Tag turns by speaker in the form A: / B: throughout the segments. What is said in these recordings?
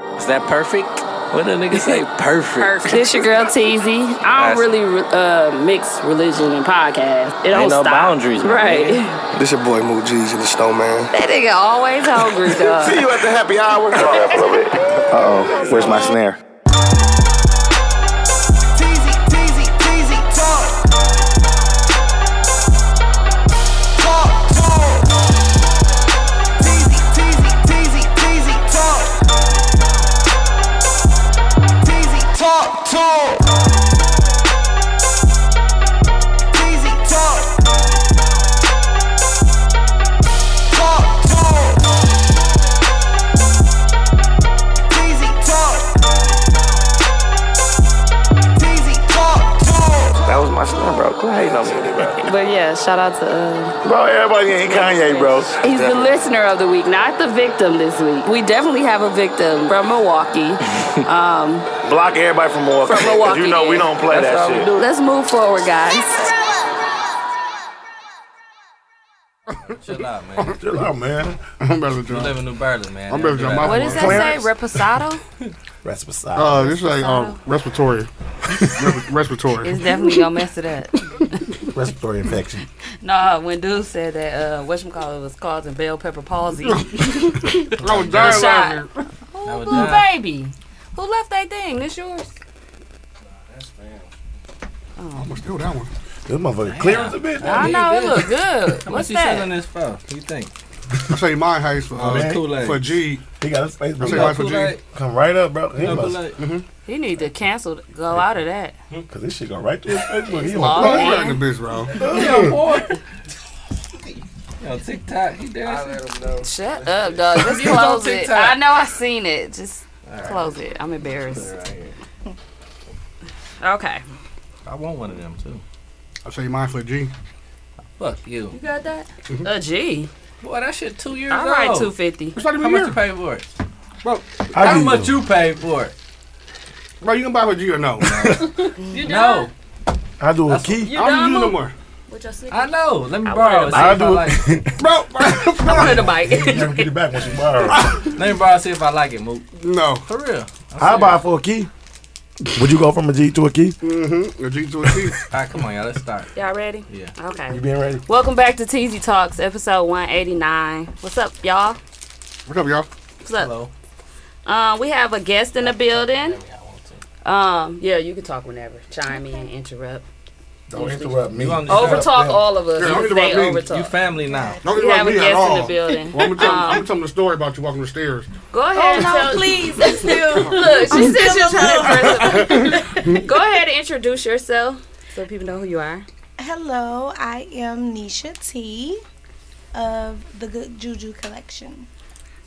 A: that perfect? What the nigga say? Perfect.
B: Perfect.
C: This your girl Teasy. I
A: That's-
C: don't really uh, mix religion and podcast. It don't
A: Ain't no
C: stop.
A: boundaries, my
C: right?
A: nigga.
D: This your boy Moot G's and the Snowman.
B: That nigga always hungry, dog.
D: you at the happy hour.
E: Uh oh, where's my snare?
F: Teasy, teasy, teasy, talk. Talk, talk. Teasy, teasy, teasy, teasy, talk. Teasy, talk, talk. Teasy, talk. Talk, talk. Teasy, talk. Teasy, talk, talk.
E: That was my snare, bro. Quit hating on me, bro.
C: But yeah, shout out to. Uh,
E: Bro, everybody ain't Kanye, bro.
C: he's the listener of the week, not the victim this week. We definitely have a victim from Milwaukee. Um,
E: Block everybody from Milwaukee.
C: From Milwaukee,
E: you know we
C: yeah.
E: don't play
A: That's all we
E: that shit.
A: do.
C: Let's move forward, guys.
G: Chill out, man.
H: Chill out, man. I'm better
G: I live
H: drunk.
G: in New Berlin, man.
H: I'm better
G: Don't do
H: jump off.
G: that.
B: What does that
E: Clarence.
B: say? Reposado?
G: Rest beside.
H: Uh, this is like um, respiratory. Resp- respiratory.
B: It's definitely gonna mess it up.
G: respiratory infection.
B: Nah, when dude said that uh whatchamacallit was causing bell pepper palsy.
H: I was dying
B: shot.
H: laughing.
G: That
B: Ooh,
G: was
B: blue
G: that.
B: baby. Who left that thing? This yours?
H: I'm gonna steal that one.
E: This motherfucker clear as a bitch.
B: I know it look good.
G: What's
B: What's
G: you selling
B: that?
G: this for? What do you think?
H: I say my house for,
G: Oh,
H: uh,
G: that's Kool-Aid.
H: for G.
E: He got his face.
H: I say
E: he
H: my
E: got-
H: for G.
G: Kool-Aid.
E: Come right up, bro. He
G: No
E: must,
G: Kool-Aid.
B: He need to cancel. Go out of that.
E: cause this shit go right through his Facebook. He
H: Oh,
B: Oh,
E: want
H: no,
B: man.
H: you like the bitch, bro.
G: Yo, TikTok, he dancing.
B: Shut up, dog. Just
G: He's on
B: close it.
G: TikTok.
B: I know I seen it. Just close it. I'm embarrassed. Okay.
G: I want one of them too.
H: I say mine for G.
G: Fuck you.
B: got that? Uh, gee.
G: Boy, that shit two years
B: All
G: old.
B: right, 250.
H: It's not
G: How
H: even
G: much you
H: here.
G: pay for it?
E: to.
G: How much you pay for it?
H: Bro, you can buy for G or no?
B: You
G: No,
E: I do a key.
H: I don't use it no more.
B: With your sneaker?
G: I know. Let me borrow it. See
E: I
G: if I
E: do.
G: like it.
H: Bro,
B: I wanted a bike.
E: You never get it back once you borrow.
G: Let me borrow it. See if I like it, Moot.
H: no.
G: For real.
E: I buy for a key. Would you go from a G to a key?
H: Mm-hmm. A G to a T.
G: All right, come on, y'all. Let's start.
B: Y'all ready?
G: Yeah.
B: Okay.
E: You being ready?
B: Welcome back to TZ Talks, episode 189. What's up, y'all?
H: What's up, y'all?
B: What's up?
G: Hello.
B: Um, we have a guest in the building. Um, yeah, you can talk whenever. Chime in, interrupt.
E: Don't interrupt me.
G: You want to
B: Overtalk all of us.
H: Yeah,
B: You
H: don't
B: stay
H: interrupt me.
G: You
B: overtalk.
G: family now.
H: Don't
B: We have
H: interrupt
B: a
H: me at
B: guest in the
H: all.
B: building. Um,
H: Well, I'm gonna tell I'm gonna tell them the story about you walking the stairs.
B: Go ahead and tell Oh, please. I'm still look. She said she's not impressive. Go ahead and introduce yourself so people know who you are.
I: Hello, I am Nisha T of the Good Juju Collection.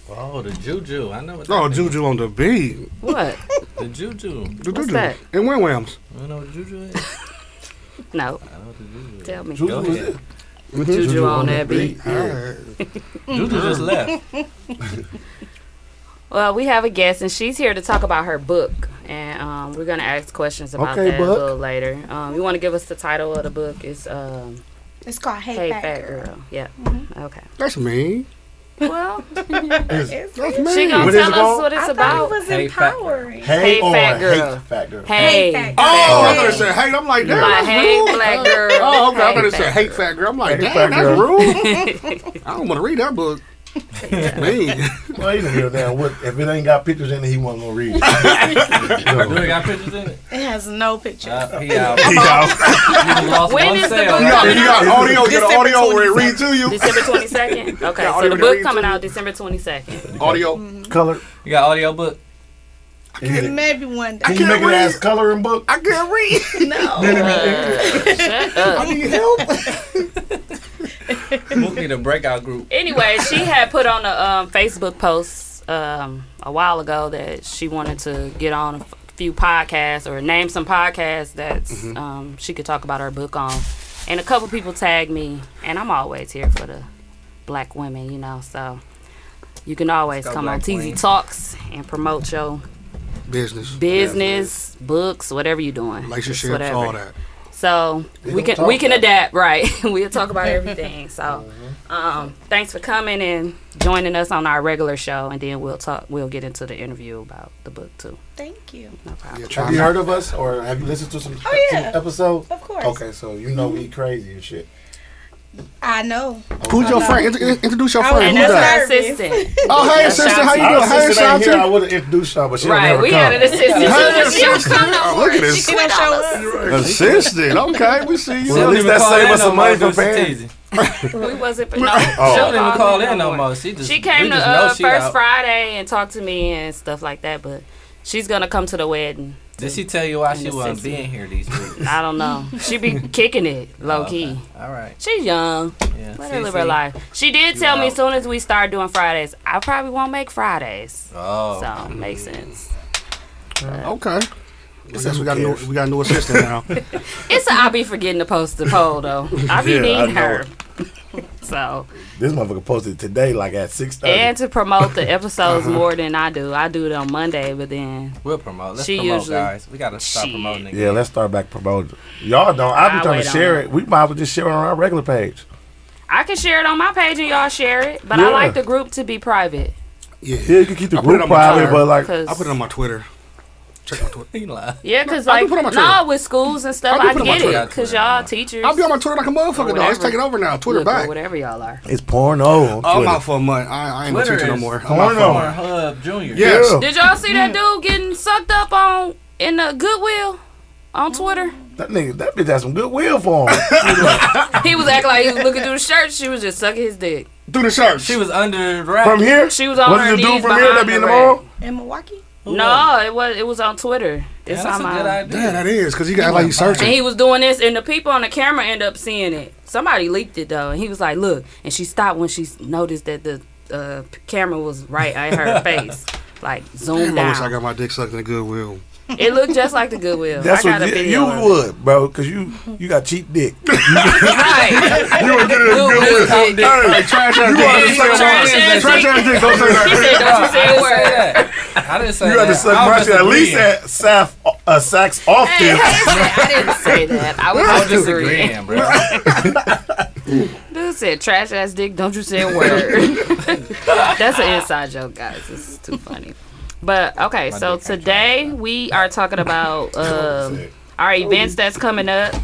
G: Oh, the juju. I know what.
H: Oh,
G: that is.
H: Juju on the beat.
B: What?
G: The juju.
H: The
B: What's
H: Juju.
B: that?
H: And Wham Whams.
G: You know what juju is?
B: No.
G: I know what the juju is.
B: Tell me.
E: Juju
G: Go
E: is
G: ahead.
E: it?
B: Juju on that beat.
H: Alright.
G: Juju just left.
B: Well, we have a guest, and she's here to talk about her book, and um, we're gonna ask questions about
E: Okay,
B: that
E: book.
B: a little later. Um, you want to give us the title of the book? It's um,
I: It's called Hey,
B: "Hey
I: Fat, Girl. Mm-hmm.
B: Girl." Yep. Okay.
H: That's me.
B: Well,
I: It's
H: That's me.
B: she gonna tell
E: What is it
B: us
E: called?
B: what it's
I: I
B: about.
I: thought it was
G: Hey, Fat Girl.
I: empowering.
E: Hey,
B: Hey,
E: or
B: fat girl.
E: Hate fat girl.
B: hey,
I: Fat Girl.
H: Oh, I
B: Hey.
H: better say hate. I'm like, damn.
B: my
H: that's
B: hey,
H: rude.
B: black girl.
H: Oh, okay. I
B: Hey,
H: better
B: fat
H: say hate fat girl. I'm like,
E: Hate fat
H: damn, that's
E: girl.
H: rude. I don't want to read that book. Man.
E: Well, he didn't give a damn what if it ain't got pictures in it, he wasn't gonna read. it.
G: Do it got pictures in it?
I: It has no picture.
G: Uh, he out.
E: He out.
G: You lost
B: When
G: one
B: is the
G: sale.
B: book
H: You got, you got audio. Get the
I: December
H: audio where it read to you.
B: December 22nd. Okay,
H: Yeah,
B: so
H: audio
B: the
H: to
B: book
H: read
B: coming
H: to.
B: out December 22nd.
H: Audio.
B: Mm-hmm.
E: Color.
G: You got audio book?
E: Can
I: Maybe one day.
E: you make an ass coloring book?
H: I can't read.
B: Shut up.
H: I need help.
G: Move me to breakout group.
B: Anyway, she had put on a um, Facebook post um, a while ago that she wanted to get on a f- few podcasts or name some podcasts that um, she could talk about her book on. And a couple people tagged me, and I'm always here for the black women, you know, so you can always
G: go,
B: come on
G: Black Queen.
B: TZ Talks and promote your
H: Business.
B: business, books, whatever you're doing. Just
H: Relationships,
B: whatever.
H: all that.
B: So we
E: gonna
B: can we
E: talk
B: can
E: about it.
B: adapt, right? we'll talk about everything. So, um, thanks for coming and joining us on our regular show, and then we'll talk. We'll get into the interview about the book too.
I: Thank you.
B: No problem.
H: Yeah,
E: Have
H: try
E: you
H: not-
E: heard of us or have you listened to some,
I: Oh, yeah.
E: some episodes?
I: Of course.
E: Okay, so you know we crazy and shit.
I: I know.
H: Who's your friend? Int- int- Introduce your
I: I
H: friend.
I: was
B: Oh, And that's
H: Who that?
B: our
I: Nervous.
B: assistant,
H: Oh, hey, sister, how you
E: Our
H: doing? Hey,
E: sister ain't here. I
H: Shanti.
E: would have introduced her, but she
B: right?
E: don't
B: We had an
E: never come.
B: assistant.
H: Hey,
B: She don't
H: sister.
B: come no
H: Oh,
B: more.
H: Look at
I: She
H: this.
I: quit on us.
H: Assistant. Okay, we see
G: She
H: you.
E: Well,
G: don't
E: at least
G: even
E: that
G: call
E: saved
G: in
E: us
G: no
E: some
G: more,
E: money from
G: just
E: paying.
G: teasing.
B: We wasn't. No,
G: She
B: oh.
G: don't even call in no more. She just
B: She came
G: we
B: to
G: just
B: uh,
G: know
B: first
G: she out.
B: Friday and talked to me and stuff like that, but she's gonna come to the wedding.
G: Did she tell you why she
B: the
G: wasn't
B: 60s.
G: being here these weeks?
B: I don't know. She be kicking it low key.
G: All right.
B: She's young.
G: Yeah.
B: Let
G: See,
B: her live
G: see.
B: her life. She did
G: You
B: tell me
G: out.
B: as soon as we start doing Fridays, I probably won't make Fridays.
G: Oh.
B: So makes sense.
H: Okay. Since we
E: who
H: got a new,
E: cares?
H: we got a new assistant now.
B: It's a, I be forgetting to post the poll though. I be
E: Yeah, I
B: needing
E: know
B: her. so
E: This motherfucker posted today, like at six
B: and
E: thirty.
B: to promote the episodes
H: Uh-huh.
B: more than I do. I do it on Monday, but then
G: We'll promote. Let's
B: She
G: promote,
B: usually-
G: guys. We gotta stop
B: Shit.
G: promoting.
E: Yeah,
G: again.
E: let's start back promoting. Y'all don't. I
B: I
E: be trying
B: wait
E: to
B: on
E: share
B: it.
E: it. We might as well just share it on our regular page.
B: I can share it on my page and y'all share it. But I
E: Yeah.
B: like the group to be private.
E: Yeah, you can keep the
H: I put it
E: group
H: on my
E: private,
H: Twitter.
E: but like,
B: Cause
H: I put it on my Twitter. Check my Twitter.
G: He lie.
B: yeah, cause
H: I do
B: like
H: put it on my
B: no,
H: Twitter.
B: with schools and stuff,
H: I do
B: I,
H: put it on my
B: get it.
G: Twitter.
B: Cause y'all teachers,
H: I'll be on my Twitter like a motherfucker, though. It's
B: Whatever.
H: taking over now. Twitter
B: look, or
H: back.
B: whatever y'all are.
E: it's porno. On
H: Oh, I'm
E: Twitter.
H: out for a month. I, I ain't on
G: Twitter
H: Twitter no
G: is
H: more. I'm out
E: porno.
H: for a
G: Former
H: month.
G: Hub Junior.
H: Yes.
E: Yeah.
B: Did y'all see
G: Mm.
B: that dude getting sucked up on in the Goodwill on Twitter?
E: That nigga, that bitch has some goodwill for him.
G: Mm.
B: He was acting like he was looking through the shirt. She was just sucking his dick.
H: Through the shirt.
G: She was under the rack.
E: From here,
B: She was on
E: Wasn't
B: her
E: the dude
B: knees
E: from here
B: behind
E: that be
B: the
E: in the
B: rack.
E: mall?
I: In Milwaukee?
B: No, it was it was on Twitter.
G: Yeah,
B: It's
G: that's
B: on
G: a good
B: my.
G: idea.
H: Yeah, that is because he got like he
B: And
H: searching.
B: he was doing this, and the people on the camera end up seeing it. Somebody leaked it though, and he was like, "Look," and she stopped when she noticed that the uh, p- camera was right at her face, like zoomed
H: Damn, I wish I
B: down.
H: got my dick sucked in the Goodwill.
B: It looked just like the Goodwill.
E: That's
B: I got
E: what
B: a
E: you,
B: video.
E: you
B: of it.
E: would, bro, because you you got cheap dick.
B: Right.
E: you would get it
B: Little bitch dick.
H: Hey, trash ass
E: You
H: dick.
E: want to suck
B: Trash
E: my
B: ass
E: trash ass dick? Don't say
B: He
E: that.
B: said, "Don't you say a word."
G: I didn't say
E: You
G: that.
E: got to suck
G: I was
E: my
G: just
E: shit at least
G: agreeing.
E: at Saf, uh, Saks often.
B: Hey, I didn't say that. I
G: I
B: was
G: was
B: just
G: just
B: disagreeing.
G: agreeing, bro.
B: Dude said, "Trash ass dick." Don't you say a word. That's an inside joke, guys. This is too funny. But okay, so today we are talking about um, our events that's coming up.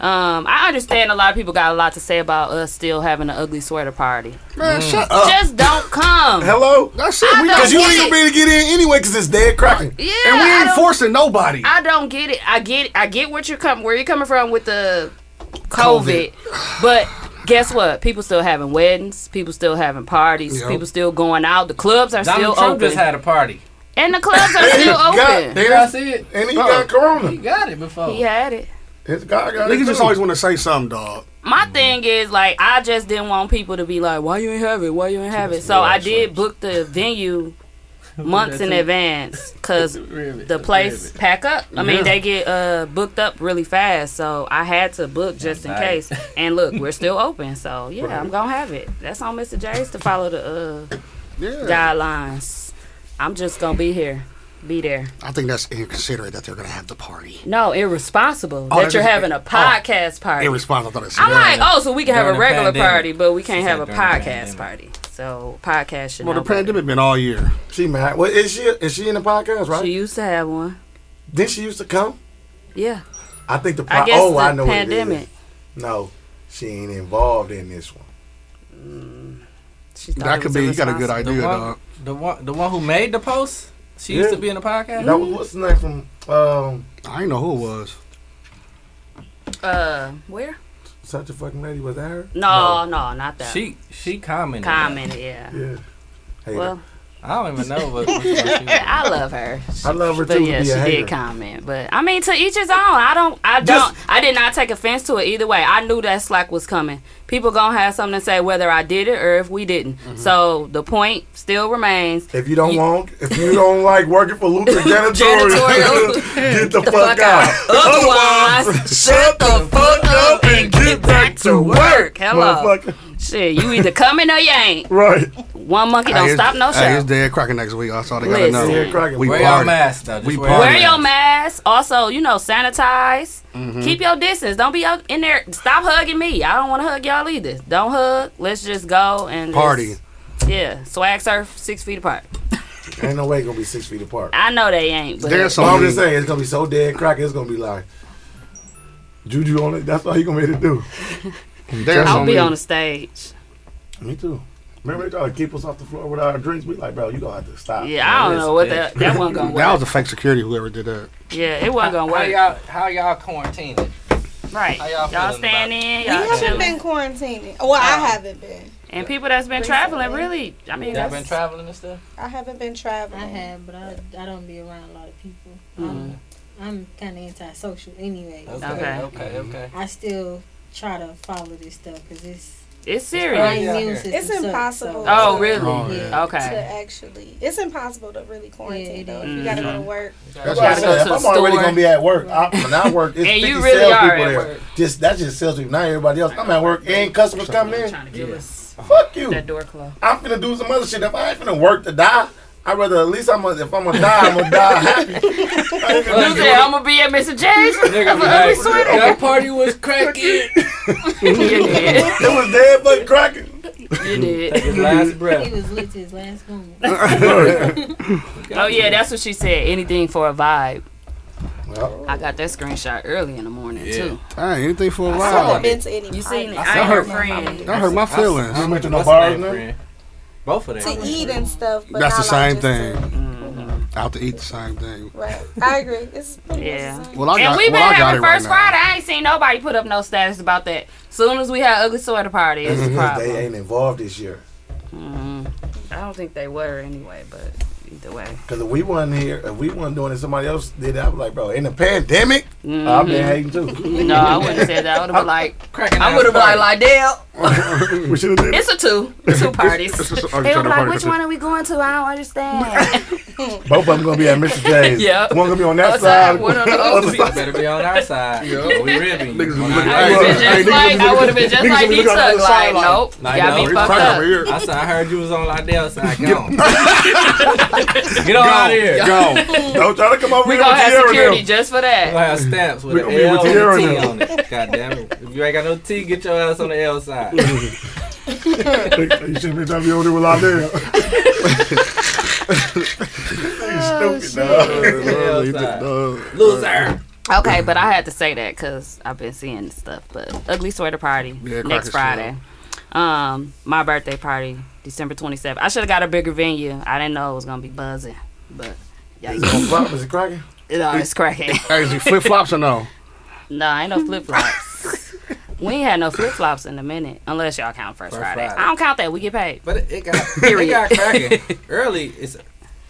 B: Um, I understand a lot of people got a lot to say about us still having an ugly sweater party.
H: Man, shut up.
B: Just don't come.
E: Hello,
H: That's it. We
E: because you
H: got
E: ain't gonna be able to get in anyway, because it's dead cracking.
B: Yeah,
H: And we
B: I
H: ain't
B: don't-
H: forcing nobody.
B: I don't get it. I get I get what you're coming where you're coming from with the COVID. but guess what? People still having weddings, people still having parties,
H: Yep.
B: people still going out. The clubs are still
G: Donald Trump
B: open.
G: just had a party.
B: and the clubs are still open.
G: Did I see it?
E: And he got
G: He
E: corona.
G: got it before.
B: He had it.
E: His guy got it
H: Niggas just
E: too.
H: always want to say something, dog.
B: My thing is like I just didn't want people to be like, Why you ain't have it? Why you ain't have it? So I did book the venue months in advance because
G: Ribbit.
B: the place pack up. I mean, they get uh, booked up really fast, so I had to book just in
G: Nice.
B: case. And look, we're still open, so yeah, I'm gonna have it. That's on Mr. J's to follow the uh,
H: Yeah.
B: guidelines. I'm just gonna be here, be there.
H: I think that's inconsiderate that they're gonna have the party.
B: No, irresponsible
H: Oh,
B: that
H: that's
B: you're
H: just-
B: having a
H: oh.
B: podcast party.
H: Irresponsible. I thought that's.
B: I'm like, oh, so we can have
G: During
B: a
G: the
B: regular
G: pandemic.
B: party, but we can't
G: She
B: have a
G: said during the
B: podcast
G: pandemic.
B: party. So podcast should.
H: Well,
B: know
H: the
B: better.
H: pandemic been all year.
E: She mad. Well, is she? Is she in the podcast? Right?
B: She used to have one.
E: Then she used to come.
B: Yeah,
E: I think the. Pro-
B: I guess
E: oh,
B: the
E: I know What it
B: pandemic.
E: is. No, she ain't involved in this one.
B: Mm. She thought
H: That
B: it
H: could
B: was
H: be. You got a good
B: irresponsible.
G: The
H: idea,
G: one,
H: dog.
G: the one, the one who made the post. She
E: Yeah.
G: used to be in the podcast.
E: That was what's the name from um
H: I didn't know who it was.
B: Uh, where?
E: such a fucking lady was that her?
B: No, no, not that.
G: She she commented. that.
B: commented, yeah.
E: Yeah. Hey,
B: Well,
G: I don't even know what. which one she was.
B: I love her.
E: I love her too.
B: But
E: to
B: yeah,
E: be
B: she
E: a hater.
B: did comment. But I mean, to each his own. I don't. I don't.
E: Just-
B: I did not take offense to it either way. I knew that slack was coming. People gonna have something to say whether I did it or if we didn't.
G: Mm-hmm.
B: So the point still remains.
E: If you don't want, if you don't like working for Luther Janitorial,
B: Janitorial.
E: get the, fuck, out.
B: Otherwise, shut the fuck up and get back to work. Hello.
E: Motherfucker.
B: Shit, you either coming or you ain't.
E: Right.
B: One monkey
H: Hey,
B: don't
H: it's-
B: stop no
H: hey,
B: show.
H: It's dead cracking next week. That's all they gotta
B: Listen.
H: know.
B: Dead
E: cracking.
H: We
G: Wear
H: party.
G: your mask though. Just
H: We
G: wear
H: party.
G: your
B: Wear your mask.
G: mask.
B: Also, you know, sanitize. Keep your distance. Don't be out in there. Stop hugging me. I don't want to hug y'all either. Don't hug. Let's just go and just-
H: Party.
B: yeah, swag surf six feet apart.
E: Ain't no way it's gonna be six feet apart.
B: I know they ain't, but
H: There's
E: So I'm
H: some.
E: just saying, it's gonna be so dead cracking. It's gonna be like Juju on it. That's all you gonna make it do.
H: There's
B: I'll
H: some.
B: be on the stage.
E: Me too. Remember they tried to keep us off the floor with our drinks. We like, bro, you gonna have to stop.
B: Yeah, I don't
G: is
B: know what
G: big.
B: that that wasn't gonna
H: That
B: work.
H: was a fake security. Whoever did that.
B: Yeah, it wasn't gonna
G: How
B: work.
G: y'all? How y'all quarantining?
B: Right.
G: how y'all
B: Y'all,
G: feeling
B: staying in,
I: We
B: y'all Oh.
I: haven't
B: chilling.
I: been quarantining. Well, I haven't been.
B: and people that's been traveling really I mean
G: Y'all been
B: that's,
G: traveling and stuff.
I: I haven't been traveling.
J: I have, but I, I don't be around a lot of people. I'm, I'm kind of antisocial anyway.
G: Mm. Okay.
B: Okay.
G: Okay. Okay.
J: I still try to follow this stuff because it's
B: it's
J: my
B: serious.
G: Yeah.
J: immune system.
I: It's
J: sucks,
I: impossible.
J: so-
B: Oh really?
H: Oh, yeah.
I: To
B: Okay.
I: actually, it's impossible to really quarantine
J: Yeah, it
I: though.
J: is.
B: Mm-hmm.
I: If you gotta go to work,
E: That's
B: Gotta
E: what I
B: go
E: said. If
B: to
E: I'm
B: the
E: already
B: store.
E: gonna be at work, I, when I work, it's
B: And
E: 50
B: you really
E: sales
B: are
E: people
B: at
E: there.
B: work.
E: Just that just salespeople. Not everybody else. I'm at work and customers coming in.
B: Trying to give us
E: Fuck you.
B: that door closed.
E: I'm finna do some other shit. If I ain't finna work to die, I'd rather at least I'm gonna, if I'm gonna die, I'm gonna die happy. I ain't
B: You
E: finna do
B: said I'm gonna be at Mr. Jackson.
G: Nigga be like, that party was cracking.
B: you did.
E: it was dead but cracking.
B: You did.
G: His last
J: He
G: breath.
J: was lit to his last moment.
B: Oh yeah, that's what she said. Anything for a vibe.
E: Well,
B: I got that screenshot early in the morning too.
H: Dang, anything for a
I: I haven't
H: while.
I: been to any.
B: You
I: party.
B: seen it? I ain't her
G: her.
B: friend.
H: That hurt my feelings.
E: You mentioned no
G: What's her
E: bars
G: name,
E: now?
G: friend? Both of them.
I: to eat and stuff. But
H: That's the
I: not like
H: same
I: just to-
H: thing. Out to eat the same thing.
I: right. I agree. It's pretty
B: Yeah.
I: yeah. much the same.
H: Well, I
B: And
H: got.
B: we been
H: well, I got it
B: having
H: right
B: first Friday. I ain't seen nobody put up no status about that. Soon as we had ugly sweater party, it's a
H: Mm-hmm.
E: because they
B: problem.
E: ain't involved this year.
B: Mm, I don't think they were anyway, but either way.
E: Because if we wasn't here, if we wasn't doing it, somebody else did it. I was like, bro, in the pandemic, I've been hating too.
B: No, Mm-hmm. I wouldn't have said that. I would have been like,
G: Cracking.
B: I would have been like, Lydell,
E: we should have did
B: it's a two. Two parties.
H: it's just- okay,
B: they would be
H: so the
B: like,
H: party-
B: which one are we going to? I don't understand.
E: Both of them gonna be at Mr. J's.
B: Yep.
E: One gonna be on that
B: One side,
E: side.
B: one on the other
E: other side.
G: Better be on our side. We ribbing. you.
H: Niggas is
G: On
H: looking-
B: I
H: Hey,
B: would have
H: look,
B: been just
H: hey,
B: like, I would have been just
E: niggas
B: like
E: be
B: D
E: looking on
B: Tuck.
E: the
B: Like,
E: other side,
B: nope,
G: like,
B: y'all
G: no,
B: be
G: we
B: fucked
H: Right
B: up.
H: over here.
G: I said I heard you was on Lydell's side. Go. on. Get on out of here. Go.
H: Go.
E: Don't try to come over
B: We
E: here
B: gonna
E: with
B: have
E: Tierra
B: security
E: now.
B: just for that.
G: gonna have stamps with an
E: We- we
G: L
E: with
G: and
E: Tierra
G: a T
E: now.
G: on it. God damn it. If you ain't got no T, get your ass on the L side.
E: you should have been over there with Aldera.
B: Oh,
E: you stupid, dog.
H: Uh, you
G: side.
H: did- uh,
G: Loser.
B: Okay, but I had to say that because I've been seeing this stuff. But ugly sweater party
H: Yeah, crack
B: next
H: it
B: Friday. Um, my birthday party, December twenty seventh. I should have got a bigger venue. I didn't know it was gonna be buzzing, but yeah,
E: Flop, is it cracking?
B: it always cracking.
H: Hey, is it flip flops or no?
B: no, ain't no flip flops. we ain't had no flip flops in a minute, unless y'all count first,
G: First
B: Friday.
G: Friday.
B: I don't count that. We get paid.
G: But it, it got it got cracking. Early it's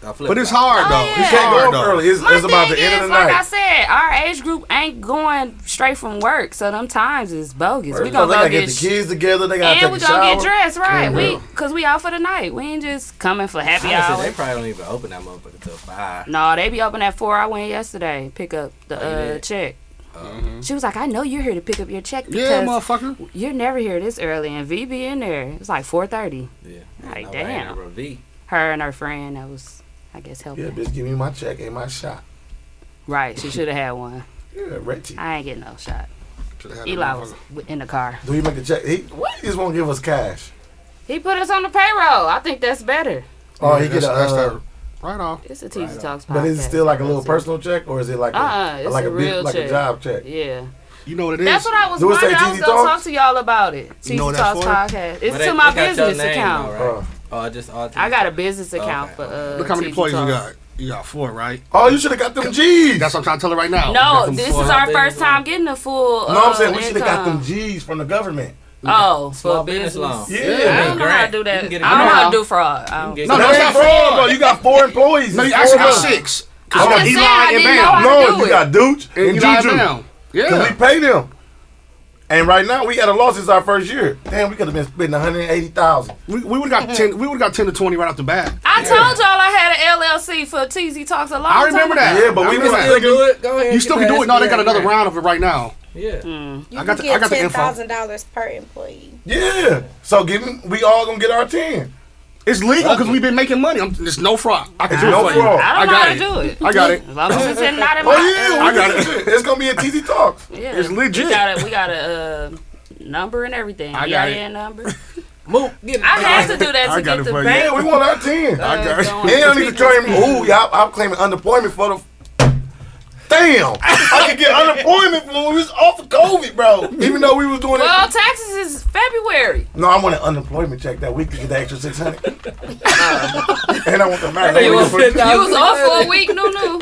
G: a flip.
H: But it's hard though.
B: Oh, yeah.
H: It's
E: Can't go
H: hard
E: up
H: though.
E: early. It's,
B: My
E: it's about the
B: thing
E: end
B: is,
E: of the
B: like I
E: night.
B: said, our age group ain't going straight from work, so them times is bogus.
E: First
B: we
E: of
B: gonna
E: all, they
B: go
E: gotta
B: get,
E: get the kids together. They gotta
B: and we
E: take a
B: gonna get
E: shower. Mm-hmm.
B: dressed, right? We, cause we out for the night. We ain't just coming for happy
G: Honestly,
B: hour.
G: they probably don't even open that motherfucker till five.
B: no, they be open at four. I went yesterday, pick up the
G: Oh, you
B: uh,
G: did?
B: check. She was like, "I know you're here to pick up your check
H: Yeah,
B: because
H: motherfucker.
B: you're never here this early." And V be in there. It was like four thirty.
G: Yeah.
B: Like,
G: No, I ain't
B: damn.
G: never V.
B: Her and her friend that was, I guess, helping.
E: Yeah, bitch, give me my check and my shot.
B: Right? She should have had one.
E: Yeah, Reggie.
B: I ain't getting no shot. Eli was w- in the car.
E: Do we make the check? He, what? He just won't give us cash.
B: He put us on the payroll. I think that's better.
E: Oh,
H: Yeah,
E: he get
H: that's-
E: a.
H: that's
E: uh,
H: that right off.
B: It's a TG Talks podcast.
E: But is it still like a little personal check, or is it like a,
B: Uh-uh, it's
E: like
B: a
E: a, big-
B: real
E: like
B: check.
E: a job check?
B: Yeah.
H: You know what it is?
B: That's what I was
E: Do it say
B: wondering. I was
E: TZ
B: gonna
E: Talks?
B: talk to y'all about it. TZ
H: You know what
B: Talks
H: that's
B: podcast. It's to
G: But they-
B: my
G: they got your
B: business
G: name,
B: account.
G: though,
E: Uh,
G: right? Oh, just all
B: I got a business account
G: Okay.
B: for uh.
H: Look how many
B: TZ
H: employees you
B: Talks.
H: got. You got four, right?
E: oh, you should have got them G's.
H: That's what I'm trying to tell her right now.
B: No, this is
G: full
B: our
G: business
B: first time getting a full.
E: no, I'm
B: uh,
E: saying we should have got them
B: income.
E: G's from the government.
B: Oh,
G: Small
B: for
G: business loan.
B: business.
E: Yeah,
B: I
E: man.
B: don't know how to
G: Grant.
B: do
G: You
B: that.
G: can
B: I
G: get
B: don't
G: a
B: know how
H: grant.
B: to do fraud. I don't-
H: No,
E: No,
H: that's
E: that ain't
H: not
E: fraud, bro. You got four employees.
H: No, you
E: It's
H: actually
E: four
H: got
E: of us.
H: six.
B: I'm
H: got
B: just saying I didn't know how to
E: No,
B: do
E: you
B: it.
E: got Dooch and
H: And Eli
E: Juju.
H: Bam.
E: Cause we
H: Yeah.
E: pay them. And right now we at a loss. It's our first year. Damn, we could have been spending 180,000.
H: We, we would have got ten. We would have got ten to twenty right off the bat.
B: I told y'all I had an LLC for TZ Talks a long time
H: I remember
B: ago.
H: that.
E: Yeah, but
H: I
E: we
H: remember
E: was
H: that.
E: still
G: do it. Go ahead.
H: You still can do it. No, they got another round of it right now.
G: Yeah.
I: You
B: Hmm.
H: I
I: I
H: got the- I
I: get
H: got the
I: ten
H: info.
I: thousand dollars per employee.
E: Yeah. So give me. We all gonna get our ten.
H: It's legal because we've been making money. I'm, it's no fraud. I can do
E: No
H: it for you.
E: fraud.
B: I don't
H: got
B: know how to do it.
H: I got it.
B: As long as it's in, not in
E: Oh
B: my.
E: yeah,
H: I
E: we
H: got
E: got it. It's gonna be a TZ Talks.
B: yeah.
H: It's legit.
B: We got a, we got a uh, number and everything.
H: I got
B: EIN number.
G: Move. Get
B: I had to do that to
H: I got
B: get
H: it
B: the
H: for you.
B: bank.
E: Yeah, we want our ten.
B: uh,
H: got it.
B: going
E: They don't
B: to
E: even
B: people's
E: claim. Ooh, y'all, I'm claiming unemployment for the. Damn, I could get unemployment when we was off of COVID, bro. Even though we was doing
B: Well,
E: it.
B: taxes is February.
E: No, I want an unemployment check that week to get the extra six hundred. and I want the max.
G: You was-
E: I'm
B: You was off for a week, no, no.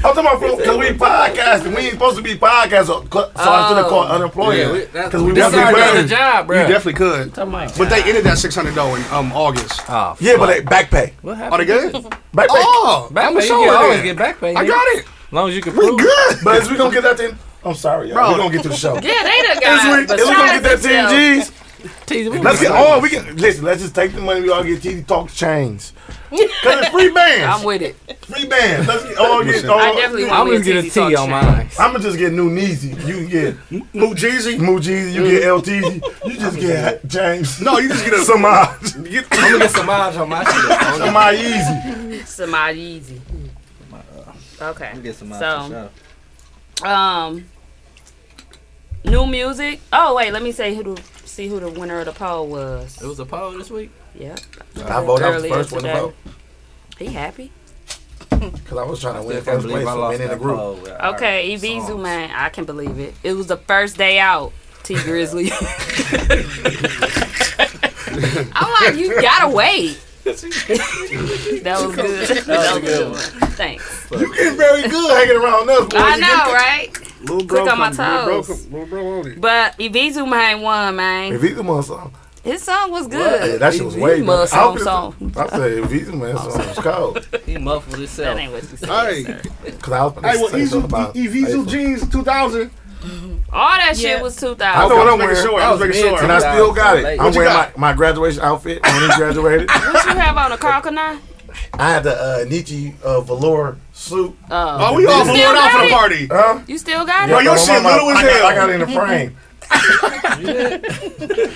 E: talking about because we podcasting. We ain't supposed to be podcasting, so I should have called
G: Yeah, we-
E: unemployment
G: that's-
E: because we
H: that's
E: want
H: our
E: to
H: job.
E: be
G: the job, bro.
H: You definitely could.
A: Somebody-
H: But they ended that six hundred though in um August.
G: Ah,
A: Oh,
E: Yeah, but they back pay.
A: what
H: Are
A: happened?
H: they good?
E: Back pay.
H: Oh,
G: Back
H: I'm
G: pay.
H: a
G: You
H: show
G: can always
H: it. then.
G: get back pay.
H: I
G: nigga.
H: got it.
G: As long as you can
H: We
G: prove. it.
H: good.
E: But is we gonna get that ten? I'm sorry, y'all.
H: Bro.
E: We gonna get to the show.
B: Yeah, they the
E: Is we,
B: guys.
E: is we gonna get that ten G's? Let's get all. We can listen. Let's just take the money. We all get TD Talk chains. Cause it's free
B: I'm
E: bands.
B: with it.
E: free bands. Let's get all get.
H: Listen.
E: All,
B: I definitely
G: I'm
B: want
G: gonna get a T on mine.
E: I'm gonna just get new Neezy. You get
H: Mujeezy.
E: Mujeezy. You get LTZ. You just get James.
H: No, you just get a.
E: Some my
H: Get,
G: I'm gonna get some miles on my shit. I'm
E: some my easy.
B: Somebody easy. Okay.
G: gonna get some miles. for
B: So,
G: sure.
B: um, new music. Oh wait, let me say who the, see who the winner of the poll was.
G: It was a poll this week.
B: Yeah,
E: I voted. I was the
B: Earlier
E: first one to
B: today.
E: vote
B: he happy.
E: because I was trying to win
G: Still
E: first place
G: can't believe I
E: and
G: lost
E: win in the
G: that
E: group.
G: poll. with our
B: Okay, E Evizu
G: songs.
B: man, I can believe it. It was the first day out. T Grizzly. I'm like, you gotta wait. that was good. That was a good. one. Thanks.
E: You getting very good hanging around us. Boy.
B: I
E: You
B: know, right?
H: little
B: Click on my
H: come- Little bro,
B: toes.
H: come- little bro on it.
B: But E Evizu man won,
E: get- If
B: man.
E: he's the one song,
B: His song was
E: E yeah,
B: good.
E: that shit was
B: He
E: way better.
B: must
E: I
B: song
E: was-
B: song.
E: I said if he's the man song, it's cold.
G: He muffled himself.
B: That ain't what you said.
H: Hey, hey,
E: Because I was about to
H: well,
E: say something
H: Evizu
E: about
H: E- Evizu
E: April.
H: jeans 2000.
B: All that shit
J: Yeah.
B: was
E: I
B: 2000.
E: know what
H: I
E: I'm
H: was making
E: wearing.
H: sure. I was making
G: That was
E: And
H: sure.
E: I still got it. I'm
G: What
H: you
E: wearing my,
H: got?
E: my graduation outfit when he graduated.
B: What you have on a crocodile?
E: I had the uh, Nietzsche uh, velour suit.
B: Oh,
H: Oh, we all
B: still
H: floored out for
B: got
H: the
B: it?
H: party.
E: Huh?
B: you still got
H: Bro,
B: it?
H: your
E: But my
H: shit
E: mama-
H: little as
E: I got-
H: hell.
E: I got
B: Mm-hmm.
E: it in the frame.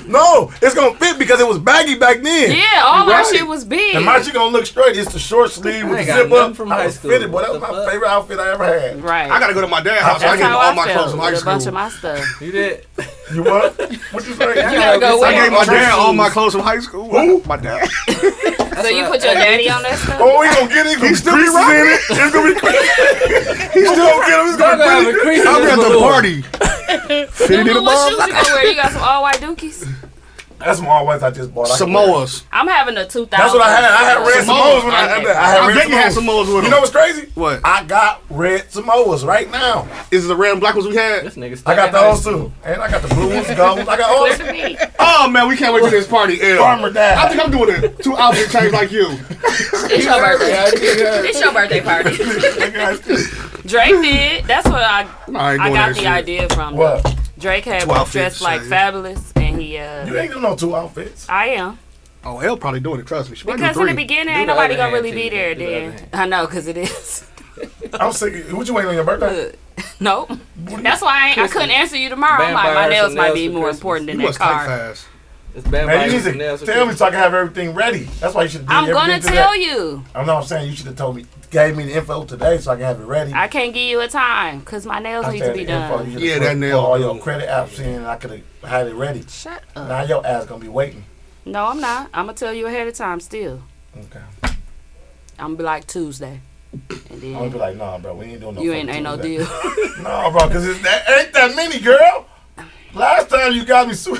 E: no, it's gonna fit because it was baggy back then.
B: Yeah, all my
E: Right.
B: shit was big.
E: And my shit gonna look straight. It's the short sleeve
G: I
E: with
G: ain't
E: the
G: got
E: zip
G: nothing
E: up.
G: from
E: I
G: high
E: was
G: school.
E: fitted, boy. That was
G: What
E: my
G: the fuck?
E: favorite outfit I ever had.
B: Right.
H: I gotta go to my dad's house. I
B: That's
H: gave him
B: how
H: all
B: I
H: my
B: felt
H: clothes from high
B: with a bunch of
H: school.
B: my stuff.
G: You did.
E: You what? What you say?
G: You gotta go
B: with
H: I
B: it.
H: gave my dad all
B: Overseas.
H: my clothes from high school.
E: Who?
H: My dad.
B: So you put your daddy on that stuff?
E: Oh, he gonna get it. He still be in it. It's gonna be. he still gonna get him. It's gonna
G: I'm gonna have
E: be.
G: a crease in
H: I'm
G: this
H: at the
G: balloon.
H: party. Fitted in
B: Remember
H: a
B: what shoes you
H: bomb.
B: gonna wear? You got some all white dookies?
E: That's my white I just bought. I can wear it.
H: Samoas.
B: I'm having a 2000.
E: That's what I had. I had red
H: Samoas.
E: Samoas when I had that. I had
H: I
E: red
H: bet you had Samoas with
E: You
H: him.
E: know what's crazy?
H: What?
E: I got red Samoas right now.
H: Is it the red and black ones we had?
G: This nigga.
E: I got
G: staying high
E: those
G: school.
E: too. And I got the blue ones, gold ones. I got all the
B: me.
H: Oh man, we can't wait to this party. L.
E: farmer
H: I
E: dad.
H: think I'm doing it. Two outfit change like you.
B: It's your birthday. It's your birthday party. Drake did. That's what I
H: I ain't
B: I got
H: doing
B: the
H: that shit.
B: idea from.
E: What?
B: Drake had
H: Twelve
B: dressed
H: feet,
B: like
H: same.
B: fabulous, and he
E: You
B: uh.
E: ain't doing no two outfits.
B: I am
H: Oh, L probably doing it. Trust me. She might do
B: because in the
H: three.
B: beginning,
G: Do
B: ain't
G: the
B: nobody
G: other
B: gonna
G: hand,
B: really
G: T.
B: be there.
G: Do the other
B: Then
G: hand.
B: I know because it is.
E: I'm sick. What you waiting on your birthday?
B: nope. That's why I, ain't- I couldn't answer you tomorrow. I'm like, my
G: Vampires
B: nails
G: and
B: might
G: nails
B: be
G: for
B: more
G: Christmas.
B: important than
H: You
B: that
H: must type
B: car.
H: fast.
G: It's bad
E: Man, you
G: vibes
E: need
G: and nails
E: to
G: for
E: tell me
G: Christmas.
E: so I can have everything ready. That's why you should. do
B: I'm gonna
E: everything today.
B: tell you.
E: I know. what I'm saying you should have told me, gave me the info today, so I can have it ready.
B: I can't give you a time because my nails
E: I'm
B: need to
E: saying
B: be
E: the info,
B: done.
E: you should've
H: Yeah,
E: put-
H: that
E: put
H: nail
E: All
H: glue.
E: your credit apps in, and I could have had it ready.
B: Shut up.
E: Now your ass gonna be waiting.
B: No, I'm not. I'm gonna tell you ahead of time. Still,
E: Okay.
B: I'm gonna be like Tuesday, and
E: I'm gonna be
B: then
E: like, nah, bro, we ain't doing Oh, no.
B: you
E: fucking
B: ain't ain't no
E: Tuesday.
B: deal.
E: No, bro, cause it's that ain't that many, girl. Last time you got me su-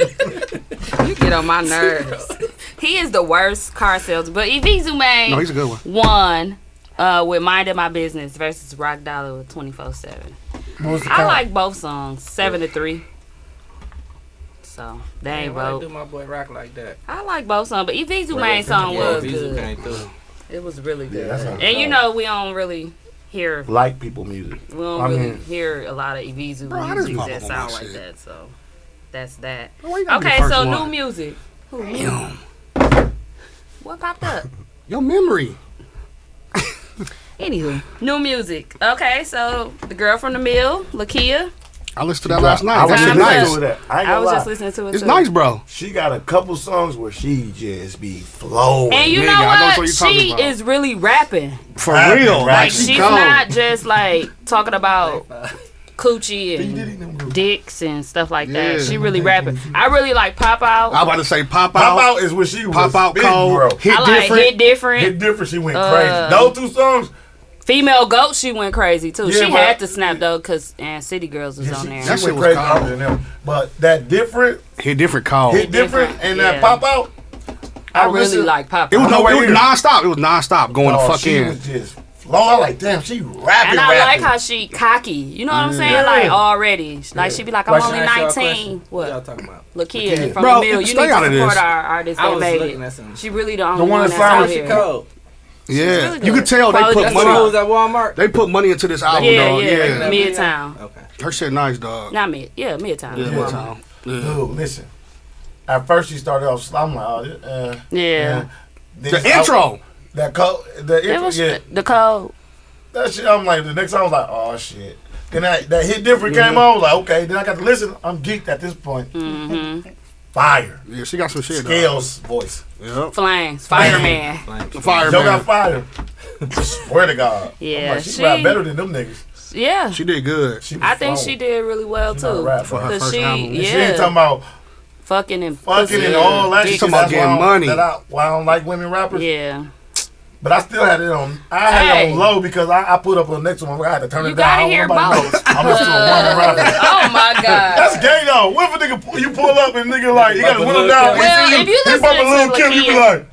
B: you get on my nerves. he is the worst car salesman. But Evizu man
H: No, he's a good one.
B: won uh, with Mind of My Business versus Rock Dollar with 24 7. I like both songs, 7 to 3. So, they ain't
G: Why they
B: vote.
G: do my boy rock like that?
B: I like both songs, but Evizu Man's song
G: Yeah,
B: was
G: Diesel
B: good.
G: came through.
B: It was really good.
E: that's how it
B: and you
E: sounds.
B: know, we don't really hear
E: like people music.
B: We don't
E: I
B: really
E: mean-
B: hear a lot of Ibizu
H: Bro, I just
B: music
H: pop
B: that
H: up on
B: sound
H: my
B: like
H: shit.
B: that. So that's that.
H: Why you gotta be the
B: Okay,
H: first
B: so
H: one?
B: new music. Who knew? What popped up?
H: Your memory.
B: Anywho, new music. Okay, so the girl from the mill, Lakia.
H: I listened to that last night.
E: I was
H: That shit
E: just
H: nice.
E: listening to that. I, ain't
B: I
E: gonna
B: was just
E: lie.
B: listening to it.
H: It's
B: too.
H: nice, bro.
E: She got a couple songs where she just be flowing.
B: And you
H: Nigga,
B: know
H: I know what
B: what?
H: you're talking
B: she
H: about.
B: is really rapping.
H: For
E: Rapping,
H: real.
E: rapping.
B: Like
H: she
B: she's
H: cold.
B: not just like talking about coochie and dicks and stuff like that.
H: Yeah.
B: She really rapping. I really like pop out.
H: I about to say pop out.
E: Pop out is where she was
H: Pop out
E: big,
H: cold.
E: bro.
H: Hit
B: I like
H: different.
B: hit different.
E: Hit different. She went
B: Uh,
E: crazy. Those two songs.
B: Female goat. She went crazy too.
E: Yeah,
B: she
E: but-
B: had to snap though, cause and City Girls was
E: Yeah,
B: on
E: she,
B: there.
E: she
H: That shit
E: went
H: was
E: crazy
H: cold.
E: harder than them. But that different,
H: hit different call.
E: hit different,
B: different,
E: and
B: yeah.
E: that pop out.
B: I
H: Oh,
B: really
E: listen-
B: like pop
H: It was
B: out.
H: no,
E: Right
H: Oh, it was
E: here.
H: nonstop. It was nonstop going
E: Oh,
H: to fuck
E: she
H: in.
E: was just flowing. I'm like, damn, she rapping.
B: And I like
E: rapping.
B: how she cocky. You know what I'm saying? Like already. Like she be like, I'm
G: Question,
B: only
G: ask y'all a
B: 19.
G: question.
B: What?
G: y'all talking about?
B: Lakia from
H: Bro,
B: the mill. You need
H: stay
B: to
H: out of
B: support
H: this.
B: our artists
G: I
B: that
G: was
B: made
G: looking at
B: it.
G: some-
B: She really the only
E: The one
B: one
E: that
B: that's out
E: sounded
B: here.
G: Chicago.
H: Yeah,
B: really
H: you
B: good.
H: could tell they
B: Quality
H: put
B: That's
G: That's when I was
H: money.
G: at Walmart.
H: They put money into this album,
B: Yeah,
H: dog.
B: yeah,
H: Yeah.
B: Midtown.
G: Okay.
H: her shit nice, dog.
B: Not mid, yeah, midtown.
H: Yeah,
B: Yeah,
H: yeah. Tom. Yeah.
E: Dude, listen. At first, she started off slow. I'm like, oh, this, uh, yeah. This-
H: The intro.
E: that co- the
B: it
E: intro,
B: was
E: yeah.
B: the code.
E: That shit, I'm like, the next song, I was like, oh, shit. Then that, that hit different came
B: Mm-hmm.
E: on, like, okay. Then I got to listen. I'm geeked at this point.
B: Mm-hmm.
E: Fire.
H: Yeah, she got some shit. Dog.
E: Scales voice.
H: Yep.
B: Flames, fireman.
H: The
E: Yo got
H: fireman.
E: fire. Swear to God. I'm
B: Yeah,
E: like, she,
B: she-
E: rap better than them niggas.
B: yeah,
H: She did good.
E: She was
B: I think
E: flowing.
B: she did really well
E: not a
B: too.
E: rapper.
H: For her
B: Cause
H: first
B: she,
H: album.
B: yeah,
E: She ain't talking about
B: fucking and
E: fucking
B: pussy
E: and all that
B: dick.
E: shit.
H: Talking about
E: That's why I
H: getting
E: don't-
H: money.
E: That I, why I don't like women rappers.
B: Yeah,
E: But I still had it on. I had it
B: Hey.
E: on low because I, I put up on the next one. I had to turn
B: You
E: it down.
B: gotta
E: I don't
B: hear
E: want nobody
B: both.
E: to know. I'm listening to a woman rapper.
B: oh my god.
E: That's gay though. What if a nigga pull- you pull up and nigga like you got
G: Bump a
E: his window
G: Lil'
E: down?
G: Kim.
E: he
B: Well,
E: see
B: if you
E: he
B: listen
E: bump a
B: to
E: Lil'
B: Lil'
E: Kim, you be like,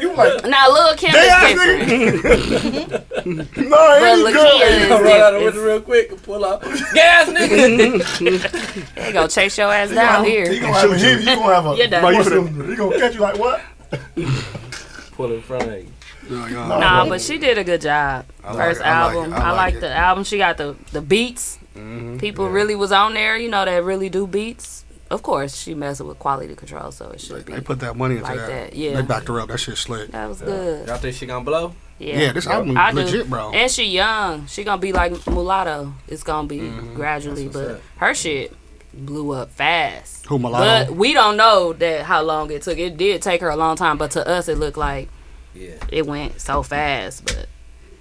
E: you like,
B: Now Lil Kim
E: They ass
B: is different.
E: no, it
B: But
E: ain't
B: Lakia
E: good.
B: is
G: Run out of the window
B: different.
G: real quick and pull up. Gas nigga.
B: They gonna chase your ass down
E: You
B: here.
E: gonna have a hit. You gonna have a.
B: You're done.
E: Bro, you finna- he gonna catch you like what?
G: pull in front of you.
H: Yeah, yeah.
B: Nah, but she did a good job.
H: I like
B: First
H: it, I like
B: album.
H: it,
B: I
H: I
B: like,
H: like it.
B: the album. She got the the beats.
H: Mm-hmm.
B: People really was on there. You know that really do beats. Of course, she messing with quality control, so it should be.
H: They put that money into
B: Like
H: that.
B: that, yeah.
H: They backed her up. That shit slick.
B: That was good.
G: Y'all think she gonna blow?
B: Yeah,
H: Yeah, this album
B: I do.
H: legit, bro.
B: And she young. She gonna be like mulatto. It's gonna be
H: Mm-hmm.
B: gradually,
G: That's what's
B: but her shit blew up fast.
H: Who
B: But
H: Mulatto?
B: we don't know that how long it took. It did take her a long time, but to us it looked like
G: Yeah.
B: it went so fast. But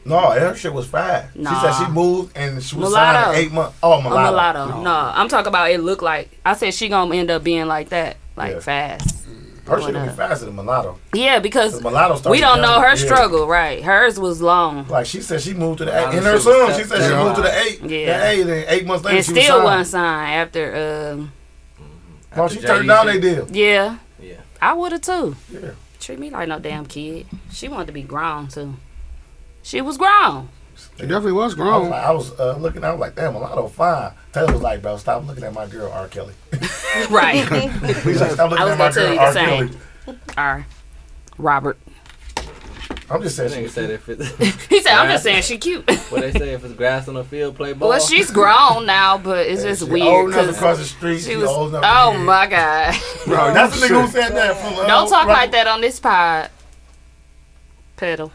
E: No, her shit was fine.
B: Nah.
E: She said she moved and she was
B: Mulatto.
E: signed in eight months. Oh,
B: a
E: mulatto.
B: mulatto. No. I'm talking about it looked like I said she gonna end up being like that, like
E: Yeah.
B: fast.
E: Her shit
B: Mulatto.
E: gonna be faster than mulatto.
B: Yeah, because
E: Cause mulatto started
B: we don't
E: young.
B: know her
E: Yeah.
B: struggle, right? Hers was long.
E: Like she said, she moved to the
G: Mulatto
E: eight. In her
G: shit was
E: song,
G: tough.
E: she said she
H: Yeah.
E: moved to the eight.
B: Yeah.
E: Yeah. The eight and eight months later
B: And
E: she was
B: still
E: signed.
B: one sign after um
E: No, she turned down they deal.
B: yeah.
G: Yeah.
B: I would have too.
E: Yeah.
B: Treat me like no damn kid. She wanted to be grown too. She was grown.
H: It definitely was
E: I was,
H: grown.
E: like, I was uh, looking. I was like, damn, mulatto fine. Taylor was like, bro, stop looking at my girl R. Kelly.
B: right.
E: He's like, stop
B: I
E: looking
B: was gonna
E: at my
B: tell
E: girl
B: you
E: R.
B: the same.
E: Kelly.
B: All right. Robert.
E: I'm just
G: That
E: saying.
G: nigga
E: She,
G: said if it's
B: He said, I'm just saying she cute.
G: what they say if it's grass on the field, play ball.
B: well, she's grown now, but it's just
E: she
B: weird
E: Old enough
B: 'cause
E: to cross the street.
B: she
E: She
B: was.
E: old enough to
B: Oh
E: be-
B: my god!
E: Bro, that's the nigga who said that. From, uh,
B: Don't talk
E: Rock-
B: like that on this pod. Pedal.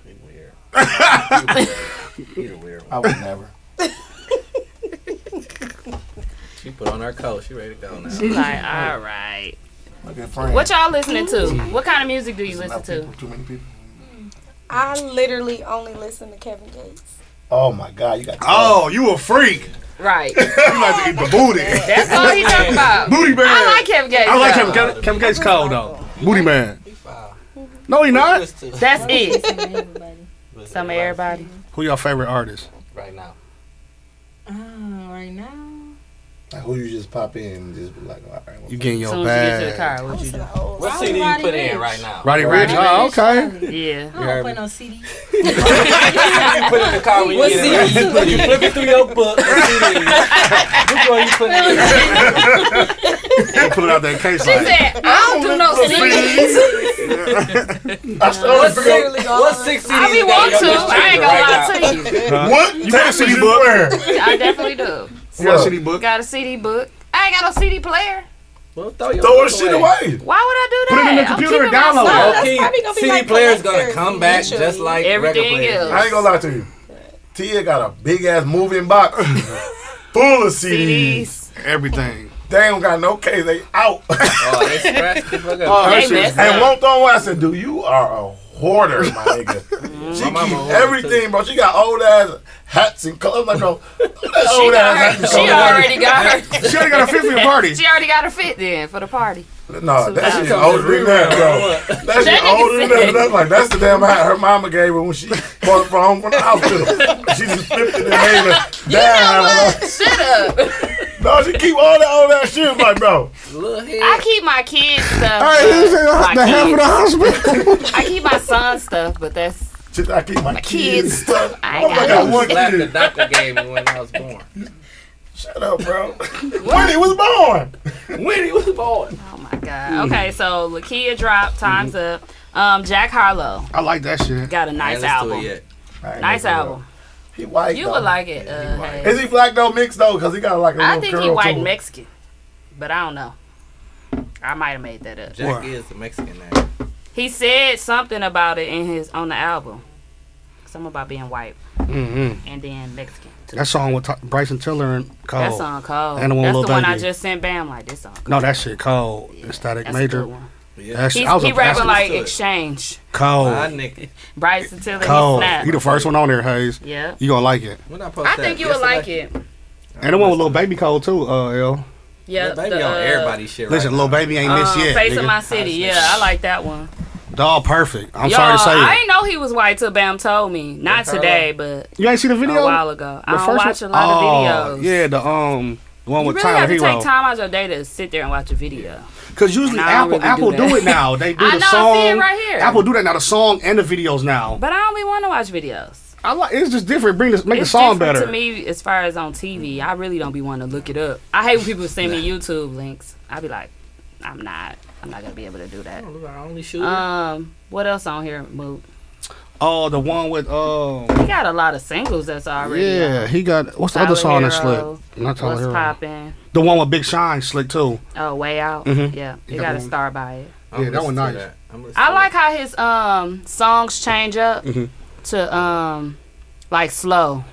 G: He the weird one.
E: I would never.
G: She put on her coat. She ready to go now.
B: Like, all right.
E: Look at Fran.
B: What y'all listening to? What kind of music do you listen
E: Not
B: to?
E: people, Too many people.
I: I literally only listen to Kevin Gates.
E: Oh my God, you got.
H: Oh, you a freak.
B: Right.
H: You like to eat the booty.
B: That's all he talking about.
H: Booty man.
B: I like Kevin Gates.
H: I like
B: though.
H: Kevin, Kevin, Kevin Gates cold though. Booty man. No, he not.
G: Listen to-
B: That's it.
J: Some of everybody.
G: listen to
B: Some of everybody.
H: Who your favorite artist?
G: right now.
J: Ah, right now.
E: Like, who you just pop in and just be like, all right.
H: You getting
B: As
H: your
B: soon as you get to the
H: bag?
B: car, what you do?
E: oh,
G: What
J: Roddy
G: CD you put
J: Ricch.
G: in right now?
H: Roddy Rich. Oh, okay.
B: Yeah.
J: I don't
G: heard me.
J: play no CD.
G: You put it in the car when you
J: What
G: get in.
J: CD?
G: Right? You flip it through your book. and see these. Which one you put in?
H: You put it out that case
B: She
H: like.
B: said, I don't do no CDs.
E: I started to figure out
I: Literally all
G: What
I: I
G: six CDs?
B: I be
G: got in
B: want
G: your
B: to.
G: newspaper
B: I ain't
G: right now?
B: gonna lie to you.
E: what you
H: got a CD book?
E: Where?
B: I definitely do.
H: You got a CD book.
B: Got a CD book. I ain't got no CD player.
G: Well, throw your
E: Throw her
G: book
E: shit away.
B: Why would I do
E: Put it
B: that?
E: in the
B: I'm
E: computer and
B: keeping my
E: download it.
B: stuff.
I: that's
G: Okay,
I: probably gonna be
G: CD
I: like
G: players gonna
I: collectors,
G: come back
I: eventually.
G: just like
B: Everything
G: record players.
B: else.
E: I ain't gonna lie to you. Tia got a big ass moving box full of CDs.
B: CDs.
H: Everything.
E: They ain't got no case. They out.
G: Oh, they scratched the fuck up.
E: her
B: They
E: shit-
B: messed
E: and
B: up.
E: one throw away. I said, "Dude, you are a hoarder, my nigga. she
G: mama
E: keep
G: hoarder,
E: everything, bro. She got old ass hats and colors. I'm like, bro, that
B: She,
E: old
B: got
E: ass hat
B: her,
E: and
B: she
E: colors.
B: already got her.
H: She already got a 50 party.
B: She already got her fit then for the party.
E: No, that shit older than that, bro. That shit
B: nigga
E: older than that.
B: said-
E: That's like that's the damn hat her mama gave her when she bought it from home from the hospital. She just flipped it and gave it down.
B: Shut up.
E: No, she keep all that old ass shit. I'm like, bro,
G: Little head.
B: I keep my kids stuff.
H: Hey,
B: but-
H: this is
B: my
H: the half of the
B: kids.
H: hospital.
B: I keep my son's stuff, but that's
E: shit, I keep my,
B: my
E: kids.
B: kids' stuff. I
E: Oh
B: ain't
E: my
B: got
E: god, one
G: Slap the
E: kid.
G: doctor gave me when I was born.
E: Shut up, bro. Winnie was born.
G: When he was born.
B: Oh my god. Okay, so Lakia dropped. Time's up. Um, Jack Harlow
H: Mm-hmm. I like that shit.
B: got a nice album. Nice album.
E: He white.
B: You
E: though.
B: would like it. Uh, Hayes.
E: Is he black though, mixed though? Cause he got like a little
B: I think
E: curl
B: he white
E: to him.
B: Mexican, but I don't know. I might have made that up.
G: Jack
H: Why?
G: is the Mexican name.
B: He said something about it in his on the album. Something about being white
H: Mm-hmm.
B: and then Mexican.
H: That song with Ty- Bryson Tiller and Cole.
B: That song cold.
H: And the one
B: That's
H: Lil
B: the one I
H: Baby.
B: just sent Bam like this song. cold.
H: No, that shit cold. Static
B: That's a
H: Major.
B: good one.
G: Yeah.
H: That shit,
B: He's,
H: I was
B: he
H: a
B: rapping
H: bastard.
B: like
G: to it.
B: exchange.
G: My
H: cold.
G: nigga.
B: Bryson Tiller, he
H: Cold.
B: snap.
H: You the first one on there, Hayes.
B: Yeah.
H: You gonna like it.
G: When I post
B: I
G: that
B: think you would
G: yesterday-
B: like it.
H: And the one with Lil Baby cold too, uh, L.
B: Yeah,
G: Lil baby
B: the,
G: on
B: uh,
G: everybody's shit.
H: Listen,
G: right
H: Lil Baby ain't
B: um,
H: this yet.
B: Face of
H: nigga.
B: My City. Yeah, I like that one.
H: Dog perfect. I'm
B: Yo,
H: sorry to say
B: I
H: it.
B: didn't know he was white till Bam told me. Not
G: Carlo.
B: today, but
H: You ain't see the video?
B: a while ago.
H: The
B: I don't
H: first
B: watch
H: one?
B: a lot
H: Oh,
B: of videos.
H: Yeah, the um the one
B: You
H: with
B: really
H: Tyler
B: have to
H: Hero.
B: take time out your day to sit there and watch a video.
H: Cause usually
B: And I
H: Apple
B: don't really
H: Apple
B: do
H: do,
B: that.
H: it now. They do
B: I
H: the
B: know, I see
H: song.
B: it right here.
H: Apple do that now. The song and the videos now.
B: But I don't really want to watch videos.
H: I like it's just different. Bring this, make
B: it's
H: the song
B: different
H: better.
B: to me as far as on TV. I really don't be wanting to look it up. I hate when people send me YouTube links. I be like, I'm not. I'm not gonna be able to do that.
G: now. Oh, I only shoot.
B: Um, what else on here? Moot.
H: Oh, the one with um.
B: He got a lot of singles that's already.
H: Yeah,
B: out.
H: he got what's the
B: Tyler
H: other song that
B: Hero,
H: slick? Not Tyler
B: What's
H: Hero.
B: poppin'?
H: The one with Big Shine slick too.
B: Oh, way out.
H: Mhm.
B: Yeah,
H: He
B: you
H: got
B: got to
H: one.
B: start by it.
H: Yeah, that one nice.
B: I like how his um songs change up
H: Mm-hmm.
B: to um like slow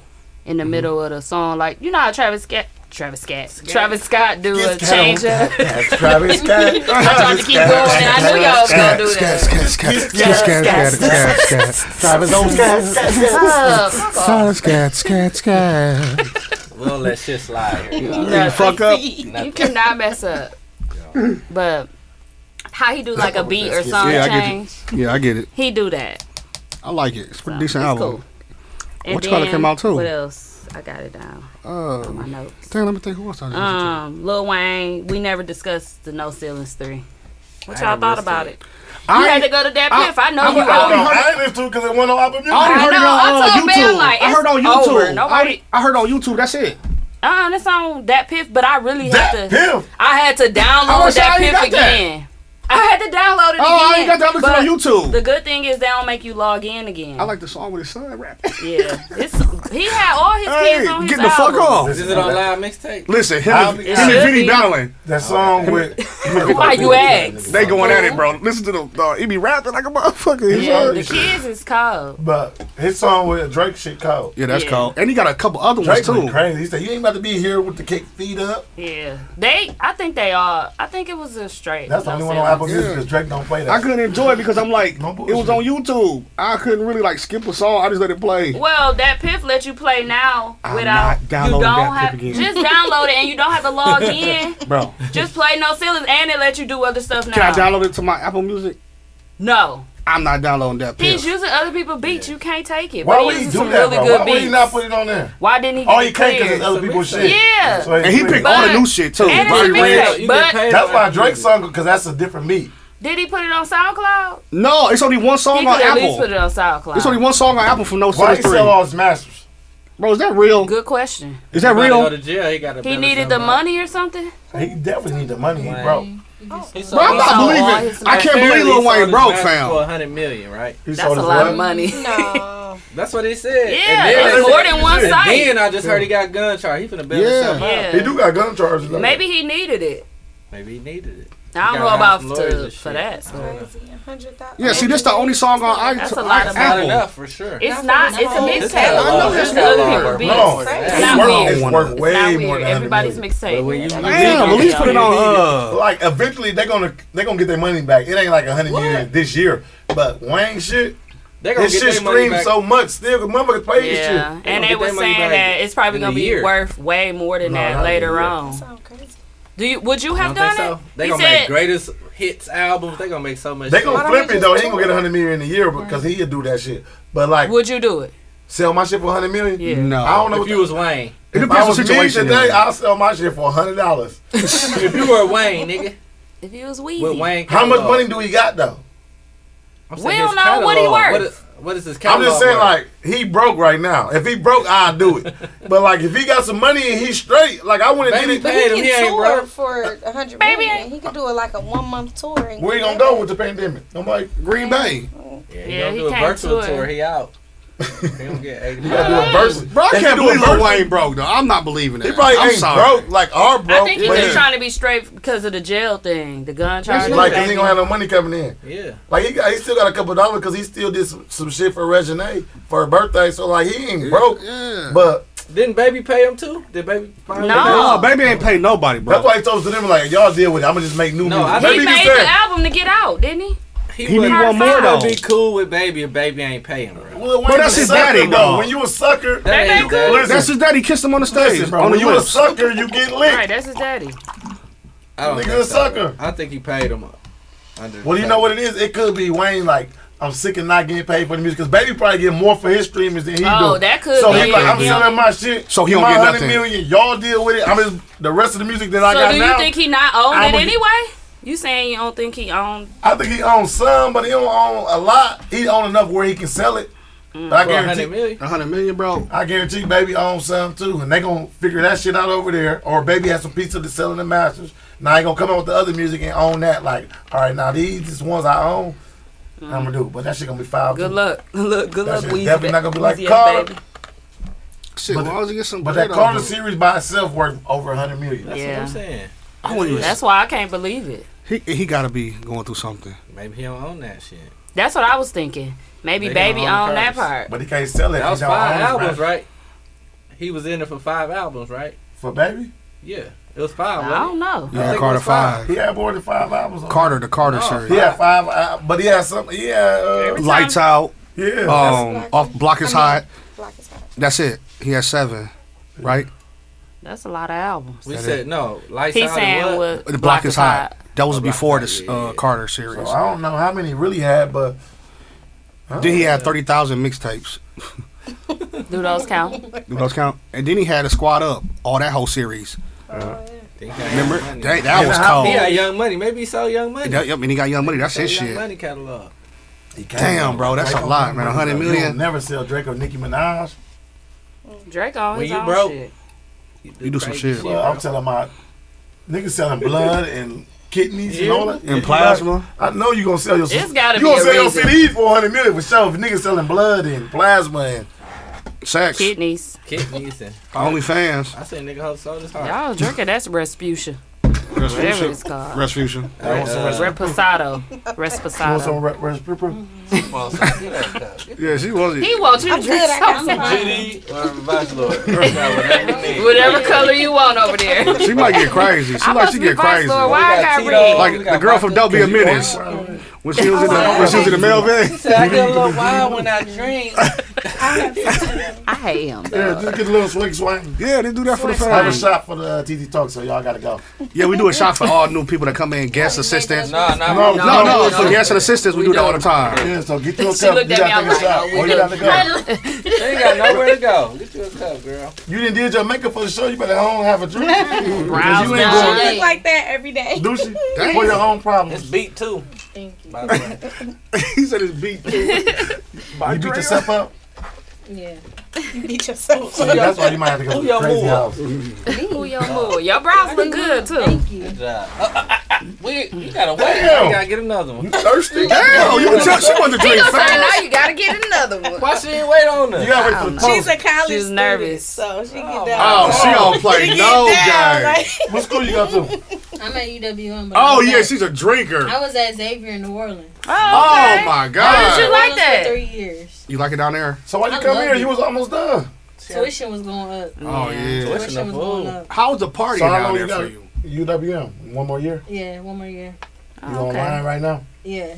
B: in the middle of the song. Like you know how Travis Scott, Travis Scott, Travis Scott do a change up.
E: That's Travis Scott.
B: I tried to keep going, and I knew y'all was gonna do that.
H: Scat, scat, scat, scat, scat, scat, scat.
E: Travis on Scott.
B: Uh, fuck off.
H: Oh, Scat, scat, scat.
G: We'll let shit slide here. y'all.
H: You fuck up.
B: You cannot mess up. But how he do like a beat or song
H: Yeah, I get you.
B: change,
H: Yeah, I get it.
B: he do that.
H: I like it. It's a pretty
B: So,
H: decent
B: it's
H: album.
B: cool. And
H: What you call it
B: then,
H: came out too?
B: What else? I got it down.
H: Uh,
B: My notes.
H: damn, let me think. Who else I listen to?
B: Um, Lil Wayne, we never discussed the No Ceilings three. What
G: I
B: y'all
G: haven't
B: thought
G: listened
B: about
G: to
B: it?
H: I
B: You had
H: ain't-
B: to go to that
H: I-
B: piff. I know
H: I-
B: you.
H: I-
B: all-
E: I don't know. I ain't listen to because it wasn't on Apple Music.
H: I only
B: I
H: heard
B: know, I
H: it on
B: told
H: uh,
B: Bam,
H: YouTube.
B: like,
H: I heard
B: it's
H: on YouTube.
B: over.
H: I-
B: Nobody-
H: I, heard on YouTube. That's it.
B: Uh, that's on that piff, but I really
E: That
B: had to.
E: pimp.
B: I had to
H: I'm
B: download that
H: sorry you
B: piff
H: got that.
B: again. I had to download it
H: Oh, I
B: again.
H: ain't got that listen
B: but
H: on YouTube.
B: The good thing is they don't make you log in again.
H: I like the song with his son rapping.
B: Yeah, it's, he had all his
H: Hey,
B: kids on his
H: get the fuck
B: album.
H: off.
G: Is it on live mixtape?
H: Listen, him,
E: I'll
H: and,
E: be-
H: him
B: it
H: and
B: should
H: Vinny
B: be.
H: battling.
E: That song with.
B: Why you ask?
H: They going at it, bro. Listen to the uh, he be rapping like a motherfucker. His
B: Yeah,
H: son-
B: the kids is cold.
E: But his song with Drake shit cold.
H: yeah, that's
B: Yeah.
H: cold. And he got a couple other ones
E: Drake went
H: too.
E: crazy. He said, "You ain't about to be here with the kick feet up."
B: Yeah, they. I think they all. I think it was a straight.
E: That's the
B: No
E: only one on
B: Ceilings.
E: Apple Music because Drake don't play that.
H: I couldn't enjoy it because I'm like,
E: No
H: it was on YouTube. I couldn't really like skip a song. I just let it play.
B: Well, that piff let you play now
H: I'm
B: without
H: not downloading
B: you don't
H: that
B: have
H: piff again.
B: just download it and you don't have to log in.
H: Bro,
B: Just play no ceilings and it let you do other stuff now.
H: can I download it to my Apple Music?
B: no,
H: I'm not downloading that.
B: he's
H: pill.
B: using other people's beats. You can't take it.
E: Why
B: but
E: would
B: he
E: he
B: uses
E: do
B: some
E: that,
B: really
E: bro?
B: good
E: Why would
B: beats.
E: he not put it on there?
B: Why didn't he? Get
E: Oh,
B: it
E: he can't because
B: cleared?
E: it's other people's shit.
B: Yeah.
E: So
H: And he
E: clear.
H: picked all the
B: But-
H: new shit too.
B: and it's
H: Roddy
B: a mixtape.
H: Redd.
B: But-
E: That's why Drake's song because that's a different meat.
B: Did he put it on SoundCloud?
H: No, it's only one song
B: he
H: on
B: could at least put
H: Apple.
B: it on SoundCloud.
H: It's only one song on Apple from No
E: Why
H: Ceilings
E: he
H: 3.
E: sell all his masters?
H: Bro, is that real?
B: good question.
H: Is that real?
G: Go to jail. He got
B: He
G: a better
B: needed the
G: sound.
B: money or something.
E: He definitely need the money he
G: Wayne.
E: broke.
G: He sold
H: Bro, I'm
G: his-
B: sold all
H: not
B: his
H: believing. I can't believe
G: apparently
H: Lil
G: he
H: Wayne
G: sold his
H: broke,
G: master For
H: fam.
G: 100 million, right?
E: He
B: That's
E: sold
B: a
E: his
B: lot
E: what?
B: of money.
I: No.
G: That's what he said.
B: Yeah,
G: and
B: it's
G: then,
B: more than one
G: and
B: site.
G: then I just heard he got gun charge. He finna bail
H: Yeah.
G: himself out.
B: Yeah.
E: He do got gun charges. though.
B: Maybe he needed it.
G: Maybe he needed it.
B: I
G: You
B: don't
G: gotta
B: know
G: have
B: about
G: some lawyers
B: to,
G: and
B: for
G: shit.
B: that.
H: Yeah, see, this the only song on iTunes.
B: That's a lot of
G: Not
B: money.
G: enough for sure.
B: It's not. It's a
G: This had
B: mixtape.
G: a lot
H: I know
G: of-
H: that's
G: this had
H: not
G: a lot of
H: hard.
G: work.
B: Beats.
E: No,
B: It's
E: it's
B: not
E: worth,
B: weird.
E: it's worth
B: It's
E: way
B: not
E: more
B: weird.
E: than 100
B: Everybody's
E: million.
G: But when you
B: mixtape.
H: Damn, at least put it on. Uh,
E: Like eventually they're gonna they're gonna get their money back. It ain't like a hundred years this year, but Wayne shit,
G: They gonna
E: this shit
G: get their money
E: screams
G: back.
E: so much. Still, 'cause motherfuckers play this
B: Yeah,
E: shit.
B: and
G: They
B: they
G: gonna
B: were
G: get their money
B: saying
G: back
B: that it's probably
G: in a
B: gonna be
G: year.
B: worth way more than
E: No, not
B: that
E: in a
B: later
E: year.
B: on. Do you? Would you
G: I
B: have
G: don't think
B: done
G: so.
B: it?
G: They
B: He
G: gonna make
B: said.
G: greatest hits albums. They gonna make so much.
E: They
G: shit.
E: gonna flip it though. He ain't gonna get a hundred million a year because he'll do that shit. But like,
B: Would you do it?
E: sell my shit for a hundred million?
B: Yeah.
H: no.
E: I don't know.
G: If you was Wayne,
H: It
E: if
H: depends
E: I
H: on
E: was me
H: situation,
E: today,
H: yeah.
E: I'll sell my shit for a hundred dollars.
G: if you were Wayne, nigga,
B: If he was
G: with
B: Weezy.
G: Wayne,
E: How much
G: catalog.
E: money do he got though?
G: I'm
B: We
G: saying
B: don't
G: his
B: know what he
G: catalog.
B: worth.
G: What is, what is his
E: I'm
G: catalog?
E: just saying,
G: worth?
E: like he broke right now. If he broke, I'll do it. but like, if he got some money and he's straight, like I wouldn't did
G: Baby
E: it.
G: paid him. He ain't broke.
I: for a hundred
B: Baby,
I: million. He could do it like a one month tour. and
E: Where you
I: get that
E: gonna go
I: back.
E: with the pandemic? Nobody.
H: Green Bay.
G: Yeah, he
B: Yeah,
G: gonna
B: he
G: do a
B: can't
G: virtual
B: tour.
G: tour. He out. he don't get eighty.
E: You gotta do a verse.
H: Bro, I
E: If you
H: can't
E: do a
H: believe Lil
E: verse-
H: Wayne broke though. I'm not believing that.
E: He probably
H: I'm
E: ain't
H: sorry.
E: broke like our broke.
B: I think he
E: but
B: was
E: he-
B: trying to be straight because of the jail thing, the gun charges.
E: Like, 'cause he gonna have no money coming in.
G: Yeah,
E: Like, he, got, he still got a couple dollars because he still did some, some shit for Regine for her birthday. So, like, he ain't broke.
H: Yeah.
E: But
G: didn't Baby pay him too? Did Baby? Buy him
B: No.
G: that?
H: No, baby ain't paid nobody, bro.
E: that's why he told to them, like, y'all deal with it. I'm going to just make new
G: No,
E: music.
G: I
E: Maybe
B: he
E: he
B: made
E: just
B: the
E: said,
B: album to get out, didn't he?
H: He need one more
G: It
H: though.
G: would be cool with Baby if Baby ain't paying, bro.
E: Lil Wayne
H: Bro, that's
E: a
H: his
E: sucker,
H: daddy,
E: though.
H: dog.
E: When you a sucker,
G: That
B: That
G: ain't
B: ain't
G: daddy.
E: cool.
H: That's his daddy kissed him on the stage.
E: listen, bro,
H: on the
E: when you a
H: lips.
E: sucker, you get
B: All
E: licked.
B: right, that's his daddy.
G: I don't
E: Nigga's
G: think
E: a
G: so.
E: sucker.
G: I think he paid him. Under
E: Well, you know what it is? It could be Wayne, like, I'm sick of not getting paid for the music because Baby probably get more for his streamers than he
B: Oh,
E: do.
B: that could
E: so
B: be
E: he like,
B: it.
E: I'm
B: Yeah.
E: selling my shit.
H: So he don't
E: my
H: get
E: 100
H: nothing.
E: million, Y'all deal with it. I'm just, the rest of the music that I
B: so
E: got
B: do you
E: now.
B: think he not owned
E: I'm
B: it
E: a-
B: anyway? You saying you don't think he owned?
E: I think he owns some, but he don't own a lot. He own enough where he can sell it. But I
G: Hundred
E: guarantee,
G: million.
H: A hundred million, bro.
E: I guarantee, baby owns some too, and they gonna figure that shit out over there. Or baby has some piece of the selling the masters. Now he gonna come out with the other music and own that. Like, all right, now these is ones I own. I'm gonna do, but that shit gonna be five.
B: Good
E: too.
B: luck, look, good
E: That
B: luck,
E: shit
B: Weezy.
E: definitely
B: ba-
E: not gonna be like
B: Weezy ass
E: Carter.
B: baby.
H: Shit,
E: But
H: why
E: the-
H: was he get some
E: But that
H: bread
E: Carter
H: off of it?
E: series by itself worth over hundred million.
G: That's what
B: Yeah.
G: I'm saying.
H: I wouldn't even.
B: That's why I can't believe it.
H: He he gotta be going through something.
G: Maybe he don't own that shit.
B: That's what I was thinking. Maybe
G: They
B: baby
G: gonna
B: owned
G: own
B: that
G: Curtis.
B: part.
E: But he can't sell it. if
G: That
E: he
G: was
E: don't
G: five
E: own it,
G: albums,
E: right?
G: right? He was in it for five albums, right?
E: For baby,
G: Yeah, it was five.
B: I
G: wasn't it?
B: don't know.
H: Yeah,
G: think
H: Carter
G: it was five.
H: five.
E: he had more than five albums. On
H: Carter, the Carter
G: No,
H: series.
E: He had five, al- but he had some. Yeah, uh,
H: Lights out.
E: yeah.
H: Um,
I: That's-
H: off block is
I: I mean-
H: hot.
I: Black as hell.
H: That's it. He had seven, right?
B: That's a lot of albums.
G: We
H: That
G: said no. Lights
B: He's
G: out
B: saying
G: and what?
B: what?
H: The block, is hot. That was
G: Oh, Block
H: before
G: is
H: the
G: Hot, yeah,
H: uh,
G: yeah.
H: Carter
E: So
H: series.
E: I don't know how many really had, but
H: then he had thirty thousand mixtapes.
B: Do those count?
H: Do those count? And then he had a squad up. All that whole series.
B: Oh,
G: Think I
H: Remember?
G: Young Money.
H: That, that was cold.
G: He got Young Money. Maybe he sold Young Money.
H: That- yep, and Oh. he got Young Money. That's
G: Sold
H: his
G: Young
H: shit.
G: Money catalog.
E: he can't.
H: Damn, bro, that's a lot, man. A hundred
E: You
H: million.
E: don't never sell Drake or Nicki Minaj.
B: Drake on
G: When
B: his
G: you
B: own
G: broke.
B: shit.
H: You do some
G: crazy
H: shit.
E: Well,
G: bro.
E: I'm telling my niggas selling blood and kidneys and all that.
H: And plasma.
E: I know you gonna sell your.
B: It's gotta
E: you
B: be
E: gonna
B: a
E: sell your
B: reason.
E: CDs for 100 million for sure. If niggas selling blood and plasma and
H: Sex.
B: Kidneys.
G: Kidneys and
H: OnlyFans.
G: I seen a nigga hold sold his heart.
B: Y'all drinking that's Respucia. Whatever it's
H: Resfusion.
B: called.
H: Resfusion. uh,
B: Reposado.
E: you want some
B: Resposado.
E: re- res- re- re-
G: Mm-hmm.
H: Yeah, she was.
B: He wants you to
I: I'm
B: drink
I: good. I got
B: something.
I: some.
G: GD or Vice Lord.
B: Whatever color you want over there.
H: She might get crazy. She
B: I
H: like
B: must
H: she
B: be
H: get
B: Vice
H: crazy.
B: Lord. Why I got red?
H: Like the girl from Don't Be a Menace when she was in the when she was in the mail van.
G: Said, I get a little wild when I drink.
B: I hate him.
E: yeah, just get a little slick swing.
H: Yeah, they do that for the
E: I have a
H: fans.
E: shot for the uh, TT talk, so y'all gotta go.
H: Yeah, we do a shot for all new people that come in, guest assistants. No,
G: Nah, nah,
E: No,
G: nah.
H: no, for guest and assistants, we, do that all the time.
E: Yeah, so get you a
B: She
E: cup. You
B: looked at me, I
E: gotta
B: was
E: take a shot.
H: "Oh,
B: like, "Oh,
E: Or you gotta go.
G: They ain't got nowhere to go. Get you a cup, girl.
E: You didn't did your makeup for the show. You better own have a drink. 'Cause you ain't
B: down.
E: going.
I: She look like that every day.
E: Douchey, for your own
G: It's
E: problems.
G: beat too.
J: Thank you.
G: By the way.
H: he said it's beat.
E: You beat yourself up.
J: Yeah.
I: You beat yourself.
E: So that's why you might have to go
G: Who
E: to the
G: your
E: crazy
G: whore?
E: house.
B: Who your mood? Your brows look good too.
J: Thank you.
G: Good job. Uh, uh, uh, uh, We, you gotta wait.
E: Damn.
G: You gotta get another one.
E: Thirsty?
H: Damn, you can tell she wanted to drink fast.
B: you gotta get another one.
G: Why she didn't wait on us?
E: You gotta wait for the
I: She's
E: post.
I: a college
B: She was
I: student,
B: nervous.
I: so she
G: Oh,
I: get down.
H: Oh, she don't play
I: She get
H: no
I: down,
H: game.
I: like-
E: What school you go to?
J: I'm at UWM. But I
H: Oh
J: was
H: yeah,
J: at-
H: she's a drinker.
J: I was at Xavier in New Orleans.
H: Oh, okay. my
J: I was
H: God.
J: in
H: How did you
J: New
H: like
J: Orleans for
H: that?
J: Three years.
H: You like it down there?
E: So why
J: you I come love here? it. You
E: was almost done.
J: Tuition was going up.
G: Mm.
H: Oh yeah.
J: Tuition was going up.
H: How was the party
E: So how
H: down
E: long
H: there
E: you got
H: for you?
E: UWM. One more year.
J: Yeah, one more year.
E: You online right now?
J: Yeah.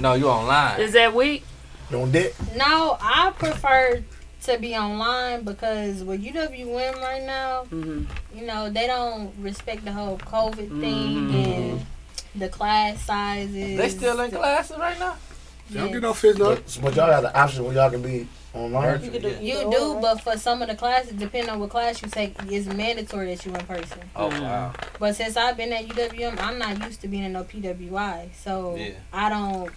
G: No, you online.
B: Is that weak?
E: You on deck?
J: No, I prefer to be online because with UWM right now,
B: Mm-hmm.
J: you know, they don't respect the whole COVID thing and the class sizes.
G: They still in classes right now?
H: Don't
J: Yeah.
H: get no fish nut.
E: But, but y'all got an option where y'all can be online.
J: You do, but for some of the classes, depending on what class you take, it's mandatory that you in person.
G: Oh wow.
J: But since I've been at UWM, I'm not used to being in no PWI, so
G: Yeah.
J: I don't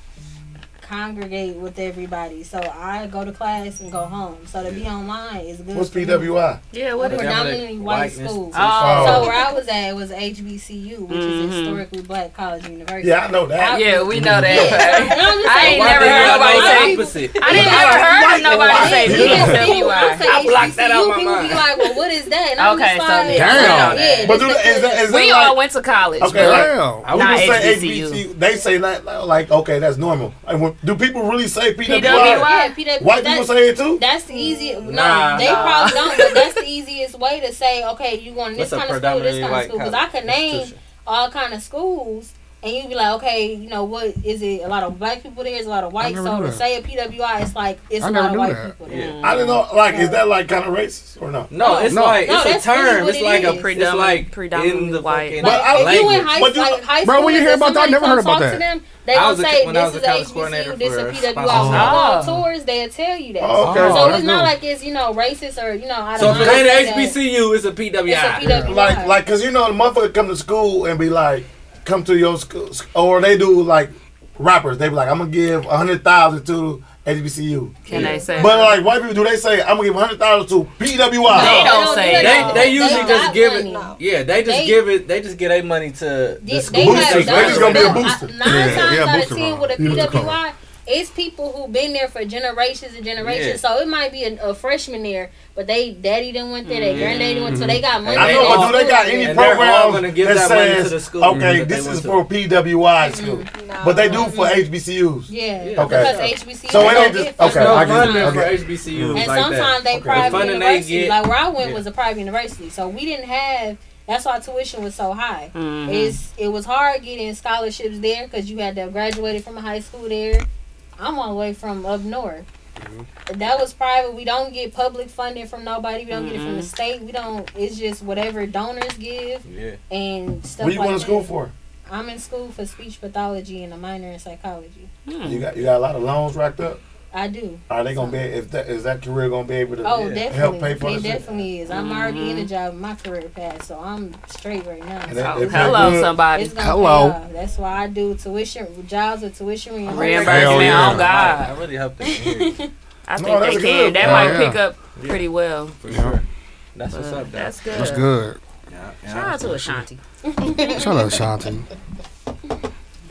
J: congregate with everybody. So I go to class and go home. So to be online is good.
E: What's
J: for me.
E: PWI?
B: Yeah, what is
J: Predominantly
G: Predominant
J: white
G: white
J: schools.
B: Oh.
J: So where I was at was HBCU, which
B: Mhm.
J: is historically black college university.
E: Yeah, I know that.
B: Yeah, we know that. I ain't
J: I
B: never
G: They
B: heard
G: got
B: nobody
G: the
B: say.
G: opposite.
B: I didn't ever heard of nobody say PWI.
J: I
G: blocked that out my
J: People
G: mind.
J: be like, well, what is that? And I'm
B: Okay,
J: just
B: so
J: like,
H: Damn.
J: Yeah,
E: But
J: this
E: do the, is that, is
B: We
E: that
B: all
E: like,
B: went to college.
E: Okay, like,
H: Damn.
E: when
B: Not
E: you say
B: HBCU.
E: HBCU, they say that like, like, okay, that's normal. Like, when, do people really say PWI?
B: PWI?
J: Yeah, PW,
E: White
J: that-
E: people say it too.
J: That's the easy. No,
G: Nah,
J: they
G: nah.
J: probably don't. But that's the easiest way to say, okay, you going to this
G: That's a
J: kind of school, this
G: predominantly
J: kind of
G: white
J: school. Because I
G: college
J: could name
G: institution.
J: all kind of schools, and you'd be like, okay, you know what? Is it a lot of black people there? Is a lot of white?
H: never
J: So
H: knew
J: to
H: that.
J: say a PWI, it's like it's
H: I
J: a
H: never
J: lot of
H: knew
J: white
H: that.
J: people there.
G: Yeah.
E: I didn't know. Like, is that like kind of racist or no?
G: No, it's
H: No.
G: like
J: No,
G: it's
J: that's
G: a
J: really
G: term.
J: what
G: It's
J: it
G: like
J: is.
G: a
J: It's
G: predominant,
B: like
G: in
B: predominantly
G: the
B: white.
G: fucking
E: But
J: Like,
E: I-
J: if you in
G: language.
J: high,
E: But you-
J: like, high
H: Bro,
J: school,
H: when you
J: and
H: hear about that, I
J: somebody
H: never
J: come
H: heard about
J: talk
H: that.
J: To them, they
G: I
J: gonna
G: was a-
J: say
G: when I was
J: this
G: a
J: is
G: college coordinator
J: HBCU, this is
G: for
J: PWI. So
G: sponsors.
J: on
B: Oh.
J: tours, they'll tell you that.
E: Oh, okay.
J: So
H: Oh,
J: it's
H: that's
J: not
H: good.
J: like it's you know racist or you know out
G: So
J: of
G: if it
J: line to
G: ain't
J: say
G: a
J: that.
G: HBCU, it's a PWI.
J: It's a PWI.
E: Like, like, cause you know the motherfucker come to school and be like, come to your school, or they do like rappers. They be like, I'm gonna give a hundred thousand to HBCU.
B: Can they say?
E: But like white people, do they say I'm gonna give a hundred thousand to
B: They
E: PWI?
B: don't say
J: do
G: They,
J: that.
G: they usually
J: got
G: just give it.
J: money.
G: Yeah, they just
J: They-
G: give it. They just give their money to
J: They-
G: the school.
J: They have
E: Boosters,
J: done
E: they just gonna be a
J: it.
E: booster.
J: I- Nine
H: Yeah,
J: times
H: yeah,
J: out of
H: booster
J: ten
H: card.
J: with a
H: You look
J: PWI, it's people who've been there for generations and generations. So it might be a, a freshman there, but they daddy didn't went there, they granddaddy went, so they got money.
E: I know,
J: They
E: but do they got
J: school
E: any
J: there.
G: Mm. And they're all gonna
E: programs
G: give
E: that
G: that money to
E: says,
G: the school
E: okay,
G: that
E: this
G: they
E: is for
G: went
E: PWI school, but they do for HBCUs?
J: Mm-hmm. Yeah,
G: Yeah.
E: Okay.
J: because HBCU.
E: So it
J: don't
E: ain't
J: get
E: just-
J: funds.
E: okay,
G: no
E: I get it,
G: funding
E: okay.
G: for HBCUs
E: Mm.
J: And
G: like
J: sometimes
G: that.
J: they
G: The
J: private
G: funding they
J: university.
G: get-
J: Like where I went
G: Yeah.
J: was a private university, so we didn't have. That's why tuition was so high.
E: Mm-hmm.
J: It's it was hard getting scholarships there because you had to have graduated from a high school there. I'm all the way from up north. That was private. We don't get public funding from nobody. We don't get it
E: Mm-hmm.
J: from the state. We don't. It's just whatever donors give
G: Yeah.
J: and stuff.
E: What you
J: like
E: going to school
J: that.
E: for?
J: I'm in school for speech pathology and a minor in psychology.
E: You got you got a lot of loans racked up.
J: I do.
E: Are they gonna be? If that is that career gonna be able to?
J: Oh,
G: Yeah.
J: definitely.
E: Help pay for
J: it
E: the shit.
J: definitely is. I'm already in a
B: Mm-hmm.
J: job in my career path, so I'm straight right now.
E: And
J: So
E: that-
B: Oh,
E: that-
B: hello,
E: that-
B: somebody.
J: it's gonna
H: Hello.
J: Pay off. That's why I do tuition jobs with tuition reimbursement.
H: Hell
B: Reimbursement.
H: yeah.
B: Oh
G: I
B: God,
G: really hope they hear it,
B: I think
E: No, that's
B: they
E: good. Oh,
B: can. That
H: Yeah,
B: might
H: yeah.
B: pick up pretty well.
G: for sure. That's what's
B: Uh,
G: up. though.
B: That's good.
H: That's good.
G: Yeah, yeah.
B: Shout out to Ashanti.
H: Shut up, Shanti.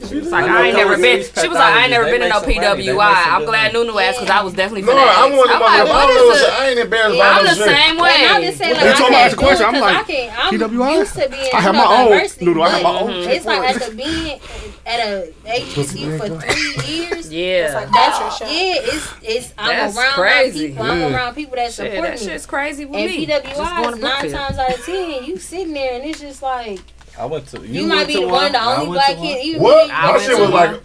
B: It's like
G: I know
B: I ain't
G: those
B: never been.
G: speech
B: She was like, I ain't
G: pathologies,
B: never
G: they
B: been in
G: make
B: no
G: some money, they
B: PWI.
G: make some
B: I'm
G: good
B: glad
G: money.
B: Nunu asked because I was definitely.
E: No,
B: for that.
E: I'm one of
B: I'm
E: my.
B: like,
E: I
B: what
E: don't
B: is
E: know,
B: it?
E: I ain't embarrassed
J: Yeah,
E: about
B: I'm
E: no
B: the
E: shit.
B: same way.
J: Well, I'm just saying, like, I
H: You talking
J: can't
H: about the
J: do it
H: question, I'm
J: 'cause
H: like,
J: I can't, I'm
H: PWI?
J: used to being
H: I have
J: you know,
H: my own
J: diversity,
H: noodle. I have my
J: but
H: own
B: Mm-hmm.
H: shit
J: It's
H: for
J: like
H: it.
J: after being at a HBCU for three years.
B: Yeah,
J: That's yeah, it's it's I'm
B: That's
J: around
B: crazy. Mm.
J: my people. I'm
H: Yeah.
J: around people that
B: shit,
J: support
B: that
J: me.
B: shit's crazy with
J: And
B: me. Just going
J: PWI
B: to
J: is nine
B: Brookfield.
J: times out of ten, you sitting there and it's just like
G: I went to.
J: you,
G: went
J: might be
G: to
J: the one, the
G: I
J: only
G: went
J: black
G: to one.
J: kid. Even
E: What?
J: me.
B: I
E: My
B: went
E: shit
B: to
E: was like
B: one.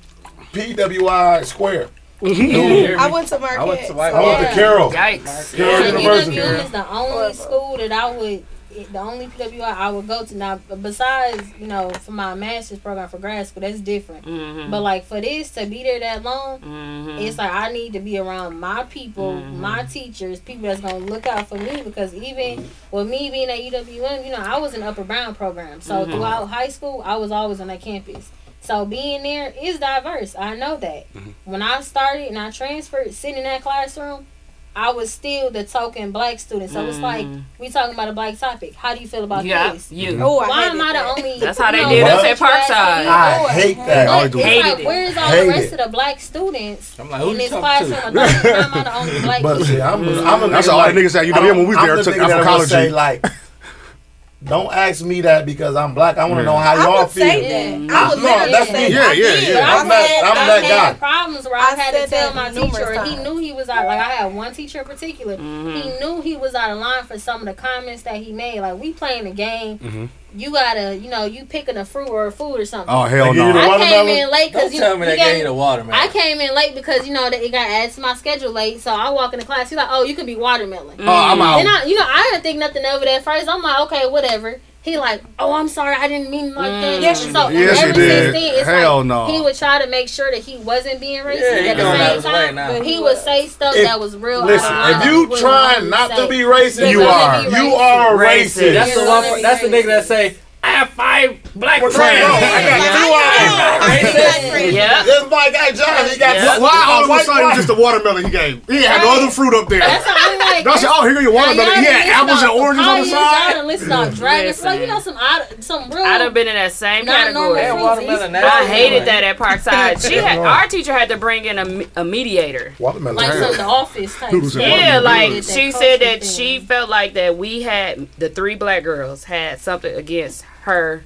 E: PWI square.
I: I went to Marquette.
G: I went to
E: I went
G: White.
E: to Carroll.
B: Yikes.
E: Carroll
J: And
E: University.
J: UWM is the only school that I would, the only PWI I would go to. Now, besides, you know, for my master's program for grad school, that's different.
B: Mm-hmm.
J: But like for this to be there that long, it's like I need to be around my people,
B: Mm-hmm.
J: my teachers, people that's gonna look out for me because even with me being at UWM, you know, I was in Upper Brown program, so
B: Mm-hmm.
J: throughout high school, I was always on that campus. So being there is diverse. I know that.
E: Mm-hmm.
J: When I started and I transferred, sitting in that classroom, I was still the token black student. So it's like we talking about a black topic. How do you feel about
B: Mm-hmm. Yeah,
J: this?
B: you.
I: Oh, I
J: Why
I: hated
J: am I the
I: that.
J: only?
B: That's how they
J: you know,
B: did us
E: what?
B: at Parkside.
E: I hate that.
H: I always
J: But
H: do
J: it's
H: that.
J: like,
B: Hated it.
J: where's all
E: Hated
J: the rest
E: it.
J: of the black students
G: I'm like, who
J: in
G: you
J: this
G: talking
J: classroom?
G: to?
J: I'm not the only black.
E: But see, I'm, I'm a
H: That's
E: nigga
H: all the
E: like,
H: niggas at UWM when we was
E: I'm
H: there
E: the
H: took
E: nigga
H: out for
E: that will
H: college.
E: Say like, Don't ask me that because I'm black. I want to know how
J: I
E: y'all
J: would
E: feel.
J: say
G: Mm.
J: that. I would
E: no,
J: literally
E: that's
J: say
E: me.
J: that.
E: yeah, yeah.
J: But
E: I'm that.
J: I've
E: I'm
J: had, I've
E: that
J: had
E: guy.
J: problems where I've
I: I
J: had to
I: said
J: tell
I: that
J: my
I: numerous
J: teacher, he
I: times.
J: knew he was out. Like I had one teacher in particular, he knew he was out of line for some of the comments that he made. Like we playing a game, you gotta, you know, you picking a fruit or a food or something.
H: Oh hell
E: Like, you
H: no!
E: the
J: I came
E: watermelon?
J: in late because
G: Don't
J: you,
G: tell me
J: you
G: they gave you the
J: got.
G: watermelon.
J: I came in late because you know that it got added to my schedule late, so I walk in the class. He's like, "Oh, you could be watermelon."
H: Oh, I'm
J: Then
H: out.
J: I, you know, I didn't think nothing of it at first. I'm like, okay, whatever. He like, oh, I'm sorry, I didn't mean like
E: Mm.
J: that.
I: Yes, you
J: so
H: did. Yes, you
J: ever
H: did.
J: since then, it's
H: Hell
J: like
H: no.
J: he would try to make sure that he wasn't being
G: Yeah,
J: racist.
G: he
J: at
G: going
J: the
G: out
J: same
G: his way
J: time,
G: now.
J: he would say stuff
E: If-
J: that was real.
E: Listen,
J: out of line
E: if
J: that
E: you
J: wouldn't
E: trying
J: normally
E: not
J: say.
E: to be racist,
J: You're
E: you
J: gonna
E: are.
J: be
E: You
J: racist.
E: are
A: Racist.
E: racist.
G: That's the
J: You're
G: one.
J: gonna be
G: that's the nigga that
J: racist.
G: say, "I have five black friends."
I: I
G: I
I: know.
G: got
I: I'm
G: two
I: black
G: of them.
I: friend.
B: Yeah.
E: This my guy John. He got
H: Why all of a
E: white
H: sudden
E: wine.
H: just the watermelon he gave? He had no
J: Right.
H: other fruit up there.
J: That's how I'm like.
H: Don't say, oh, here go your watermelon. He had apples and oranges on the side.
J: Y'all listen to dragons,
B: Listen.
J: like you know some odd, some real.
B: I'd have been in that same
J: Not normal.
B: category.
G: That watermelon
J: I
B: I
G: nasty.
B: hated that at Parkside. She had our teacher had to bring in a, me- a mediator.
E: Watermelon.
J: like some of the office type.
H: Noodles and
J: shit.
B: Yeah,
H: Watermelon
B: like
J: Did that
B: she said
J: culture
B: that
J: thing.
B: she felt like that we had the three black girls had something against her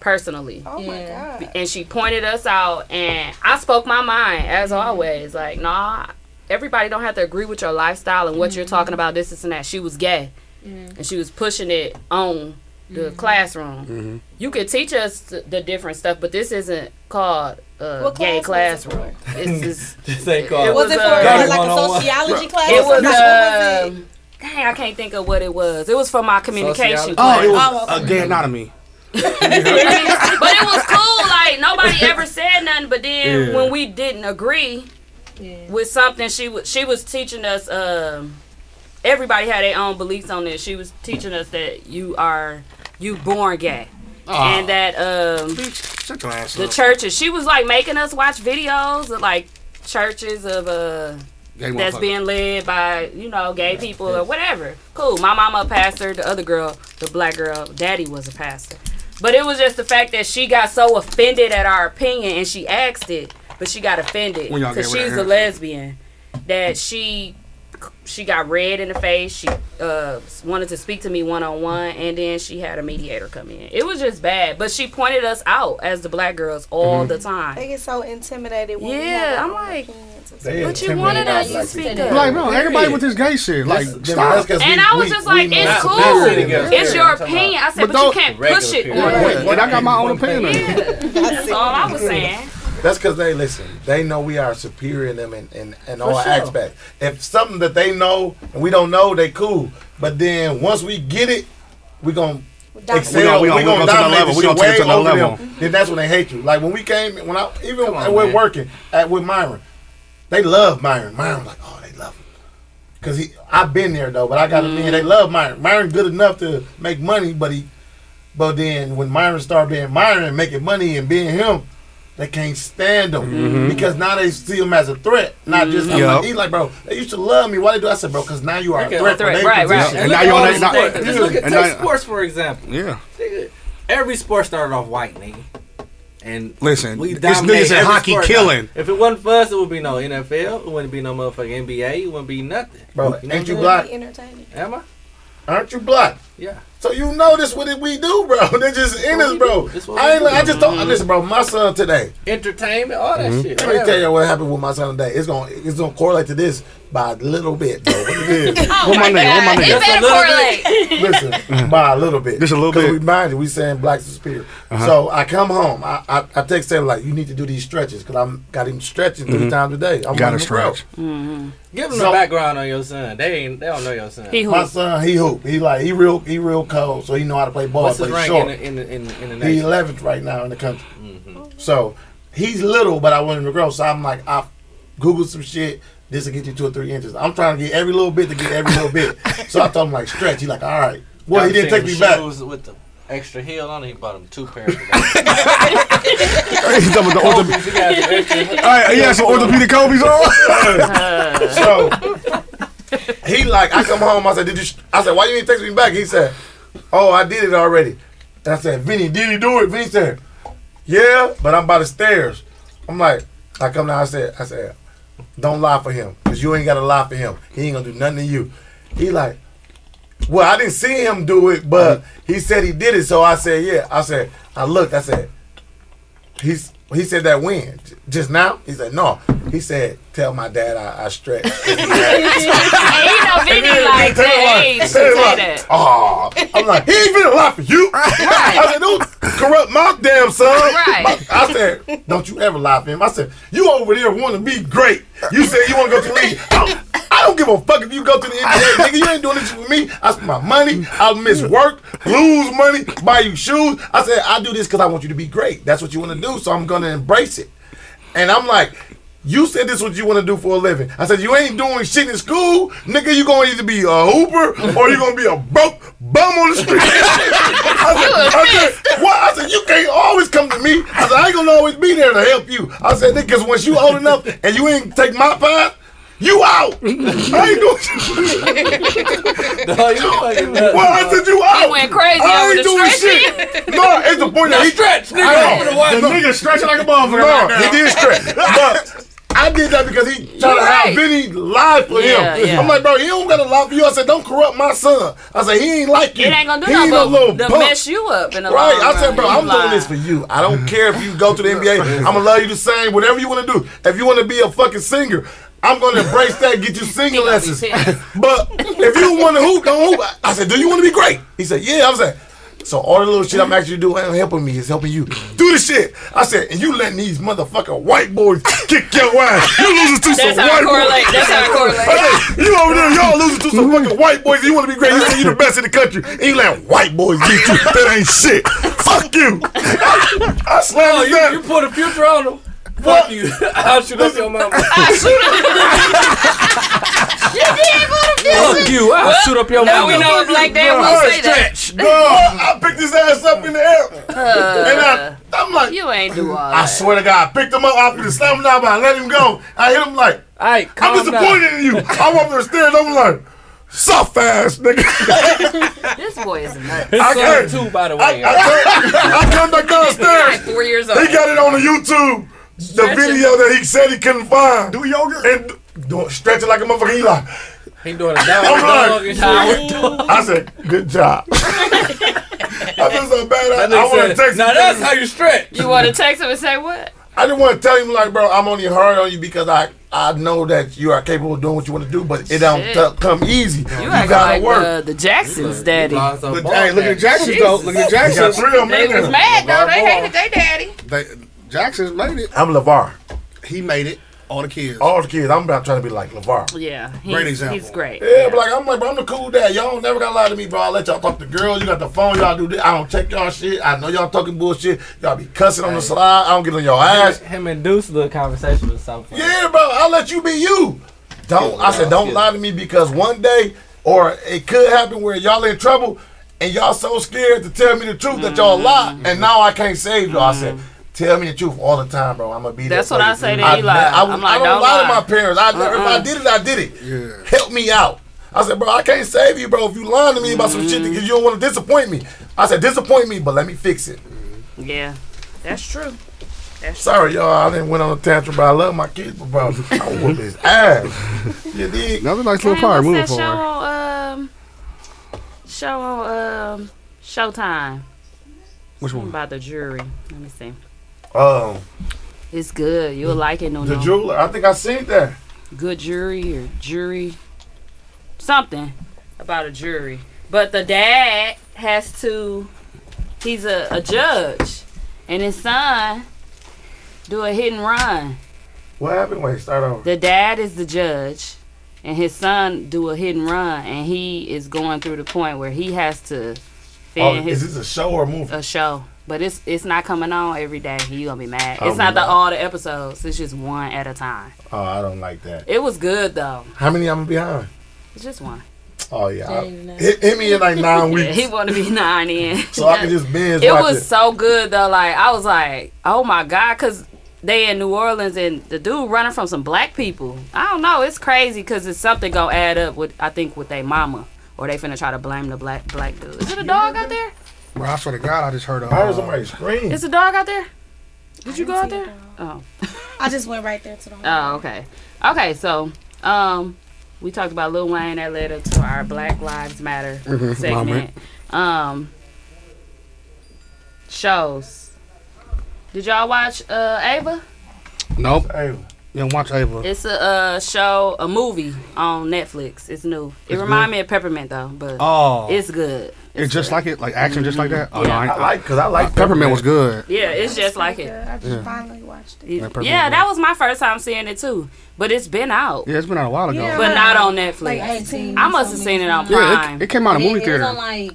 B: personally.
I: Oh my
J: Yeah.
I: god.
B: and she pointed us out and i spoke my mind as
I: Mm-hmm.
B: always like nah everybody don't have to agree with your lifestyle and what
I: Mm-hmm.
B: you're talking about this this and that she was gay and she was pushing it on the
I: Mm-hmm.
B: classroom you could teach us th- the different stuff but this isn't called a
I: What
B: gay
I: class was it
B: classroom it's just
G: This ain't
B: It
G: called.
I: Was it for
B: uh,
I: uh, like a
G: one-on-one.
I: sociology class?
B: it
I: or
B: was
I: something? What was
B: um dang i can't think of what it was it was for my communication
G: Sociology.
H: Oh,
B: class.
H: it was a gay anatomy.
B: but it was cool like nobody ever said nothing but then
H: Yeah.
B: when we didn't agree
J: Yeah.
B: with something she was she was teaching us um everybody had their own beliefs on this she was teaching us that you are you born gay and that um
H: Ah. Shut your ass
B: the
H: up.
B: churches she was like making us watch videos of like churches of uh
H: Gay
B: that's
H: motherfucker.
B: being led by you know gay people or whatever cool my mama a pastor the other girl the black girl daddy was a pastor but it was just the fact that she got so offended at our opinion and she asked it but she got offended
H: When y'all
B: because
H: get rid of
B: she's
H: her.
B: a lesbian that she she got red in the face she uh wanted to speak to me one-on-one and then she had a mediator come in it was just bad but she pointed us out as the black girls all
E: Mm-hmm.
B: the time
I: They get so intimidated when we
B: Yeah,
I: have our
B: I'm
I: own
B: like-
I: opinions and stuff.
E: They
B: but you
E: intimidated
B: wanted
E: by
B: us
E: black
B: to
E: people.
B: speak up
H: Like, bro, everybody with this gay shit. Like,
E: That's- that's
H: stop.
E: 'cause
B: And
E: we-
B: I was
E: we-
B: just
E: we
B: like,
E: not
B: it's cool.
E: messing together.
B: It's your
G: I'm talking
B: opinion. I said,
H: But
B: but, you
H: those-
B: can't
G: regular
B: push it
G: people.
B: on
H: Wait,
B: me.
H: and I got my own opinion on it.
B: That's all I was saying.
E: That's because they listen. They know we are superior in them in, in, in all
G: sure.
E: aspects. If something that they know and we don't know, they cool. But then once we get it, we gonna excel.
H: We
E: We
H: gonna-
E: gonna,
H: we gonna- we
E: dominate
H: gonna go to another level.
E: the
H: We
E: shit
H: gonna take it to
E: way
H: another
E: over
H: level.
E: them. Then that's when they hate you. Like when we came, when I even
G: on,
E: and we're
G: man.
E: working at with Myron, they love Myron. Myron like, oh, they love him. Cause he, I've been there though, but I got to admit they love Myron. Myron good enough to make money, but he, but then when Myron started being Myron and making money and being him, they can't stand him
G: Mm-hmm.
E: because now they see him as a threat, not just I'm
H: Mm-hmm. Yup.
E: like, he like bro. They used to love me. Why they do? I said bro, cause now you are a
G: Okay,
E: threat.
B: threat,
E: for their
B: right, right.
E: position.
H: And now
G: look
H: you're on
G: at all
H: that-
G: these
H: now-
G: things. Just look at
H: and
G: take
H: now-
G: sports for example.
H: Yeah.
G: Nigga, every sport started off white, nigga. And
H: Listen,
G: we
H: this
G: dominate
H: niggas in
G: every
H: hockey
G: sport
H: killing.
G: now. If it wasn't for us, it would be no NFL. It wouldn't be no motherfucking NBA. It wouldn't be nothing.
E: Bro,
G: know
E: ain't you
G: what
E: black?
I: Be entertaining.
G: I'm saying? Am I?
E: Aren't you black?
G: Yeah.
E: So you know this what it- we do, bro. They're just in us,
G: we
E: bro.
G: do. That's what
E: I
G: we
E: ain't. like- I
G: do.
E: just
G: Mm-hmm.
E: don't listen, bro. My son today.
G: Entertainment, all
H: Mm-hmm.
G: that shit.
E: Let me tell
G: whatever.
E: you what happened with my son today. It's gonna it's gonna correlate to this by a little bit, bro. What it is.
B: Oh
H: What my name? What my name?
B: It better
G: little
B: correlate.
E: Listen, by a little bit.
H: Just a little
E: 'Cause
H: bit. Uh-huh.
E: We mind you, we saying blacks is superior. So I come home. I, I I text him like, you need to do these stretches because I'm got him stretching three times a day. I'm
H: Mm-hmm. Gotta
E: running the road.
H: stretch.
G: Give them
E: So-
G: the background on your son. They ain't. They don't know your son.
B: He
E: My
B: who?
E: son, he hoop. He like he real he real cold, so he know how to play ball.
G: What's
E: but
G: his
E: he's
G: rank
E: short.
G: in the in the, in the, in the
E: He's
G: nation? Mm-hmm.
E: 11th right now in the country. So he's little, but I want him to grow. So I'm like, I googled some shit. This will get you two or three inches. I'm trying to get every little bit to get every little bit. So I told him like stretch. He like, all right. Well, he didn't
G: Y'all
E: take me
G: seen
E: back.
G: shoes With the extra heel on it, he bought him two pairs. Of
H: He's talking about the ortho-
G: Kobe's. He got some extra-
H: All right, he had some orthopedic Kobe's on.
E: So he like, I come home. I said, did you? sh- I said, why you didn't text me back? He said, oh, I did it already. And I said, Vinny, did you do it? Vinny said, yeah, but I'm by the stairs. I'm like, I come down. I said, I said, don't lie for him, cause you ain't gotta lie for him. He ain't gonna do nothing to you. He like, Well, I didn't see him do it, but he said he did it. So I said, yeah. I said, I looked. I said, he's. He said that when J- just now. He said no. He said, "Tell my dad I, I stretch."
B: ain't no video like
E: Tell him
B: that
E: like-
B: age to
E: tell him
B: say
E: like,
B: that.
F: Oh,
E: "Aw." I'm like, he ain't been alive for you. I said, don't corrupt my damn son.
B: Right.
E: I said, don't you ever lie for him. I said, you over there want to be great. You said you want to go to the league. I don't, I don't give a fuck if you go to the NBA, nigga. You ain't doing this for me. I spend my money. I miss work, lose money, buy you shoes. I said, I do this because I want you to be great. That's what you want to do, so I'm going to embrace it. And I'm like, you said this is what you want to do for a living. I said, you ain't doing shit in school. Nigga, you going to either be a hooper or you going to be a broke bum on the street. I said, I said, what? I said, you can't always come to me. I said, I ain't going to always be there to help you. I said, because once you old enough and you ain't take my part, you out. I ain't doing
G: No, you fucking nuts.
E: Well, I said, you out.
B: He went crazy
E: I
B: over
E: ain't
B: the
E: doing
B: stretching.
E: shit. No, it's the point that he
G: Stretch, nigga.
E: I
G: I'm
E: know.
G: gonna watch
H: The nigga stretching like a
E: No,
H: motherfucker right now.
E: he did stretch. But I did that because he tried to
B: You're
E: have
B: right.
E: Vinny lie for
B: Yeah,
E: him.
B: yeah.
E: I'm like, bro, he don't got to lie for you. I said, don't corrupt my son. I said, he ain't like you.
B: It ain't gonna do
E: he ain't no
B: nothing
E: little
B: but to
E: punk.
B: mess you up in the
E: Right,
B: long
E: I said,
B: run.
E: bro,
B: You
E: I'm doing
B: lying.
E: this for you. I don't care if you go to the NBA. I'm gonna love you the same. Whatever you want to do. If you want to be a fucking singer, I'm gonna embrace that. Get you singing
B: gonna be
E: lessons.
B: pissed.
E: But if you want to hoop, don't hoop. I said, do you want to be great? He said, yeah. I was like, so all the little shit I'm actually doing ain't helping me. It's helping you. Do the shit. I said, and you letting these motherfucking white boys kick your ass. You losing to
B: That's
E: some
B: how
E: white
B: it
E: boys.
B: correlates. That's how it correlates.
E: Hey, you over there, y'all losing to
G: Mm-hmm.
E: some fucking white boys. And you want to be great. You say you the best in the country. And you let white boys beat you. That ain't shit. Fuck you. I, I
G: Oh,
E: slammed his
G: you, you
E: ass.
G: put a future on him. Fuck you. I'll shoot up your mama. Fuck you. I'll shoot up your
B: Now we
G: mama.
B: know a black dad won't say that.
E: Dog, I picked his ass up in the air. and I, I'm like,
B: You ain't Uh. do all
E: I
B: that.
E: swear to God, I picked him up. I put the slam down, but I let him go. I hit him like,
G: Hey,
E: I'm
G: calm down.
E: disappointed in you. I walked upstairs. I'm like, soft ass nigga.
B: This boy is nuts.
G: His
E: I
G: son
E: can't.
G: too, by the
E: I,
G: way.
E: I, turned- I come back downstairs.
B: Four years old.
E: He got it on the YouTube. The video that he said he couldn't find.
H: Do yoga.
E: And do, stretch it like a motherfucker. He like,
G: he doing a
E: I'm like,
G: down dog.
E: I said, good job. I feel so bad. I, I want to text
G: Now
E: him.
G: that's how you stretch.
B: You want to text him and say what?
E: I just want to tell him, like, bro, I'm only hard on you because I I know that you are capable of doing what you want to do, but it don't
B: Shit.
E: t- come easy. You,
B: You acting
E: gotta
B: like
E: work.
B: the, the Jacksons' daddy.
H: Look, hey, look at Jackson though. Look at
E: You got
H: Jackson.
E: three of them
B: They
E: in
B: was
E: there.
B: mad though. They
H: Barbara.
B: hated their daddy.
H: They, Jackson's made it.
E: I'm LeVar.
H: He made it. All the kids.
E: All the kids, I'm about trying to be like LeVar.
B: Yeah, he's,
H: Great example.
B: He's great.
E: Yeah, but like I'm like, bro, I'm the cool dad. Y'all don't never gotta lie to me, bro. I let y'all talk to girls. You got the phone. Y'all do this. I don't check y'all shit. I know y'all talking bullshit. Y'all be cussing on the slide. I don't get on your ass.
G: Him and Deuce little conversation was so funny.
E: Yeah, bro, I'll let you be you. Don't I said don't lie to me because one day or it could happen where y'all in trouble and y'all so scared to tell me the truth that y'all lie and now I can't save y'all. I said tell me the truth all the time, bro. I'm gonna be there
B: That's
E: for
B: what
E: you.
B: I say to
E: I,
B: Eli.
E: I,
B: I'm like,
E: I don't,
B: don't
E: lie,
B: lie. Uh-uh.
E: to my parents. I, If I did it, I did it. Help me out. I said, bro, I can't save you, bro. If you lying to me about some shit because you don't want to disappoint me. I said, disappoint me, but let me fix it.
B: Yeah, that's true.
E: Sorry, y'all. I didn't went on a tantrum, but I love my kids, but bro, I whoop his ass. You dig?
H: Another nice
B: Dang,
H: little part. Moving
B: what's that show
H: forward.
B: on? Um, show on um, Showtime
H: Which one?
B: about the jury. Let me see.
E: Um,
B: It's good. You'll like it, no
E: Mm. the
B: no.
E: jeweler. I think I seen that.
B: good jury or jury something about a jury but the dad has to he's a, a judge and his son do a hit and run
E: What happened? Wait, start over.
B: the dad is the judge and his son do a hit and run and he is going through the point where he has to
E: Oh,
B: fend
E: is
B: his
E: this a show or a movie?
B: a show but it's it's not coming on every day you gonna be mad
E: Oh,
B: it's not the
E: no.
B: all the episodes it's just one at a time
E: Oh, I don't like that.
B: it was good though
E: How many I'm behind?
B: it's just one
E: Oh yeah, I-
J: Dang, man.
E: hit, hit me in like nine
B: yeah, he
E: weeks,
B: want to be nine in
E: so I can just binge
B: it
E: watch
B: was
E: it.
B: so good though. Like I was like, oh my god, because they in New Orleans and the dude running from some black people. I don't know. It's crazy because it's something gonna add up with I think with their mama or they finna try to blame the black black dude. Is it a dog out there?
H: Bro, I swear to God, I just heard. Uh,
E: I heard somebody scream.
B: Is a dog out there? Did you
I: didn't
B: go out
I: see a
B: there?
I: dog.
B: Oh,
I: I just went right there to the.
B: oh, okay, okay. So, um, we talked about Lil Wayne that led up to our Black Lives Matter
E: Mm-hmm.
H: Mhm,
B: segment.
H: moment.
B: Um, shows. Did y'all watch uh, Ava?
H: Nope. Ava. Then watch Ava.
B: It's a uh, show, a movie on Netflix. It's new. It
H: It's
B: remind
H: good?
B: me of Peppermint though, but
H: Oh.
B: it's good.
H: It's, just like it, like action, just like that. Oh, no, ain't- Uh,
E: I like- 'cause I like
H: peppermint was good.
B: Yeah, it's just like it. I
H: just Yeah.
B: finally watched it.
H: That Purple
B: yeah,
H: Rain.
B: that was my first time seeing it too, but it's been out.
H: Yeah, it's been out a while ago.
B: Yeah, but not on Netflix.
J: Like 18
B: I must have seen it on
H: Yeah, it-
B: Prime.
H: it came out in movie
J: it,
H: theater.
J: It was on like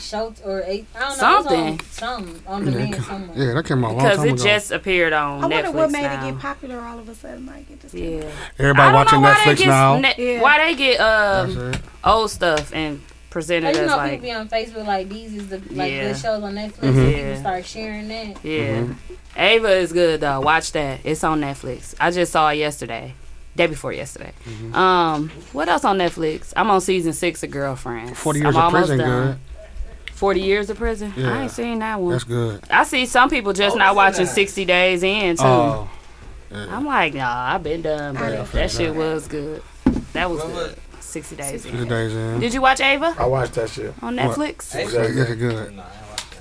J: show or eight. I don't know.
B: Something.
J: It was on, something on
H: Yeah,
J: the
H: it
J: yeah,
H: ca-
J: somewhere.
H: yeah, that came out a long
B: because
H: time
B: it
H: ago.
B: just appeared on
I: I wonder
B: Netflix
I: what made
B: now.
I: it get popular all of a sudden. Like it just
B: yeah.
H: Everybody watching Netflix now.
B: Ne- Why they get um,
H: That's
B: old stuff and present it
J: But you
B: as
J: know,
B: like
J: people be on Facebook like these is the like
B: Yeah.
J: good shows on Netflix.
B: Mhm.
J: And
B: Yeah.
J: People start sharing that.
B: yeah.
H: Mm-hmm.
B: Ava is good though. Watch that. It's on Netflix. I just saw it yesterday, day before yesterday.
H: Mm-hmm.
B: Um, what else on Netflix? I'm on season six of Girlfriends.
H: 40 years
B: I'm
H: of prison,
B: almost done.
H: good.
B: Forty years of prison. I
H: Yeah.
B: ain't seen that one.
H: That's good.
B: I see some people just
E: Oh,
B: not watching 60 Days In, too.
H: Oh.
B: I'm like, nah, I've been done,
H: I
B: but
H: know.
B: that shit was good. That was good. 60 Days In.
H: 60 Days In.
B: Did you watch Ava?
E: I watched that shit.
B: On Netflix?
H: What? Yeah, it's good.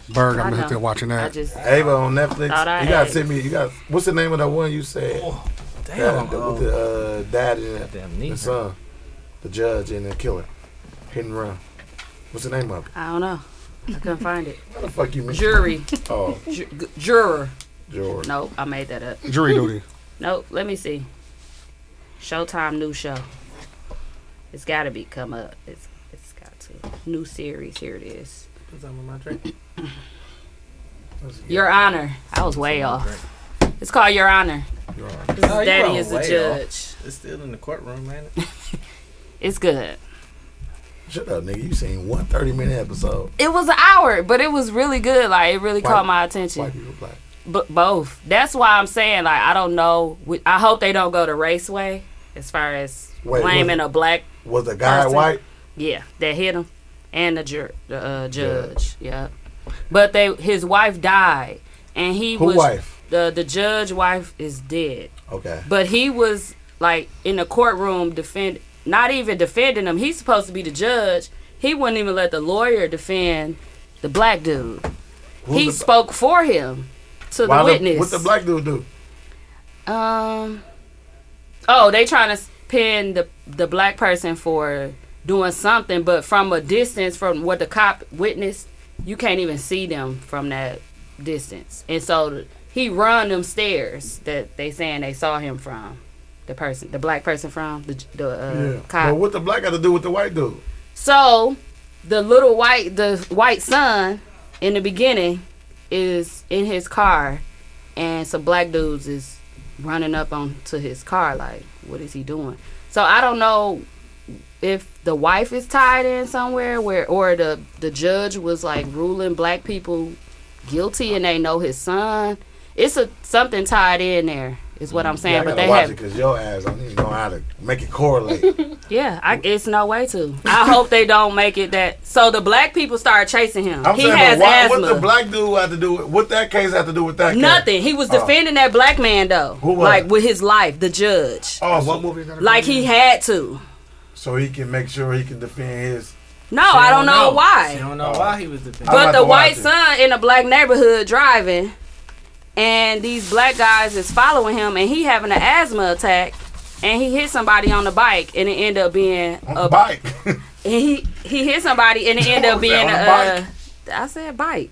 H: Berg, I'm gonna
B: I
H: there
B: know.
H: watching
B: I
H: that.
B: just-
E: Ava on Netflix.
B: Thought I
E: you gotta
B: had
E: send me. You got what's the name of that one you said?
G: damn,
E: Yeah,
G: I'm
E: the-
G: old.
E: with the uh, dad and the,
G: knee
E: the
G: hurt.
E: son, the judge and the killer, hit and run. What's the name of it?
B: I don't know. I couldn't find it.
E: What the fuck you mean?
B: Jury.
E: Oh,
B: Ju- g- juror.
E: George.
B: Nope, I made that up.
H: Jury duty.
B: Nope, let me see. Showtime new show. It's got to be come up. It's It's got to. New series. Here it is.
G: What's up with my drink?
B: Your Honor. I was way off. It's called Your Honor. This is
G: Oh, you
B: Daddy
G: were
B: is the
G: way
B: judge.
G: off. It's still in the courtroom, man.
B: It's good.
E: Shut up, nigga. You seen one 30 minute episode.
B: It was an hour, but it was really good. Like it really
E: White-
B: caught my attention.
E: White people black.
B: But both. That's why I'm saying like I don't know. We- I hope they don't go the raceway as far as
E: Wait,
B: blaming
E: was-
B: a black.
E: Was the guy
B: person.
E: white?
B: Yeah, that hit him, and the, jur- the uh, judge. Yeah, but they his wife died, and he
E: Who
B: was
E: wife?
B: the the judge wife is dead.
E: Okay.
B: But he was like in the courtroom defend not even defending him. He's supposed to be the judge. He wouldn't even let the lawyer defend the black dude.
E: Who's
B: he
E: the-
B: spoke for him to
E: Why
B: the witness.
E: What the black dude do?
B: um Oh, they trying to pin the the black person for doing something, but from a distance from what the cop witnessed, you can't even see them from that distance. And so he run them stairs that they saying they saw him from. The person, the black person from the the uh,
E: yeah.
B: cop.
E: But what the black got to do with the white dude?
B: So the little white the white son in the beginning is in his car and some black dudes is running up onto his car like what is he doing? So I don't know if the wife is tied in somewhere where or the the judge was like ruling black people guilty and they know his son. It's a something tied in there is what I'm saying.
E: Mm-hmm. Yeah,
B: but
E: I gotta
B: they
E: watch
B: have
E: it because your ass, I don't even know how to make it correlate.
B: yeah, I, it's no way to. I hope they don't make it that. So the black people start chasing him.
E: I'm
B: he
E: saying,
B: has
E: but why,
B: asthma.
E: what the black dude have to do with what that case have to do with that? case?
B: Nothing. He was
E: Oh.
B: defending that black man though,
E: Who was
B: like
E: it?
B: with his life. The judge,
E: Oh, what movie?
B: like he had to.
E: So he can make sure he can defend his.
B: No, I don't, know,
G: She
B: why.
G: don't know why he was defending.
E: I'm about
B: But the
E: to watch
B: white
E: it.
B: son in a black neighborhood driving, and these black guys is following him, and he having an asthma attack, and he hit somebody on the bike, and it ended up being
E: On
B: a
E: the bike.
B: And he he hit somebody, and it ended up
E: was that,
B: being a.
E: on
B: Uh, I said bike.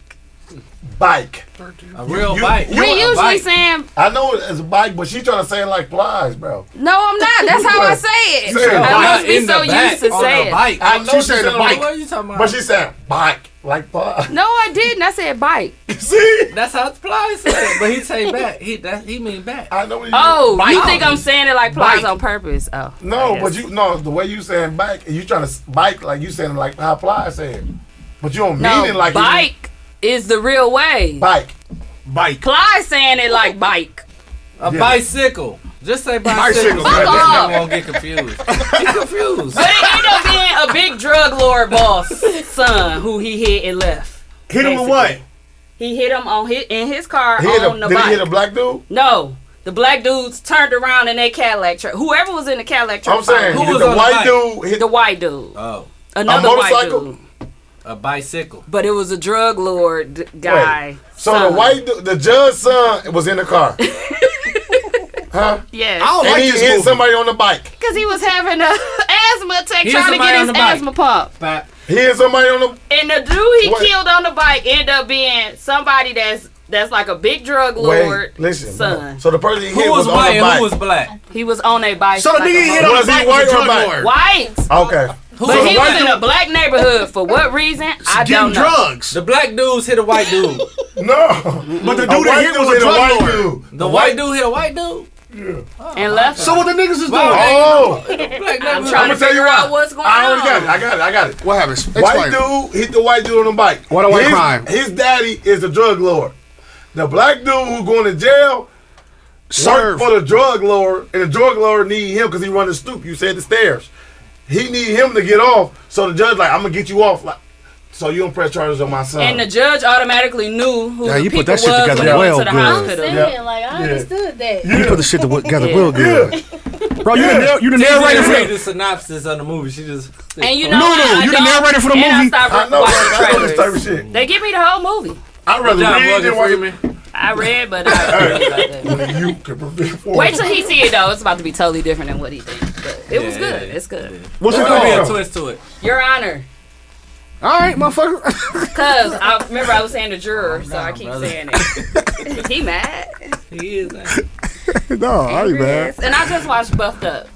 E: bike.
G: A real
E: You-
G: bike.
E: you-
B: We
E: on a
B: usually
E: bike.
B: saying
E: I know it's a bike, but she trying to say it like flies, bro.
B: no. I'm not. Ah, That's how I say it.
E: Say it.
B: I must be
G: In the
B: so
G: back
B: used to
G: on
B: saying.
G: a
B: it.
G: bike.
E: I know she said a
G: What
E: bike,
G: are you talking about?
E: but she said bike like flies.
B: No, I didn't. I said bike.
E: See,
G: That's how Ply said it, but he say back. He that he mean back.
E: I know. What you
B: Oh, you
E: Bike.
B: think I'm saying it like plies
E: Bike.
B: on purpose? Oh,
E: No,
B: I
E: but
B: guess.
E: you no the way you saying bike, you trying to bike like you saying like how flies said, but you don't mean
B: no
E: it like you-
B: bike is the real way.
E: bike.
H: Bike.
B: Plies saying it like bike.
G: A
E: Yeah.
G: bicycle. Just say bicycle.
E: Bicycle.
G: so
B: Fuck
G: that
B: off.
G: nigga won't get confused. He confused.
B: But it ended up being a big drug lord boss son who he hit and left.
H: Hit him with
B: Basically.
H: what?
B: He hit him on his in his car
E: He hit a,
B: on the
E: did
B: bike.
E: he hit a black dude?
B: No, The black dudes turned around in their Cadillac truck. Whoever was in the Cadillac truck.
E: I'm saying
B: who
E: who
B: was
E: the
B: on
E: white
B: the
E: dude hit
B: The white dude.
G: Oh,
B: Another
E: a
B: white
E: motorcycle.
B: dude.
G: a bicycle.
B: But it was a drug lord d-
E: Wait,
B: guy.
E: so
B: son.
E: the white dude, the judge's son was in the car.
B: Yes.
H: I don't
E: and
H: like
E: he
H: this
E: hit
H: movie.
E: somebody on the bike.
B: Because he was having a asthma attack
G: He hit
B: trying to
G: somebody
B: get
G: on
B: his
G: the bike.
B: asthma pump.
G: But
E: He hit somebody on the
B: And the dude he
E: What?
B: killed on the bike ended up being somebody that's that's like a big drug lord
E: Wait, listen.
B: son.
E: So the person he hit
G: who was
E: was, on
G: white
E: the
G: and
E: bike.
G: who was black?
B: He was on a bike.
H: So the
B: like a
H: nigga hit
B: mo-
H: on
E: Was
H: the
E: he
H: bike
E: white
H: was a
E: or
H: drug
E: black?
H: lord.
B: white.
E: okay.
B: But he
G: the
B: was in a black neighborhood. For what reason? I
H: Getting
B: don't know.
H: drugs.
G: The black dudes hit a white dude.
E: No.
H: But the
E: A
H: dude that
E: white
H: hit
E: dude
H: was a
E: hit a
H: drug
E: white
H: lord.
E: dude.
G: The white dude hit a white dude.
B: And left.
H: So what the niggas is doing?
E: Oh,
G: Wow. Black
B: I'm
G: neighborhood.
B: trying to
E: tell
B: figure
E: you why.
B: out what's going
E: I
B: on.
E: already got it. I got it. I got it.
H: What happens? Explain.
E: White dude hit the white dude on the bike.
H: What a white
E: his,
H: crime.
E: His daddy is a drug lord. The black dude who going to jail work
H: Serve.
E: for the drug lord, and the drug lord need him because he run the stoop. You said the stairs. He need him to get off. So the judge like, I'm gonna get you off. Like, so you don't press charges on my son.
B: And the judge automatically knew who
H: Yeah,
B: the
H: you put
B: people
H: that shit
B: was
H: together
B: when they went
H: well
B: to the
H: good.
J: I'm
B: hospital.
J: saying,
E: Yeah.
J: like, I
E: Yeah.
J: understood that.
H: You put the shit together
B: Yeah.
H: real good. Bro, you the narr- you the narrator
G: She
H: for
G: read the
H: the
G: synopsis on the movie. She just
B: And you know,
H: No,
B: I-
H: no,
B: I
H: you the
B: don't-
H: narrator for the
B: and
H: movie.
B: I
E: I
B: stopped
E: know,
B: watching
E: I know this type
B: trailers.
E: of shit.
B: they give me the whole movie.
E: I'd rather
G: John
E: read than
G: Morgan
E: watch it.
G: Freeman.
B: I read, but I
E: Only you can prevent for
B: wait till he see it though. It's about to be totally different than what he did. But it was
G: Yeah,
B: good.
G: yeah,
B: It's good.
H: What's it
G: There could be a
H: called?
G: twist to it.
B: Your Honor,
H: All right, motherfucker.
B: because I remember I was saying the juror, so I keep
G: brother.
B: saying it. he mad?
G: He is. like-
H: no, I ain't mad.
B: Yes. And I just watched Buffed Up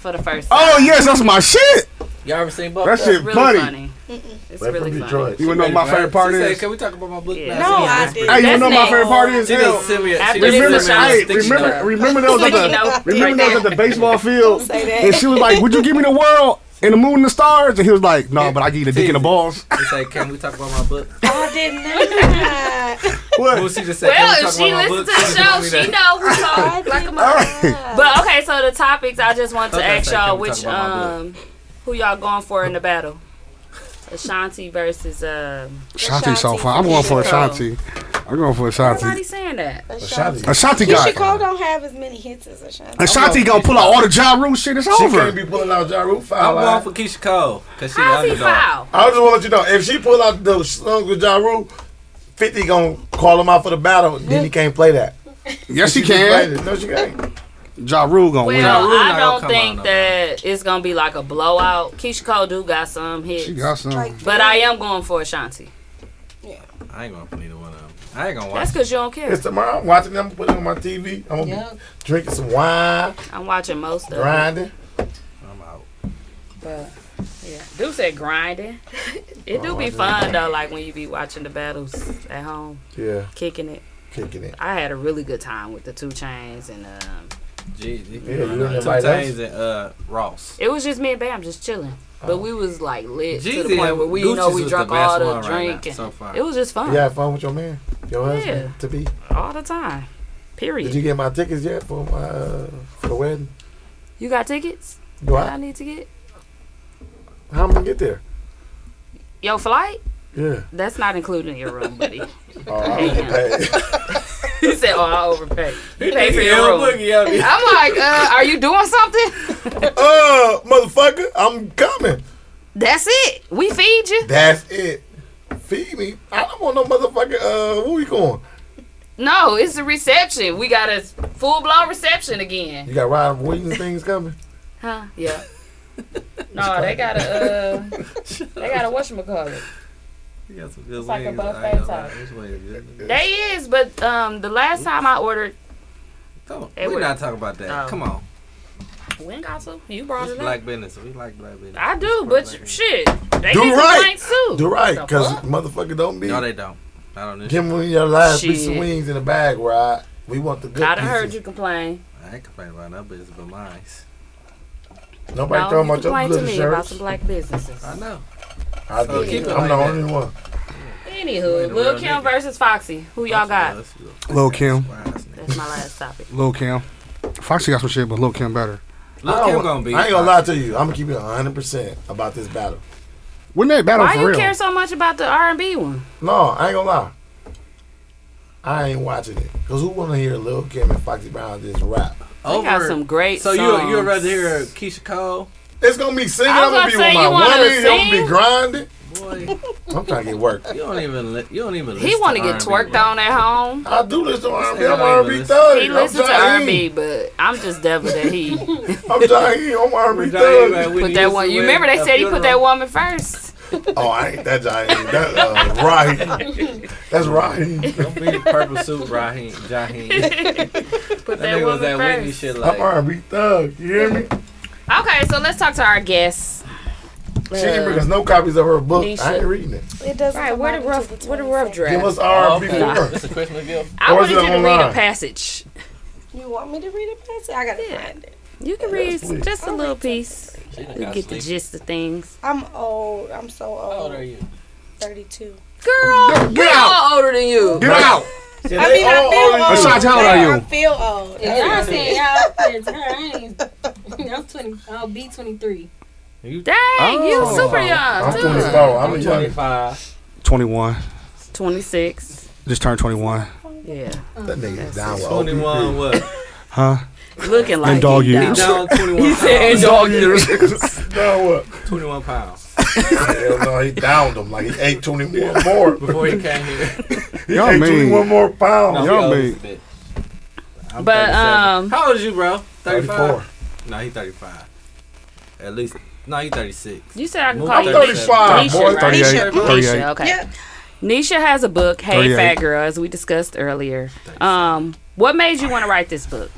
B: for the first. time.
H: Oh yes, that's my shit.
G: Y'all ever seen Buck?
H: That
G: Up?
H: shit
B: It's really
H: funny.
B: funny. It's
E: They're
B: really
E: from
B: funny.
E: Detroit.
H: You wanna know what my
G: Right?
H: favorite part
G: she said,
H: is?
G: Can we talk about my book?
B: Yeah.
G: now?"
I: No,
G: She
I: I
G: just-
I: did.
H: Hey, you wanna know what my
B: That's
H: favorite part is?
G: She
H: Hell,
G: just sent me. a-
B: After
G: She
B: this
G: just
H: Remember,
B: is a
G: sent me a
H: hey,
G: stick
H: remember,
G: shot.
H: remember those at
B: You know,
H: the remember
B: right
H: those at the baseball field,
I: Say that.
H: and she was like, "Would you give me the world and the moon and the stars?" And he was like, "No, but I give you the dick and the balls."
G: She said, "Can we talk about my book?"
B: Oh,
I: I did not.
G: Well,
H: What?
G: she just said, "Can we
B: Well,
G: talk
B: if she
G: about my
B: listens
G: book?"
B: to the show, she know who
I: I
B: told.
I: did
H: All right.
I: not.
B: But okay, so the topics I just want to
G: Okay,
B: ask
G: so can
B: y'all
G: we talk
B: which
G: about my
B: um who y'all going for in the battle? Ashanti versus um.
H: Ashanti so far. I'm going for Ashanti. I'm going
B: Nobody
H: for Ashanti.
B: saying that.
E: Ashanti. She
H: Ashanti
I: Keisha
H: got.
I: Cole don't have as many hits as Ashanti.
H: Ashanti gonna pull out all the Ja Rule shit. It's
E: can't
H: over.
E: be pulling out Ja Rule
G: I'm
E: file.
G: going
E: I
G: for Keisha Cole because she
B: How's he
G: the underdog.
B: foul?
E: I just want to let you know if she pull out those songs with Ja Rule, 50 gonna call him out for the battle. Then he can't play that.
H: Yes, she
E: just played
H: can.
E: it. No, she can't.
H: Ja Rule gonna win.
B: Well,
G: Rule not
B: I
G: gonna
B: don't
G: come
B: think
G: out, no.
B: that it's gonna be like a blowout. Keisha Cole do got some hits,
H: She got some.
B: but I am going for Ashanti.
G: I ain't gonna play neither one of them. I ain't gonna watch.
B: That's because you don't care.
E: It's tomorrow. I'm watching them put it on my TV. I'm gonna
J: Yep.
E: be drinking some wine,
B: I'm watching most of it.
E: grinding.
G: I'm out.
B: But yeah, do said grinding. it do be fun though, like when you be watching the battles at home,
E: Yeah,
B: kicking it.
E: kicking it.
B: I had a really good time with the two chains, and um,
G: Gee, you
E: Yeah, you
G: know,
E: didn't
G: two
E: invite
G: times and uh, Ross.
B: it was just me and Bam just chilling.
E: Oh.
B: But we was like lit to the
G: Jeezy
B: point
G: and
B: where we, you know,
G: Gucci's
B: we
G: was
B: drunk
G: the best
B: all the
G: one right
B: drink.
G: now
B: and
G: so far.
B: It was just fun
E: You had fun with your man, your husband to be.
B: all the time. Period.
E: Did
B: You,
E: you get my tickets yet for my uh, for the wedding?
B: got tickets?
E: Do
B: that I
E: I?
B: need to get
E: How am I gonna get there?
B: your flight.
E: Yeah.
B: That's not included in your room, buddy.
E: Oh, I don't get paid.
B: he said, "Oh, I overpaid. You pay for
G: Yeah,
B: your room."
G: Boogie, yeah, yeah.
B: I'm like, uh, "Are you doing something?"
E: uh, motherfucker, I'm coming.
B: That's it. We feed you.
E: That's it. Feed me. I don't want no motherfucker. Uh, where we going?
B: No, it's a reception. We got a full blown reception again.
E: You got Ryan Williams things coming?
B: Huh? Yeah. no, they got a uh, they got a whatchamacallit.
G: You got some good
B: like a
G: wings. I
B: buffet
G: ain't gonna lie.
B: type.
G: This way is good.
B: They is, but um, the last time I ordered,
G: Come on,
B: It
G: we're
B: work.
G: not talking about that.
B: Oh.
G: Come on,
B: when got some? You brought
G: it's
B: it up.
G: black business. We like black business.
B: I do,
G: It's
B: but
G: black business.
B: shit, they
E: Do
B: need the
E: right.
B: drinks too.
E: Do right,
B: The
E: cause
B: fuck?
E: motherfucker don't be.
G: No, they don't. Not on this.
E: Give
G: show.
E: me your last piece of
B: Shit.
E: wings in the bag, right? We want the good
B: I done
E: pieces.
B: heard you complain.
G: I ain't complaining about no business but mine.
E: Nobody
B: No, you
E: talking about your
B: complain to
E: little
B: me about
E: shirts.
B: some black businesses.
G: I know.
E: I
G: So
E: did.
G: keep it
E: I'm
G: like
E: the
G: that.
E: only one.
B: Anywho,
G: ain't
B: Lil
G: a real
B: Kim
G: nigga.
B: versus Foxy. Who y'all got?
H: Lil Kim,
B: That's my last topic.
H: Lil Kim. Foxy got some shit, but Lil Kim better.
E: I
G: Lil
E: don't
G: Kim
E: want-
G: gonna be.
E: I ain't gonna lie to you. I'm gonna keep it 100 percent about this battle.
H: Wouldn't they battle
B: Why
H: for
B: you
H: real?
B: care so much about the R and B one?
E: No, I ain't gonna lie. I ain't watching it. Cause who wanna hear Lil Kim and Foxy Brown just rap?
B: They got some great
G: So you you
B: songs.
G: rather hear Keisha Cole?
E: It's gonna be singing.
B: I
E: I'm
B: was
E: gonna be
B: gonna
E: with
B: say,
E: my
B: you wanna
E: woman. I'm gonna be
B: sing?
E: grinding.
G: Boy,
E: I'm trying to get work.
G: you don't even li- you don't even.
B: He want to get twerked on at home.
E: I do listen to R&B.
G: nigga
E: I'm
G: don't
E: R&B
G: even
E: thug.
B: He
E: I'm
B: listens to
E: Jaheim.
B: R&B, but I'm just devil that he
E: I'm Jaheim. I'm
G: E,
E: R&B thug.
B: put that one. You remember they said he put that woman first.
E: Oh, I ain't that Jaheim. That uh, Raheem. That's Raheem.
G: Don't be the purple suit, Raheem, Jaheim. that
B: Put that,
G: nigga was
B: woman
G: that Whitney
B: first.
G: shit
E: I'm
G: like.
E: R&B thug. You hear me?
B: Okay, so let's talk to our guests.
E: She ain't bring us no copies of her book. I ain't
B: Nisha.
E: reading it.
I: It doesn't
B: Right,
I: come
B: where
I: out
B: the
I: until
B: rough, where the
I: 22nd.
B: rough
E: Give
B: draft?
E: us
J: Oh,
E: R&B
G: Okay.
E: for her.
G: That's a Christmas gift.
B: I
E: or is
B: wanted you
E: it
B: to read a
E: online?
B: passage.
I: You want me to read it, Patsy? I gotta
B: Yeah.
I: find it.
B: You can
E: Yes,
B: read
E: please.
B: just a little piece.
G: She done
B: You
G: got
B: get the
G: sleepy.
B: gist of things.
I: I'm old. I'm so old.
G: How old are you?
I: 32.
B: Girl, we all older than you.
H: Get out.
I: I mean, I
E: all
I: feel
E: old.
I: old.
H: Besides, how old are
I: Yeah, I
H: you?
I: feel old.
J: If y'all saying y'all up there to her, I ain't. I'm 20. I'll be 23.
B: Dang,
H: Oh.
B: you super young.
E: I'm
B: too.
E: 24. I'm a
G: I'm
E: young.
G: 25.
H: 21.
B: 26.
H: Just turned 21.
B: Yeah.
E: That nigga's down with
G: 21
E: OPP.
G: what?
H: Huh?
B: Looking like
H: dog
B: he down.
H: years.
G: Down 21
B: said-
G: pounds.
H: Dog years.
E: E. Down what?
G: 21 pounds.
E: Hell no, he downed him like he ate 21 more.
G: Before he came here.
E: He
H: Y'all
E: ate
H: mean.
E: 21 more pounds.
H: Y'all
G: he old
H: big.
G: as a bitch. I'm
B: But,
G: 37.
B: um,
G: How old is you, bro?
E: 34.
G: 35? No, he 35. At least. No, he 36.
B: You said I can
G: Move
B: call
G: on.
B: you
E: 35,
B: Nisha,
E: boy.
B: right?
H: 38.
I: Nisha.
H: 38.
B: Nisha, okay.
I: Yeah.
B: Nisha has a book, Hey
H: 38.
B: Fat Girl, as we discussed earlier. Um, what made you want to write this book?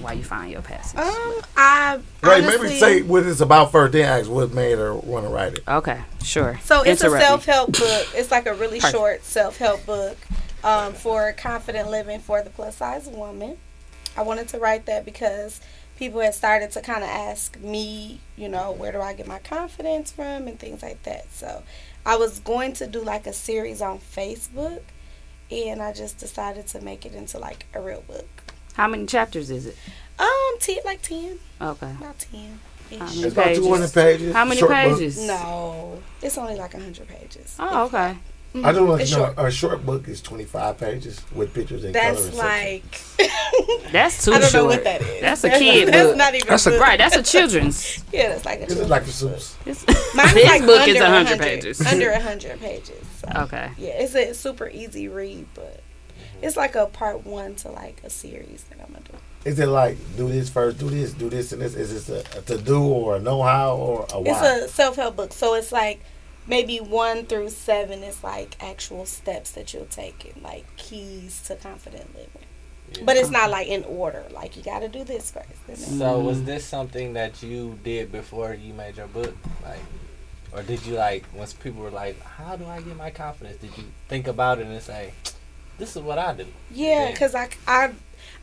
B: While you find your passage.
I: Um, I
E: Right,
I: honestly,
E: maybe say what it's about first, then ask what made her want to write it.
B: okay, sure.
I: So it's a
B: Interrupt me.
I: self help book. It's like a really
B: Perfect.
I: short self help book um, for confident living for the plus size woman. I wanted to write that because people had started to kind of ask me, you know, where do I get my confidence from and things like that. So I was going to do like a series on Facebook, and I just decided to make it into like a real book.
B: How many chapters is it?
I: Um, ten, like ten,
B: Okay.
I: about ten.
B: How
I: -ish.
B: many
E: It's about
B: pages?
E: 200 pages.
B: How many
E: short book.
B: pages?
I: No, it's only like hundred pages.
B: Oh, okay.
E: I do want
I: It's
E: to know
I: short.
E: a short book is 25 pages with pictures and color.
I: That's
E: and
I: like
B: That's too
I: I don't
B: short.
I: know what that is.
B: That's a kid
I: That's
B: book.
I: not even.
H: That's
I: That's
H: a-
I: book.
B: right, that's a children's.
I: Yeah, that's like a.
E: This is
I: Children.
E: like the Sims.
B: This
I: Mine's
B: this
I: like
B: book
I: under
B: is 100 pages.
I: Under hundred pages. So,
B: Okay.
I: Yeah, it's a super easy read, but it's like a part one to like a series that I'm gonna do.
E: Is it like do this first, do this, do this, and this? Is this a, a to do or a know how or a why?
I: It's a self help book, so it's like maybe one through seven is like actual steps that you'll take and like keys to confident living. But it's not like in order. Like you got to do this first. and then-
G: So
E: Mm-hmm.
G: was this something that you did before you made your book, like, or did you like once people were like, "How do I get my confidence?" Did you think about it and say, "This is what I do"?
I: Yeah,
G: Yeah.
I: because I, I,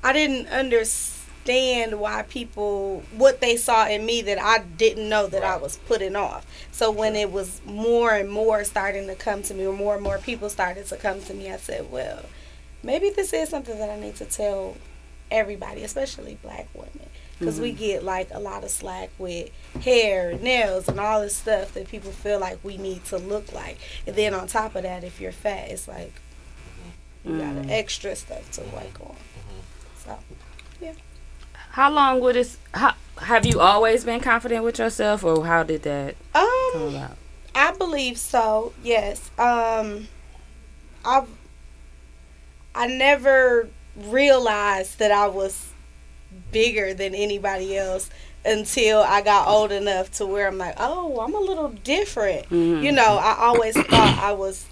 I: I didn't understand why people what they saw in me that I didn't know that I
G: Right.
I: was putting off. So when it was more and more starting to come to me, or more and more people started to come to me, I said, well, maybe this is something that I need to tell everybody, especially black women. Because
G: Mm-hmm.
I: we get like a lot of slack with hair, nails, and all this stuff that people feel like we need to look like. And then on top of that, if you're fat, it's like you got extra stuff to work on. So
B: How long would this? How, have you always been confident with yourself, or how did that come
I: um,
B: about?
I: I believe so. Yes. Um, I've I never realized that I was bigger than anybody else until I got old enough to where I'm like, oh, I'm a little different.
B: Mm-hmm.
I: You know, I always thought I was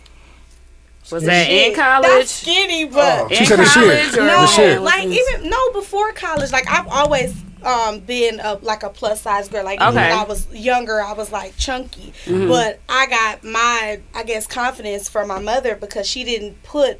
B: Was that in
I: big. That's
B: college?
I: skinny, but
H: She said the shit.
B: or
I: Oh. No,
H: The shit.
I: like even no before college. Like I've always um been a like a plus size girl. Like
B: Okay.
I: when I was younger, I was like chunky,
H: Mm-hmm.
I: but I got my I guess confidence from my mother because she didn't put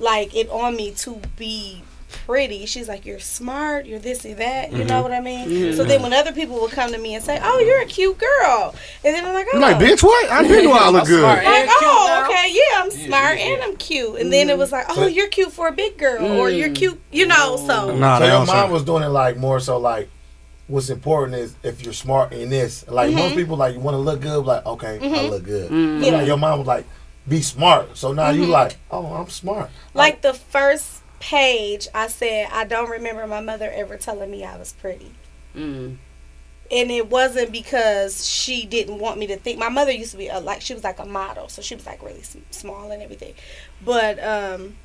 I: like it on me to be pretty. She's like, you're smart, you're this and that. You
H: Mm-hmm.
I: know what I mean? So then when other people would come to me and say, oh, you're a cute girl, and then I'm like, oh,
H: I'm like, bitch, what? I didn't know I look
G: smart.
H: good.
I: like,
G: And cute
I: oh,
G: now.
I: okay, yeah, I'm smart
G: yeah,
I: and I'm cute. And then it was like,
E: Mm.
I: oh, you're cute for a big girl, or you're cute, you know. So
H: Nah,
E: so
H: that
E: your mom
H: don't sound.
E: was doing it like more so like what's important is if you're smart in this. Like most people like you want to look good, like okay, I look good. But, like, your mom was like, be smart. So now you
I: Mhm.
E: like, oh, I'm smart.
I: Like the first page, I said, I don't remember my mother ever telling me I was pretty.
B: Mm.
I: And it wasn't because she didn't want me to think. My mother used to be a, like, she was like a model. So she was like really sm- small and everything. But, um,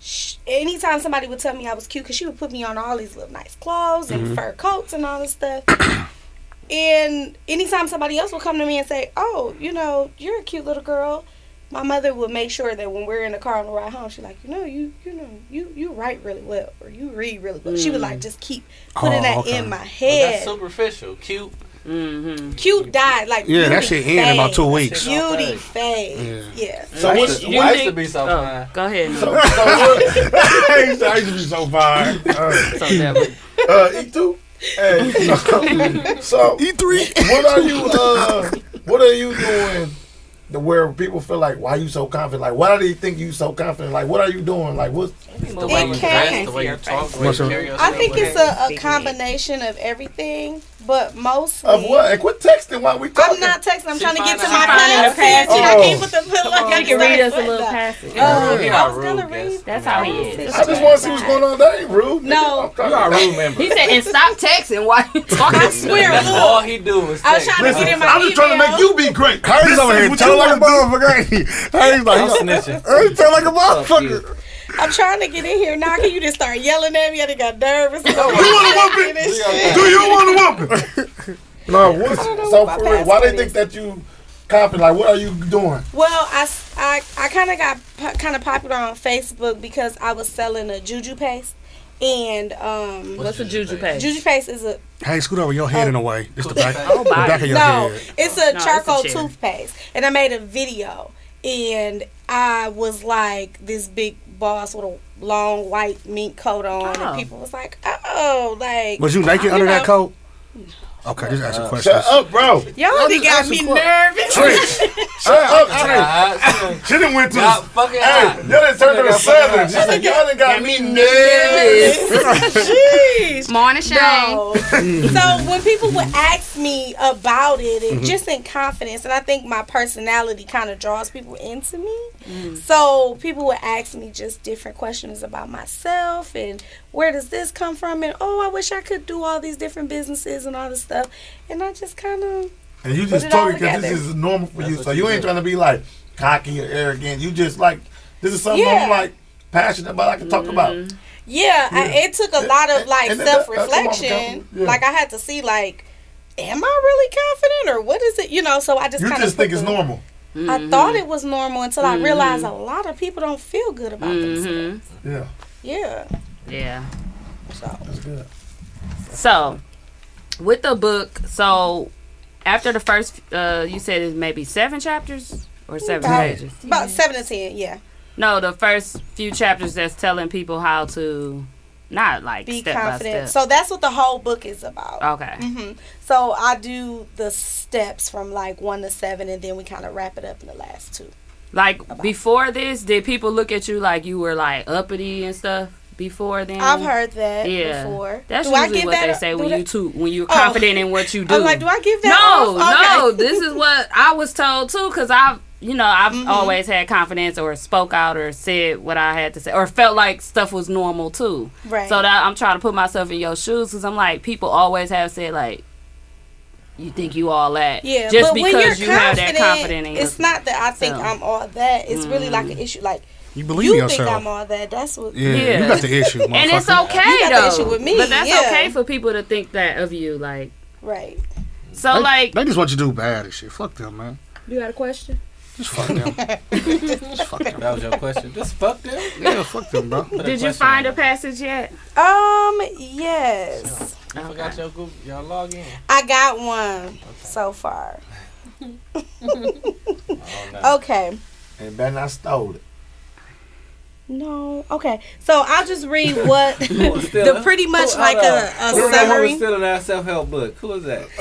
I: sh- anytime somebody would tell me I was cute, because she would put me on all these little nice clothes and
K: Mhm.
I: fur coats and all this stuff. and anytime somebody else would come to me and say, "Oh, you know, you're a cute little girl," my mother would make sure that when we're in the car on the ride home, she's like, "You know, you you know, you you write really well, or you read really well." She would like just keep putting
G: Mm. Oh,
I: that
G: okay.
I: in my
G: But
I: head.
G: that's superficial. Cute. Mm-hmm.
I: Cute died like
G: Yeah, that
I: beauty
G: shit end in
I: fades.
G: about two weeks.
I: Beauty fades. Yeah.
G: So what's- Used to- you used to think- be so
B: oh,
G: fine.
B: Go ahead.
E: I used to I used to be so fine. Uh, uh, E2? Hey, so E3. What are you? Uh, what are you doing? To where people feel like, why you so confident? Like, why do you think you so confident? Like, what are you doing? Like, what?
G: The way you dress, the way you talk, the way you
E: What's up?
G: carry yourself.
I: I think it's a, a combination of everything, but mostly
E: Of what? And quit texting while we talking. Oh.
I: I'm not texting. I'm trying to get to
E: finding-
I: my
E: she finding the
I: passage. I
E: passage.
I: can't put the put like I
B: you can
I: said,
B: read us
I: what
B: a little
I: the-
B: passage.
E: Oh,
G: You're
I: I
G: not
I: was
G: rude,
I: gonna
G: guess.
I: read.
B: That's how he is.
E: I just want to see what's going on. That ain't rude.
I: No,
G: You are a rude member.
B: He said, and stop texting while you talking.
I: I swear,
G: That's
I: look.
G: all he do is
I: I was
G: text.
I: trying to get in my
E: I'm just trying to make you be great.
H: Harry's over
E: This is
H: here
E: what
H: telling
E: you
H: like a motherfucker. Harry's like,
G: I'm snitching.
H: Harry's telling like a motherfucker.
I: I'm trying to get in here now. Can you just start yelling at me? I done got nervous. you want
E: wanna whoop Do you want to whoop it? no, what's, so
I: what
E: for
I: my
E: real, why they
I: password
E: think that you confident? Like, what are you doing?
I: Well, I, s- I, kind of got po- kind of popular on Facebook because I was selling a juju paste. And um,
B: What's a juju paste?
I: Juju paste is a
H: Hey, scoot over your head in a way. It's the back,
B: I'll
H: the
B: buy
H: back of your
I: no,
H: head.
I: it's a
B: Oh. No, it's a
I: charcoal
B: chair.
I: toothpaste. And I made a video, and I was like this big boss with a long white mink coat on,
B: Oh.
I: and people was like, "Oh, like."
H: Was you naked under that
I: know,
H: coat? Okay, just ask a question.
E: Shut up, bro.
I: Y'all done
E: I'm just
I: got me
E: asking questions.
I: nervous.
E: Shut up, Trey. She done went to.
G: Y'all fucking
E: Hey,
G: hot.
E: y'all done turned to the southern. She said, y'all done got me nervous.
I: Jeez.
K: Morning, Shane.
I: No. so when people would ask me about it,
E: Mm-hmm.
I: it just in confidence, and I think my personality kind of draws people into me. Mm. So people would ask me just different questions about myself and where does this come from, and oh, I wish I could do all these different businesses and all this stuff, and I just kind of
E: And you
I: Put
E: just
I: it all
E: talking because this
I: together.
E: is normal for you.
G: what
E: So
G: you
E: you ain't
G: do.
E: trying to be like cocky or arrogant. You just like, this is something
I: Yeah. Mm-hmm.
E: I'm like passionate about. I can talk about.
I: Yeah, I, it took a lot of like
E: and that- that-
I: self
E: that's what I'm
I: reflection.
E: talking- yeah.
I: Like I had to see like, am I really confident or what is it? You know, so I just
E: You
I: kind
E: just
I: of
E: think it's normal.
I: I
B: Mm-hmm.
I: thought it was normal until I realized a lot of people don't feel good about
B: Mm-hmm.
I: themselves.
E: Yeah,
I: Yeah.
B: Yeah.
I: So
E: that's good.
B: So, with the book, so after the first, uh, you said it's maybe seven chapters or seven
I: About-
B: pages.
I: About seven to ten, yeah.
B: No, the first few chapters that's telling people how to not like
I: Be
B: step by
I: confident.
B: step.
I: So that's what the whole book is about.
B: okay.
I: hmm So I do the steps from like one to seven, and then we kind of wrap it up in the last two.
B: Like before this, did people look at you like you were like uppity and stuff before then?
I: I've heard that
B: Yeah.
I: before.
B: That's
I: do I
B: usually
I: give
B: what
I: that
B: they
I: up?
B: say
I: Do
B: when
I: that-
B: you too when you're
I: Oh.
B: confident in what you do.
I: I'm like, do I give that?
B: no,
I: off?
B: no,
I: Okay.
B: this is what I was told too, because I've you know I've
I: Mm-hmm.
B: always had confidence or spoke out or said what I had to say or felt like stuff was normal too.
I: Right.
B: So that I'm trying to put myself in your shoes because I'm like people always have said like. You think you all that?
I: Yeah,
B: Just
I: but
B: because
I: when you're
B: you have
I: confident,
B: that confidence, Mm. in
I: it's not that I think
B: So.
I: I'm all that. It's really like an issue. Like
H: You believe
I: you
H: in yourself.
I: think I'm all that. That's what.
H: yeah,
B: Yeah.
H: you got the issue, motherfucker.
B: and it's
I: You
B: okay
I: got the
B: though.
I: issue with me,
B: but that's
I: yeah.
B: okay for people to think that of you. Like,
I: Right.
B: so
H: They,
B: like
H: they just want you to do bad and shit. Fuck them, man.
B: you got a question?
H: Just fuck them. just fuck them.
G: That was your question. Just fuck them.
H: Yeah, fuck them, bro.
G: Put a
B: Did you
G: question
B: find a
G: on
B: passage yet?
I: Um. Yes,
G: it. You forgot your Google, your login.
I: I got one so far.
G: Oh, no.
I: Okay.
E: And then I stole it.
I: No. Okay. So I'll just read what
G: Still-
I: the pretty much
G: who-
I: like
G: hold
I: a,
G: on.
I: a
G: Who was that who was
I: summary.
G: still in our self help book? Who was that?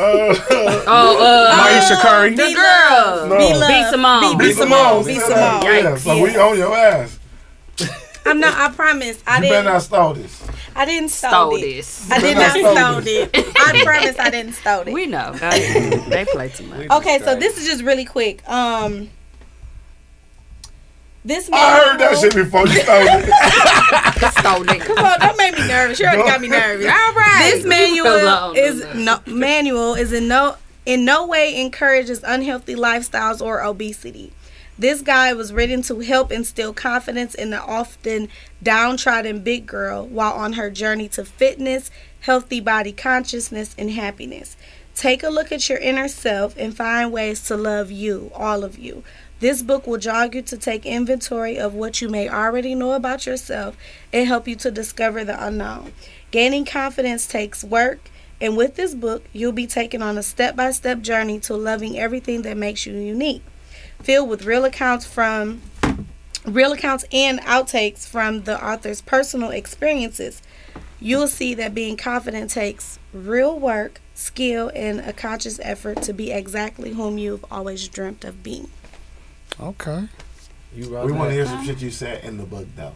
B: Oh, uh,
H: Maya Shakari.
B: the girl,
E: No.
I: Be love.
B: B. Simone.
I: Be, be Simone. Be
E: Yeah,
I: Simone.
E: Yeah, so we on your ass.
I: I'm not. I promise. I
E: You better
I: didn't.
E: not stole this.
I: I didn't stole
B: stole
I: it.
B: this.
I: I did not
E: You better not
I: stole it. I promise. I didn't stole it.
B: We know. Go ahead. they play too much.
I: Okay, so this is just really quick. Um This man
E: I heard that shit before you started.
I: Come on, that made me nervous. You already got me nervous. All right. This manual
B: Alone.
I: is no manual is in no in no way encourages unhealthy lifestyles or obesity. This guide was written to help instill confidence in the often downtrodden big girl while on her journey to fitness, healthy body consciousness, and happiness. Take a look at your inner self and find ways to love you, all of you. This book will jog you to take inventory of what you may already know about yourself and help you to discover the unknown. Gaining confidence takes work, and with this book, you'll be taken on a step by step journey to loving everything that makes you unique. Filled with real accounts from real accounts and outtakes from the author's personal experiences, you'll see that being confident takes real work, skill, and a conscious effort to be exactly whom you've always dreamt of being.
H: Okay.
G: You
E: We want to hear some shit you said in the book though,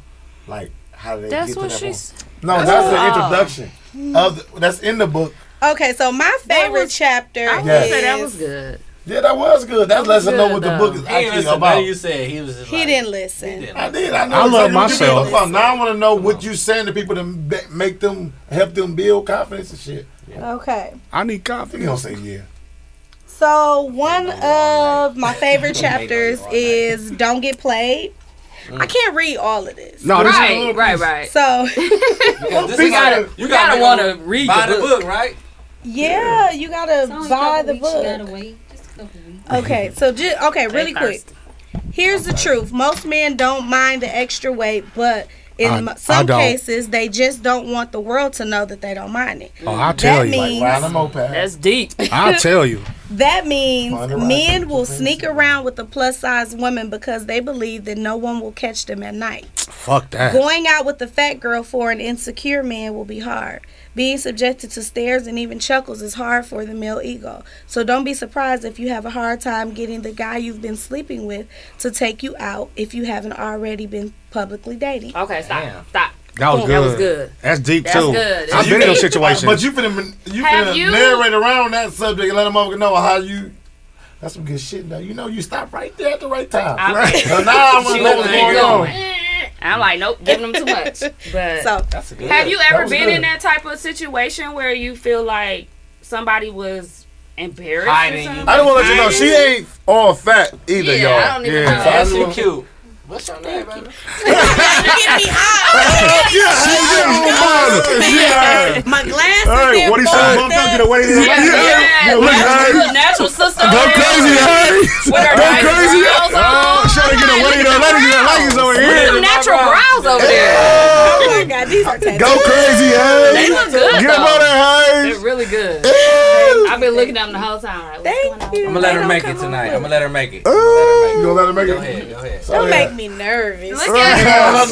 E: like how they
B: That's
E: get to
B: what
E: that
B: she
E: point.
B: s-
E: No, that's,
B: Oh.
E: the introduction of the, that's in the book.
I: Okay, so my favorite chapter
E: I would
I: is
E: say that
B: was good.
E: Yeah, that was good. That lets us know what the
B: good,
E: book is
G: He didn't
E: actually
G: listen about.
E: about.
G: you said he was just
I: He
G: like,
I: didn't listen.
E: I did. I know.
H: I love
E: exactly what you
H: myself.
E: talking about. Now I want to know what you saying to people to ma- make them help them build confidence and shit.
I: Okay.
H: I need
E: You gonna
H: confidence.
E: say yeah?
I: So one of my favorite chapters is Don't Get Played. I can't read all of this.
H: No, this
B: Right, right, right.
I: So
G: Because this
E: We
F: Oh,
G: is
E: gotta-
G: like-
B: you gotta
G: make
B: wanna
G: them
B: read
G: buy
B: the
G: the
B: book.
G: book, right?
I: yeah, you gotta
J: It's only a
I: buy
J: couple
I: the
J: weeks, You
I: book.
J: gotta wait just a couple weeks.
I: Okay, so just okay, really quick.
B: thirsty.
I: Here's the truth: most men don't mind the extra weight, but in
H: I-
I: mo-
H: I
I: some
H: don't.
I: cases, they just don't want the world to know that they don't mind it.
H: Oh, I'll tell
I: that
H: you.
I: means
E: Ride a moped.
B: That's deep.
H: I'll tell you.
I: That means
E: Find a ride
I: men
E: for
I: will
E: the fans.
I: sneak around with the plus size woman because they believe that no one will catch them at night.
H: Fuck that.
I: Going out with the fat girl for an insecure man will be hard. Being subjected to stares and even chuckles is hard for the male ego. So don't be surprised if you have a hard time getting the guy you've been sleeping with to take you out if you haven't already been publicly dating.
B: Okay, stop.
G: Damn.
B: Stop.
H: That was
B: Boom,
H: good.
B: That was good.
H: That's deep
B: That's
H: too.
B: good.
H: I've
B: You
H: been in those
B: can-
E: But
H: situations.
E: you finna you
B: Have
E: finna
B: you-
E: narrate around that subject and let them motherfucker know how you. That's some good shit though. You know you stop right there at the right time.
B: I-
E: So now I want to know what's
B: She
E: going
B: was
E: on.
B: like, I'm like, nope, giving them too much. But
I: So
G: That's a good.
B: have you
E: That
B: ever
E: was
B: been
E: good.
B: in that type of situation where you feel like somebody was embarrassed? or
G: Hiding you.
B: something?
E: I don't want to let you know she ain't all fat either,
B: Yeah, I
E: y'all.
B: don't even
H: Yeah.
B: know.
G: That's
E: I
G: too
E: don't-
G: cute. What's your name, baby?
H: Yeah.
I: my glasses.
H: Hey,
I: and
H: what he said? Bump up, get away. Yeah.
B: Yeah, yeah,
H: Yeah, look,
B: natural,
H: hey.
B: natural sister.
H: Go
B: over
H: crazy,
B: there.
H: hey.
B: With her
H: Go
B: nice
H: crazy.
B: brows on.
H: Oh, trying to get away. The ladies, the ladies over
B: Them
H: here.
B: natural brows over there.
I: Oh my god, these are tattoos.
H: Go crazy,
B: They
H: hey.
B: look good.
H: Get
B: though.
H: on that,
B: They're really good.
H: hey.
B: I've been looking at them the whole time. Like, what's going
I: Thank
B: on?
I: you.
G: I'm gonna let her make it tonight. I'm gonna let her make it. I'm
E: You
G: gonna
E: gonna let her make
G: let her
E: it?
G: make it. Go ahead, go ahead.
I: Don't
H: Oh,
E: Yeah.
I: make me nervous.
B: Look at her.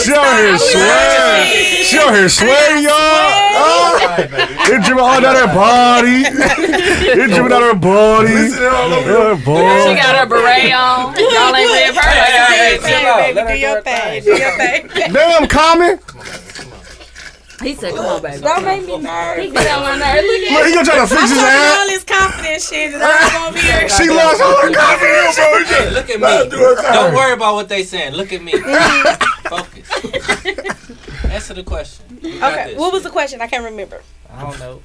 H: She out here sweating. She out here sweating, y'all. Oh,
G: All right, baby.
H: it dripping all down her body. It dripping out her body.
E: Listen, they're all over.
H: Her
B: She
H: body.
B: got her beret on. Y'all ain't read her.
G: Hey, hey, hey,
B: Like,
G: chill out. Let her
I: Do your
G: her
I: thing. Do your thing.
H: Damn, Common.
B: he said, come on, baby.
I: Don't make me nervous.
B: He get on my nerve. Look at
H: Look, he gonna try to fix his
I: Fucking all
H: ass.
I: this confidence shit that I'm over here.
H: She lost all her confidence.
G: Hey, look at me. Don't worry about what they saying. Look at me. Focus.
H: oh,
G: Answer the question. You got
I: Okay,
G: this.
I: what was the question? I can't remember.
G: I don't know.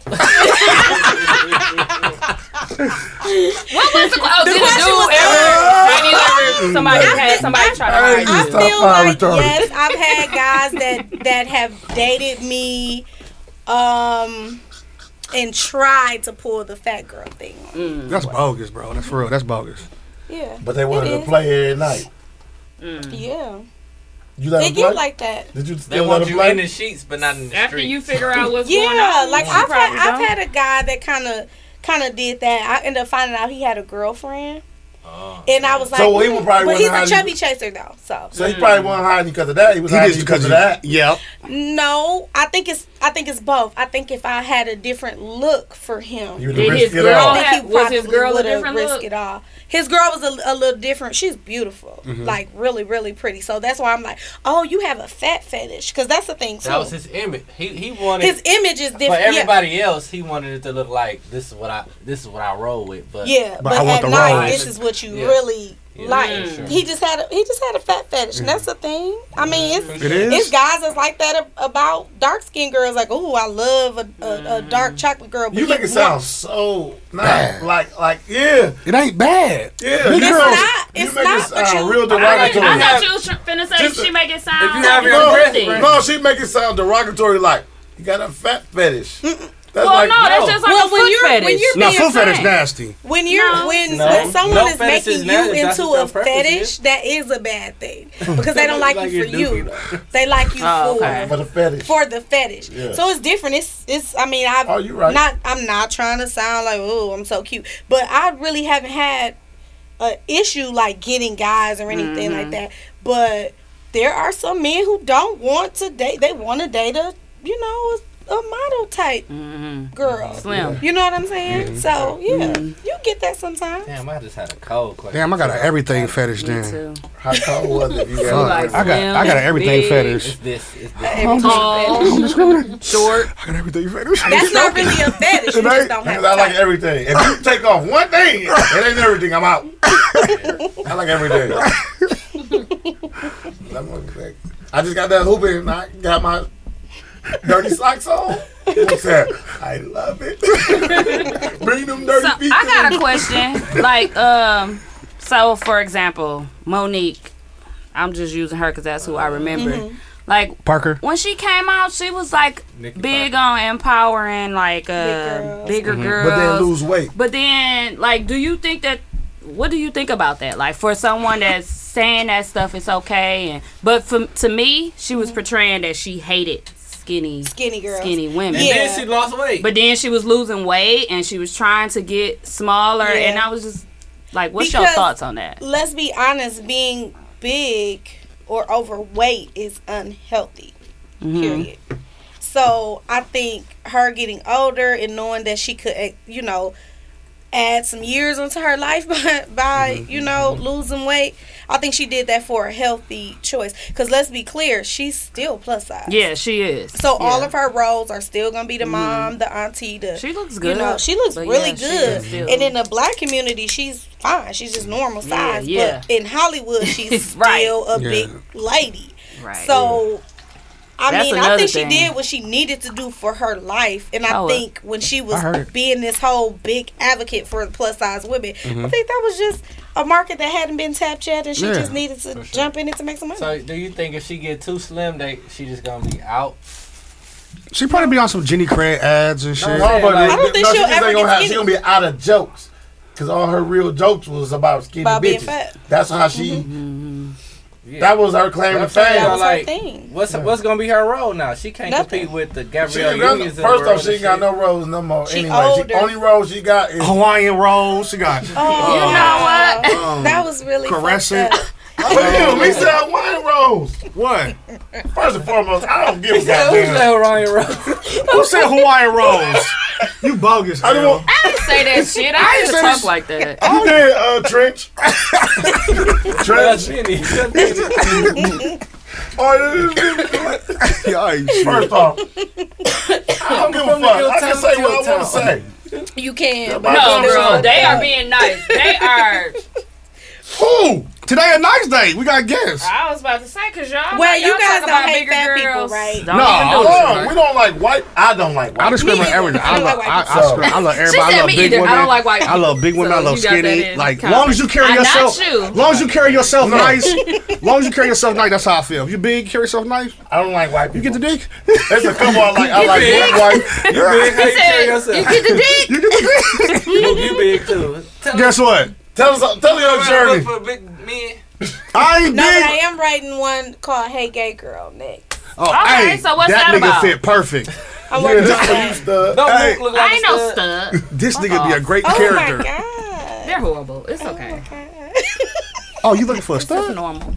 B: What was the question? Oh, did a dude ever? Have you ever somebody had somebody try to hire you?
I: I
E: stop
I: feel
E: by
I: like
E: retarded.
I: yes, I've had guys that that have dated me, um, and tried to pull the fat girl thing. on.
H: That's bogus, bro. That's for real. That's bogus.
I: Yeah,
E: Mm. But they wanted
I: It
E: to
I: is.
E: play every night.
I: yeah.
E: You let
I: They
E: them play.
I: get like that.
E: Did you
G: They
E: still let
G: want
E: them
G: you in the
E: play?
G: sheets, but not in the
B: After
G: streets.
B: you figure out what's going on.
I: Yeah, like
B: you
I: I've had
B: probably
I: I've
B: don't.
I: had a guy that kind of kind of did that. I ended up finding out he had a girlfriend,
G: Oh.
I: and I was like,
E: So he was
I: but
E: probably wondering
I: he's
E: how
I: a
E: you-
I: chubby chaser though. So
E: So he probably wasn't hiding because of that. He was hiding because of that.
H: Yep.
I: No, I think it's I think it's both. I think if I had a different look for him,
E: You would
B: Did
E: risk
B: his
E: it
B: girl
E: all.
I: I think he
B: Was his
I: probably
B: girl a
I: would've
B: different
I: risked
B: look?
I: it all. His girl was a, a little different. She's beautiful,
E: Mm-hmm.
I: like really, really pretty. So that's why I'm like, oh, you have a fat fetish, because that's the thing too.
G: That was his image. He he wanted
I: his image is
G: for
I: different.
G: everybody else. He wanted it to look like this is what I this is what I roll with. But
I: yeah, yeah, but,
H: But I want
I: at
H: the
I: night,
H: rose.
I: this is what you
G: Yeah.
I: really
G: Yeah,
I: like
G: for sure.
I: he just had a, he just had a fat fetish, and that's the thing. I mean, it's
G: It is?
I: it's guys that's like that ab- about dark skinned girls. Like, oh, I love a, a, a
G: Mm.
I: dark chocolate girl.
E: You make it sound so not like like yeah.
H: It ain't bad.
E: Yeah,
I: It's
E: you girls-
I: not-
E: You
I: it's
E: make
I: not,
E: it
I: but
E: sound
I: you-
E: real
B: I,
E: derogatory.
B: I thought you was tr- finna say
E: Just-
B: she make it sound.
E: If you have your
B: like
E: own
B: it's
E: breath- no, she make it sound derogatory. Like you got a fat fetish. That's
B: Well, no, that's just like
I: Well,
B: a
I: when
B: foot
I: you're- when
B: fetish.
I: you're
H: Now,
I: being
H: foot fetish
I: frank.
H: nasty.
I: When you're when,
G: No.
I: when someone
G: No
I: is
G: fetish
I: making
G: is nasty.
I: you
G: That's
I: into
G: what
I: a
G: your preference
I: fetish,
G: is.
I: that is a bad thing because they don't like, you for you. They like you
B: Oh,
I: for
B: okay.
E: for the fetish.
I: for the fetish.
E: Yeah.
I: So it's different. It's it's. I mean, I've
E: Oh, you right.
I: not. I'm not trying to sound like oh, I'm so cute, but I really haven't had an issue like getting guys or anything
B: Mm-hmm.
I: like that. But there are some men who don't want to date. They want to date a you know a, a model type girl.
B: Mm-hmm. Slim. Mm-hmm.
I: You know what I'm saying? So yeah, you get that sometimes.
G: Mm-hmm. Damn, I just had a cold question.
H: Damn, I got an everything fetish
B: Me
H: then.
B: too.
E: How tall was it? You
H: Fuck.
E: got
B: like
H: I got I
B: slim,
H: got an everything
B: big.
H: fetish.
G: It's this. It's this.
H: I'm just-
B: Tall,
H: I'm discriminating.
B: short.
H: I got everything fetish.
I: That's not really a fetish. You just don't have
E: Because I like
I: time.
E: everything. If you take off one thing, it ain't everything. I'm out. I like everything. I'm okay. I just got that hoop in and I got my dirty socks on. What's that? I love it. Bring them dirty
B: So
E: feet.
B: I got a
E: to
B: question. like, um, so for example, Monique, I'm just using her because that's who I remember.
E: Mm-hmm.
B: Like
H: Parker.
B: when she came out, she was like
G: Nikki
B: big on empowering like uh,
I: girls.
B: bigger
E: me.
B: girls.
E: Mm-hmm. But then lose weight.
B: But then, like, do you think that? What do you think about that? Like, for someone that's saying that stuff, it's okay. And but for to me, she
E: Mm-hmm.
B: was portraying that she hated skinny,
I: Skinny girls.
B: skinny women.
G: And
I: Yeah.
G: then she lost weight.
B: But then she was losing weight and she was trying to get smaller.
I: Yeah.
B: And I was just like, what's your
I: Because-
B: thoughts on that?
I: Let's be honest. Being big or overweight is unhealthy.
B: Mm-hmm.
I: Period. So I think her getting older and knowing that she could, eh, you know, add some years onto her life by, by you know, losing weight. I think she did that for a healthy choice. Because let's be clear, she's still plus size.
B: Yeah, she is.
I: So all
B: Yeah.
I: of her roles are still gonna be the mom, the auntie, the
B: She looks
I: you
B: good.
I: know she looks
B: But
I: really
B: yeah, she
I: good.
B: is still-
I: and in the black community, she's fine. She's just normal
B: Yeah,
I: size.
B: yeah.
I: But in Hollywood, she's
B: Right.
I: still a
H: Yeah.
I: big lady.
B: Right.
I: So. I
B: That's
I: mean, I
B: another
I: think
B: thing.
I: she did what she needed to do for her life, and I
B: Oh, uh,
I: think when she
H: I heard
I: was
H: it.
I: being this whole big advocate for plus size women,
B: Mm-hmm.
I: I think that was just a market that hadn't been tapped yet, and she
H: Yeah.
I: just needed to jump in it to make some money.
G: So do you think if she get too slim, that she just gonna be out?
H: She probably be on some Jenny Craig ads and shit.
E: No, but
G: I
I: don't think she'll
E: no, she just
I: ever
E: ain't gonna
I: get
E: have. She gonna be out of jokes. Cause all her real jokes was about skinny
I: About being
E: bitches.
I: fat. Mm-hmm.
E: That's how she.
G: Yeah.
E: That was her claim to
G: I'm saying,
E: fame.
I: was her
G: like,
I: thing.
G: What's what's gonna be her role now? She can't
I: Nothing.
G: compete with the
E: She
G: Gabrielle
E: ain't got no,
G: Unions. of the
E: first
G: world
E: off, she
G: and
E: ain't got
G: shit.
E: no roles no more.
I: She
E: anyway,
I: older.
E: she, only role she got is
H: Hawaiian rolls. She got
I: Oh,
B: you know what?
I: that was really fucked
H: Caressing.
I: up.
E: What do you? We sell wine rolls.
H: what?
E: First and foremost, I don't give a
G: Yeah, who's
E: goddamn.
G: that Ryan Rose?
H: Who said Hawaiian rolls? You bogus.
E: I don't
H: Al.
E: want.
B: I didn't say that shit. I didn't talk like that.
E: You did, uh, Trench.
G: That's
E: Trench.
G: Minnie. That's Minnie.
E: Oh, yeah, yeah, yeah.
H: Y'all ain't shit.
E: First off, I don't give a fuck. I can say what I want to say.
I: You can,
E: My
I: but
B: No,
E: daughter's
B: bro.
E: like,
B: They are being nice. They are.
H: Who? Today a nice day. We got guests.
B: I was about to say, because y'all.
I: Well,
B: like,
I: you
B: y'all
I: guys
B: talk
I: don't
B: about
I: hate
B: bigger
I: fat people,
B: girls.
I: right?
B: Don't
H: No.
B: even do
E: Hold
B: it.
E: on, we don't like white. I don't like
H: I
E: white.
H: discriminate
I: Me neither.
H: everything.
I: I
H: I
I: don't
H: love,
I: like
H: I,
I: white
H: I, discriminate. I love
B: She
H: everybody. I
B: said
H: love
B: me
H: big
B: either.
H: women.
B: I don't like white
H: I love big women.
B: So
H: I love
B: you got that
H: skinny.
B: in
H: Like,
B: common.
H: long as you carry
B: I got
H: yourself,
B: you.
H: long as you carry yourself
E: No.
H: nice, long as you carry yourself nice. That's how I feel. If you big, carry yourself nice.
E: I don't like white
H: You get
E: people.
H: the dick.
E: There's a couple I like. I like
G: big.
E: one white.
G: You big? How you carry
B: You said, you
G: yourself?
B: get the dick.
H: You get the
G: You you big too.
H: dick. Guess what?
E: Tell us, tell us your
G: Look
E: journey.
G: for big men.
H: I ain't
I: No, but I
H: big.
I: am writing one called "Hey Gay Girl" next.
H: Oh,
B: Okay,
H: hey,
B: so what's
H: that
B: that
H: nigga
B: about?
H: fit perfect.
I: I'm working on
E: Yeah, you
I: that.
E: stud.
G: Don't
H: Hey.
G: look- look like
B: I ain't
G: a
B: no
G: stud.
B: stud.
H: This nigga be a great
I: Oh
H: character.
I: my god!
B: They're horrible. It's okay.
H: Oh, you looking for a
B: It's
H: stud?
B: normal.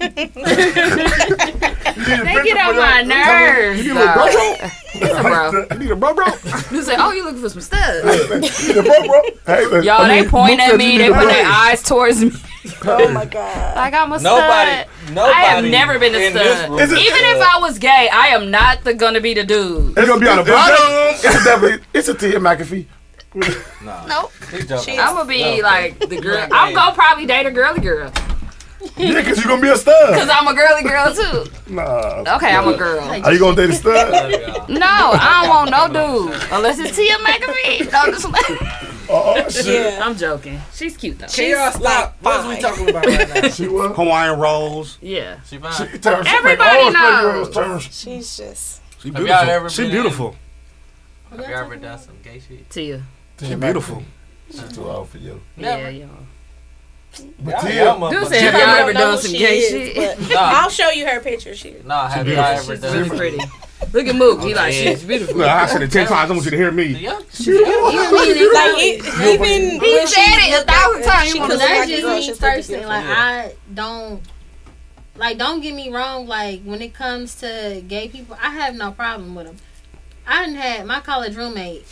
E: You need a
B: They
E: picture
B: get on
E: for
B: my
E: your-
B: nerves.
E: You need a bro,
B: dog.
E: bro.
B: He's a bro.
H: You need a bro, bro.
B: You say, oh, you looking for some studs?
E: You need a bro, bro. Hey, look.
B: Y'all,
H: I
B: they
H: mean,
B: point
H: look
B: at
H: at
B: me.
H: you,
B: They
H: you're
B: put their
H: brave.
B: eyes towards me.
I: Oh my god!
B: Like I'm a
G: Nobody,
B: stud.
G: nobody.
B: I have never been a
G: in this
B: stud.
G: room
E: Is
B: Even
E: it-
B: if I was gay, I am not the gonna be the dude.
H: You gonna be on the
E: It's-
H: bottom?
E: It's definitely it's a Tia McAfee.
G: No.
B: Nope.
G: joking.
B: I'm gonna be
G: No.
B: like the girl.
G: Right.
B: I'm gonna probably date a girly girl
H: Yeah, cause you gonna be a stud.
B: because I'm a girly girl too.
E: uh,
H: Nah.
B: Okay, I'm a girl.
H: Are you gonna date a stud?
B: No, I don't want no dude unless it's Tia McAfee. No, just
H: oh shit.
B: I'm joking. She's cute though.
G: She all stop. What we talking about right now?
H: She was Hawaiian rolls.
B: Yeah.
G: She fine.
E: She turns- she
B: Everybody
E: make all straight
B: knows.
E: girls turn-
I: She's just
H: She
G: Have y'all
H: beautiful.
G: ever
H: She
G: been
H: beautiful.
G: Have you ever done some gay shit?
B: Tia.
H: She beautiful.
E: She too old for you.
B: Yeah,
G: Never.
B: yeah.
E: But
G: Y'all
E: Tia-
G: young
B: Do
G: motherfuckers.
B: say have
I: I
B: y'all
I: don't
B: ever
I: know
B: done
I: who
B: some
I: she
B: gay
I: is,
B: shit?
I: but
G: Nah,
I: I'll show you her picture. She
G: nah, have y'all ever
B: She's
G: done
B: really pretty. Look at Mook. He like she's beautiful.
H: Look, I said it ten times. I want you to hear
G: The
H: me.
G: young
I: like it, even
B: He
I: when
B: said
I: she
B: it a thousand times. You
I: she
B: wanna
I: could look
J: Cause that's
I: like a
J: just
I: girl,
J: me
I: she's pretty
J: personally.
I: beautiful.
J: Like I don't like. Don't get me wrong. Like when it comes to gay people, I have no problem with them. I didn't had my college roommate.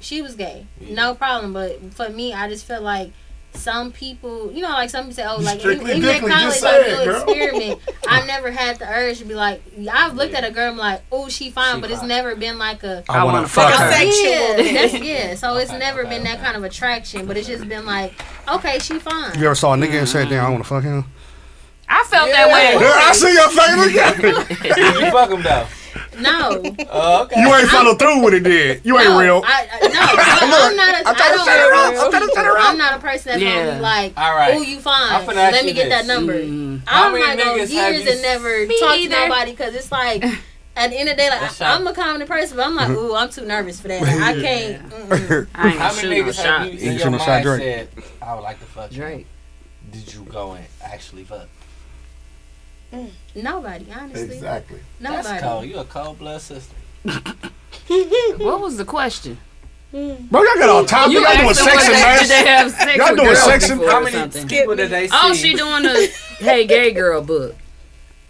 J: She was gay, no problem. But for me, I just feel like some people, you know, like some people say, "Oh, like in,
E: Strictly
J: in that
E: dickly,
J: college,
E: just
J: I
E: say it,
J: do
E: girl.
J: experiment." I never had the urge to be like. I've looked at a girl, I'm like, "Oh, she fine,"
G: She
J: but it's
G: fine.
J: never been like a
H: I wanna
B: fuck
I: her.
J: yeah,
I: Sexual.
J: that's- yeah. So it's
G: Okay,
J: never
G: okay,
J: been that
G: okay.
J: kind of attraction, but it's just been like, okay, she fine.
H: You ever saw a nigga and said, "Damn, I want to fuck him"?
B: I felt that way.
H: Yeah, I see your face. Look at it.
G: You fuck him though.
J: No,
G: Oh, okay.
H: You ain't follow through with it, did? You ain't
J: no,
H: Uh, real.
J: I, I, no, I'm not. A,
H: I'm trying to
J: I
H: set her up. I'm
J: don't-
H: trying to set her
J: I'm
H: up.
J: not a person that's gonna
B: Yeah.
J: be like,
G: All right.
J: "Oh, you fine."
G: I'm finna ask
J: Let me
G: you
J: get that
G: this.
J: number.
B: Mm.
G: How
J: I'm
G: many
J: not gonna
G: niggas have
J: years
G: you
J: and never
B: Me
J: talk
B: either.
J: to nobody because it's like. At the end of the day, like
G: That's
J: I,
G: right.
J: I'm a common person, but I'm like,
H: Mm-hmm.
J: ooh, I'm too nervous for that. Like, I can't. mm-mm.
B: I ain't
G: How
B: gonna
G: many
B: shoot no
G: niggas have
B: shot.
G: you
H: You
G: in your
H: shooting a shot,
G: mind
H: Drake.
G: said, I would like to fuck you?
B: Drake.
G: Did you go and actually fuck?
J: Nobody, honestly,
E: Exactly.
J: nobody.
G: That's cold. You a cold blood sister.
B: What was the question?
H: Bro, y'all got all time. Y'all doing
B: asked someone
H: section,
B: that
H: man.
B: Did they have sex
H: Y'all
B: with
H: doing
B: girls
H: section?
B: before
G: How
B: or
G: many
B: something?
G: people did they see?
B: Oh, she doing a hey gay girl book.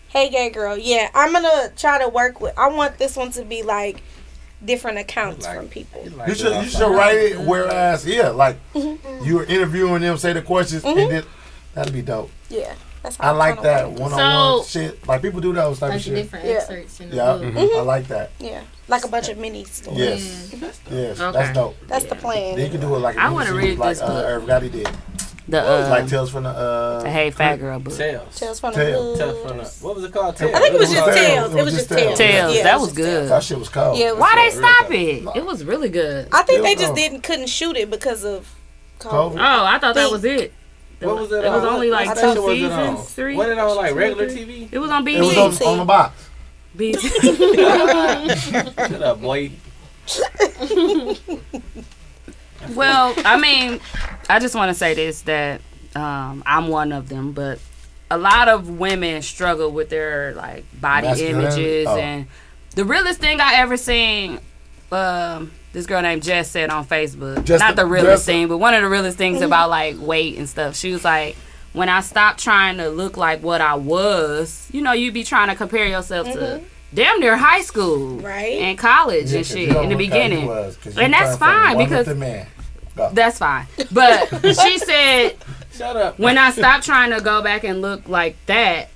I: Hey, gay girl. Yeah, I'm gonna try to work with. I want this one to be like different accounts
G: Like-
I: from people.
G: Like,
E: You should you should write it whereas yeah, like you were interviewing them, say the questions, and then that'd be dope.
I: Yeah, that's how
E: I
I: I'm
E: like
I: trying to
E: that
I: work.
E: one on one
B: So-
E: shit. Like people do those type of
J: Like the
E: shit.
J: different
I: Yeah. Mm-hmm.
J: excerpts in the
E: Yeah, mm-hmm.
J: book.
E: I like that.
I: Yeah, like a bunch of mini stories.
E: Yes, yes,
B: Okay.
E: that's dope.
I: That's the plan.
E: Then you can do it like a
B: I wanna
E: miniseries,
B: read
E: like,
B: this
E: uh,
B: book.
E: Irv Gotti did.
B: The
E: like
B: uh,
E: Tales from the uh,
B: the hey fat girl book.
G: Tails. Tails.
I: Tales from the
E: Tell-
I: hood.
G: from the, what was it called? Tails.
I: I think it was just
E: Tales.
I: tales. It was just tales.
B: Tales.
I: Yeah, it
B: that
I: was
B: was
I: just Tales.
B: good.
E: that shit was cold.
I: Yeah, it was-
B: Why
G: Real
B: they stop
G: good.
B: it? It was really good.
I: I think they
E: Yeah. uh.
I: just um, didn't couldn't shoot it because of
E: COVID.
I: COVID.
B: Oh, I thought that was it.
G: What was it
B: It was
G: on?
B: only
G: What
B: like
G: station
B: two
G: was it on?
B: seasons, three.
G: Wasn't it on like regular TV?
B: It was on
E: It was
B: BT.
E: on, on the box.
B: BT.
G: Shut up, boy.
B: Well, I mean, I just want to say this that um, I'm one of them, but a lot of women struggle with their like body
E: Masculinity?
B: images
E: Oh.
B: and the realest thing I ever seen. Um, this girl named Jess said on Facebook,
E: Jess-
B: not the realest
E: Jess-
B: thing, but one of the realest things about like weight and stuff. She was like, when I stopped trying to look like what I was, you know, you be trying to compare yourself
E: Mm-hmm.
B: to damn near high school,
I: Right.
B: and college
E: Yeah, 'cause
B: and shit
E: you don't
B: in the
E: look how you
B: beginning.
E: was, 'cause you
B: And that's
E: turned from
B: fine,
E: woman
B: because-
E: to man.
B: That's fine. But she said
G: Shut up.
B: when I stopped trying to go back and look like that,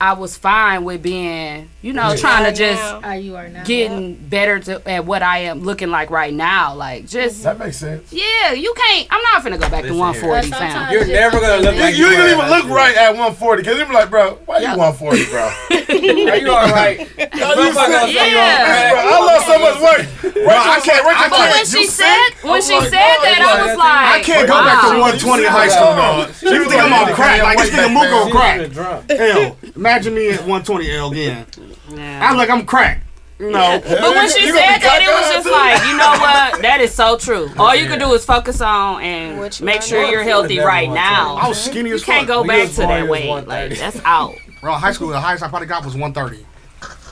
B: I was fine with being, you know, trying to
I: Yeah, now.
B: just
J: Are you are not.
B: getting better to, at what I am looking like right now. Like just
E: That makes sense.
B: yeah, you can't. I'm not finna go back
G: Listen
B: to
G: here.
B: 140
J: But
B: pounds.
J: sometimes-
G: You're
J: just
G: never gonna look
J: something
G: like
E: You ain't gonna
G: were
E: even
G: last
E: look
G: year.
E: right at 140 because they be like, bro, why
B: Yeah.
E: you 140, bro?
G: Are you all right?
E: you said-
B: Yeah.
E: Bro, I lost so much weight. Bro, I can't. Oh, Rachel, I
B: But when
E: can't.
B: she
E: You
B: said
E: sick?
B: when
E: Oh
B: she
E: my
B: said
E: God.
B: that, I was like,
H: I can't go back to
B: wow.
H: 120 in high school, dog.
E: She
H: You
E: was
H: think I'm
E: like,
H: on crack? Like this nigga Mook on
G: She
H: crack?
G: was drunk.
H: Hell, imagine me at 120 L again.
B: Yeah.
H: I'm like, I'm crack. No,
B: But when she
E: You
B: said
E: gonna be
B: that, it was
E: cockeyed
B: just
E: too?
B: like, you know what? That is so true. All you can do is focus on and
I: What you
B: make
I: wanna
B: sure
I: do.
B: you're healthy right
H: I
B: now.
H: was skinny
B: You
H: as
B: can't
H: fuck.
B: go back to
G: volume
B: that
G: is
B: weight.
G: 130.
B: Like that's out.
H: Bro, high school, the highest I probably got was 130.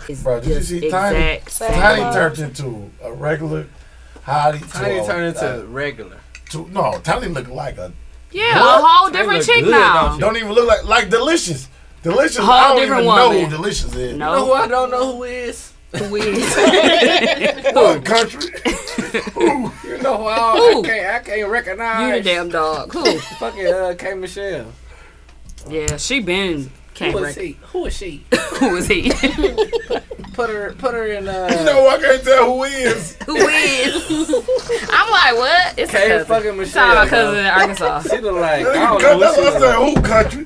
B: It's
E: Bro, did you
B: just
E: see Tiny?
B: exact same.
E: Tiny turned into a regular. Tiny,
G: Tiny
E: to a-
G: turned
E: uh,
G: into regular.
E: to- no. Tiny look like a
B: Yeah,
G: What?
B: a whole
G: They
B: different
G: look
B: chick
G: good,
B: now.
G: don't
E: don't even look like like delicious. Delicious.
B: Whole
E: I don't
B: different
E: even know
B: woman.
E: who delicious is.
G: You know who
B: No,
G: I don't know who is?
E: What country?
G: You know who I, don't,
B: Who?
G: I can't I can't recognize.
B: you the damn dog. Who?
G: fucking uh, K Michelle.
B: Yeah, she been
G: Who
B: can't
G: is
B: record.
G: he? Who is she?
B: Who was he?
G: put her put her in uh
E: You know I can't tell who is.
B: Who is? I'm like, what? It's
G: Kay
B: a cousin.
G: fucking
B: It's
G: Michelle.
B: all my
G: bro.
B: cousin in Arkansas.
G: She look like I don't know
E: That's what I said.
G: what
E: Who country?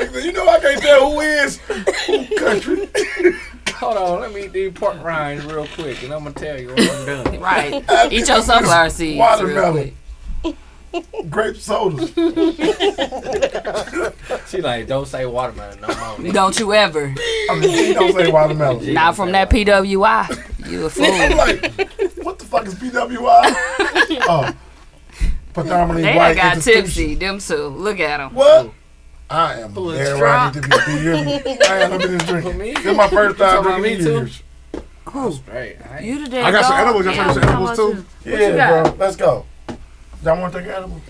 E: Nigga, you know I can't tell who is. Who country?
G: she, Hold on, let me do pork rinds real quick, and I'm gonna tell you when I'm done.
B: Right. Eat your sunflower seeds. Real quick.
E: Watermelon. Grape soda.
G: She like, don't say watermelon no more. nigga."
B: Don't you ever.
E: I mean, don't say watermelon.
B: Not from that PWI. You a
E: I'm
B: fool.
E: like, what the fuck is PWI? oh, predominantly
B: They
E: white.
B: done got
E: institution.
B: tipsy, them two. Look at them.
E: What? I am
G: Full of
E: there where I need to be. Do you hear me? I am up in this drink.
G: me?
E: This is my first
G: You
E: time
G: talking about
E: drinking
G: me too?
E: years.
G: Right. I ain't-
B: You the
H: I got some edibles. Y'all trying to some edibles too?
E: Yeah, bro. Let's go. Y'all want to take an edible?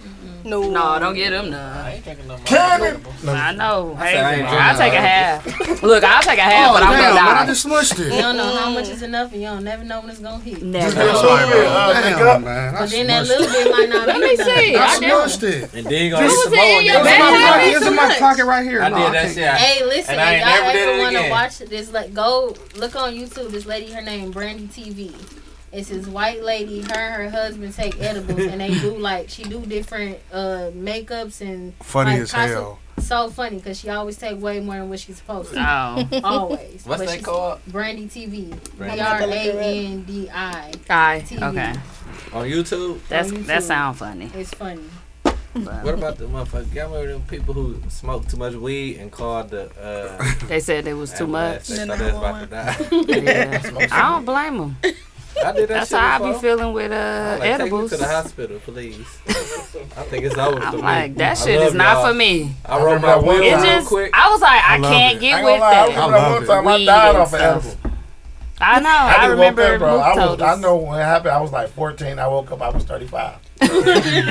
I: No.
B: No, don't get them none.
G: I ain't drinking no more.
E: Cannon!
B: I know.
G: I said I ain't
B: Hazel. I'll take
G: drinking
B: a half. Look, I'll take a half,
H: Oh
B: but I'm
H: damn, man! I
B: gonna die.
H: just smushed
J: You
H: it.
J: don't know how much is enough, and you don't never know when it's gonna hit.
E: Just
B: Never.
E: give us a little bit. Uh, pick up.
H: Damn, man! I
J: But then that
H: smushed
J: little
H: it.
J: bit might not.
B: Let
J: be
B: me
J: enough.
B: see.
H: I
B: I did.
H: smushed it.
G: And then gonna eat
B: Who's
G: some
B: in
G: more.
B: your
G: nigga.
H: It's in my
B: That's
H: pocket.
B: how
H: It's
J: it
H: in my
J: looks.
H: pocket right here.
G: I
H: No,
G: did that
H: can't.
G: shit. I-
J: Hey, listen,
G: And I
J: if
G: ain't
J: y'all
G: never did
J: ever
G: it
J: want to
G: again.
J: watch this, like, go look on YouTube. This lady, her name Brandy TV. It's this white lady. Her and her husband take edibles, and they do like she do different uh makeups and
H: Funny
J: like,
H: as
J: costume-
H: hell.
J: So funny because she always take way more than what she's supposed to.
B: Oh.
J: always.
G: What's
J: But
G: that
J: she's-
G: called?
J: Brandy TV.
G: Brandy.
J: B r a n d i.
B: Aye.
J: TV.
B: Okay.
G: On YouTube,
B: That's
J: On
B: that
J: YouTube.
B: sound funny.
J: It's funny.
G: what about the motherfucker? Y'all remember them people who smoked too much weed and called the uh,
B: They said it was too much.
G: ambulance? They thought they was about to die.
B: Yeah. I don't blame them.
G: I did that
B: That's
G: shit
B: how I
G: before.
B: be feeling with uh,
G: I'm like,
B: edibles.
G: Take me to the hospital, please. I think it's over. for
B: I'm
G: me.
B: like, that
G: I
B: shit
G: love
B: is not
G: y'all.
B: for me.
G: I rolled
E: remember
G: my
E: that one
G: window
B: It
E: Yeah.
G: real
B: just,
G: quick.
B: I was like, I,
H: I love
B: can't
H: it.
E: I
B: get
E: ain't gonna
B: with
E: lie,
B: that.
E: I remember that
H: love
E: one
H: it.
E: time I
B: Weed
E: died
B: and
E: off an
B: stuff.
E: edible.
B: I know.
E: I,
B: I,
E: just woke
B: remember
E: up, bro.
B: Luke
E: I, was,
B: told us.
E: I know when it happened. I was like 14. I woke up. I was 35.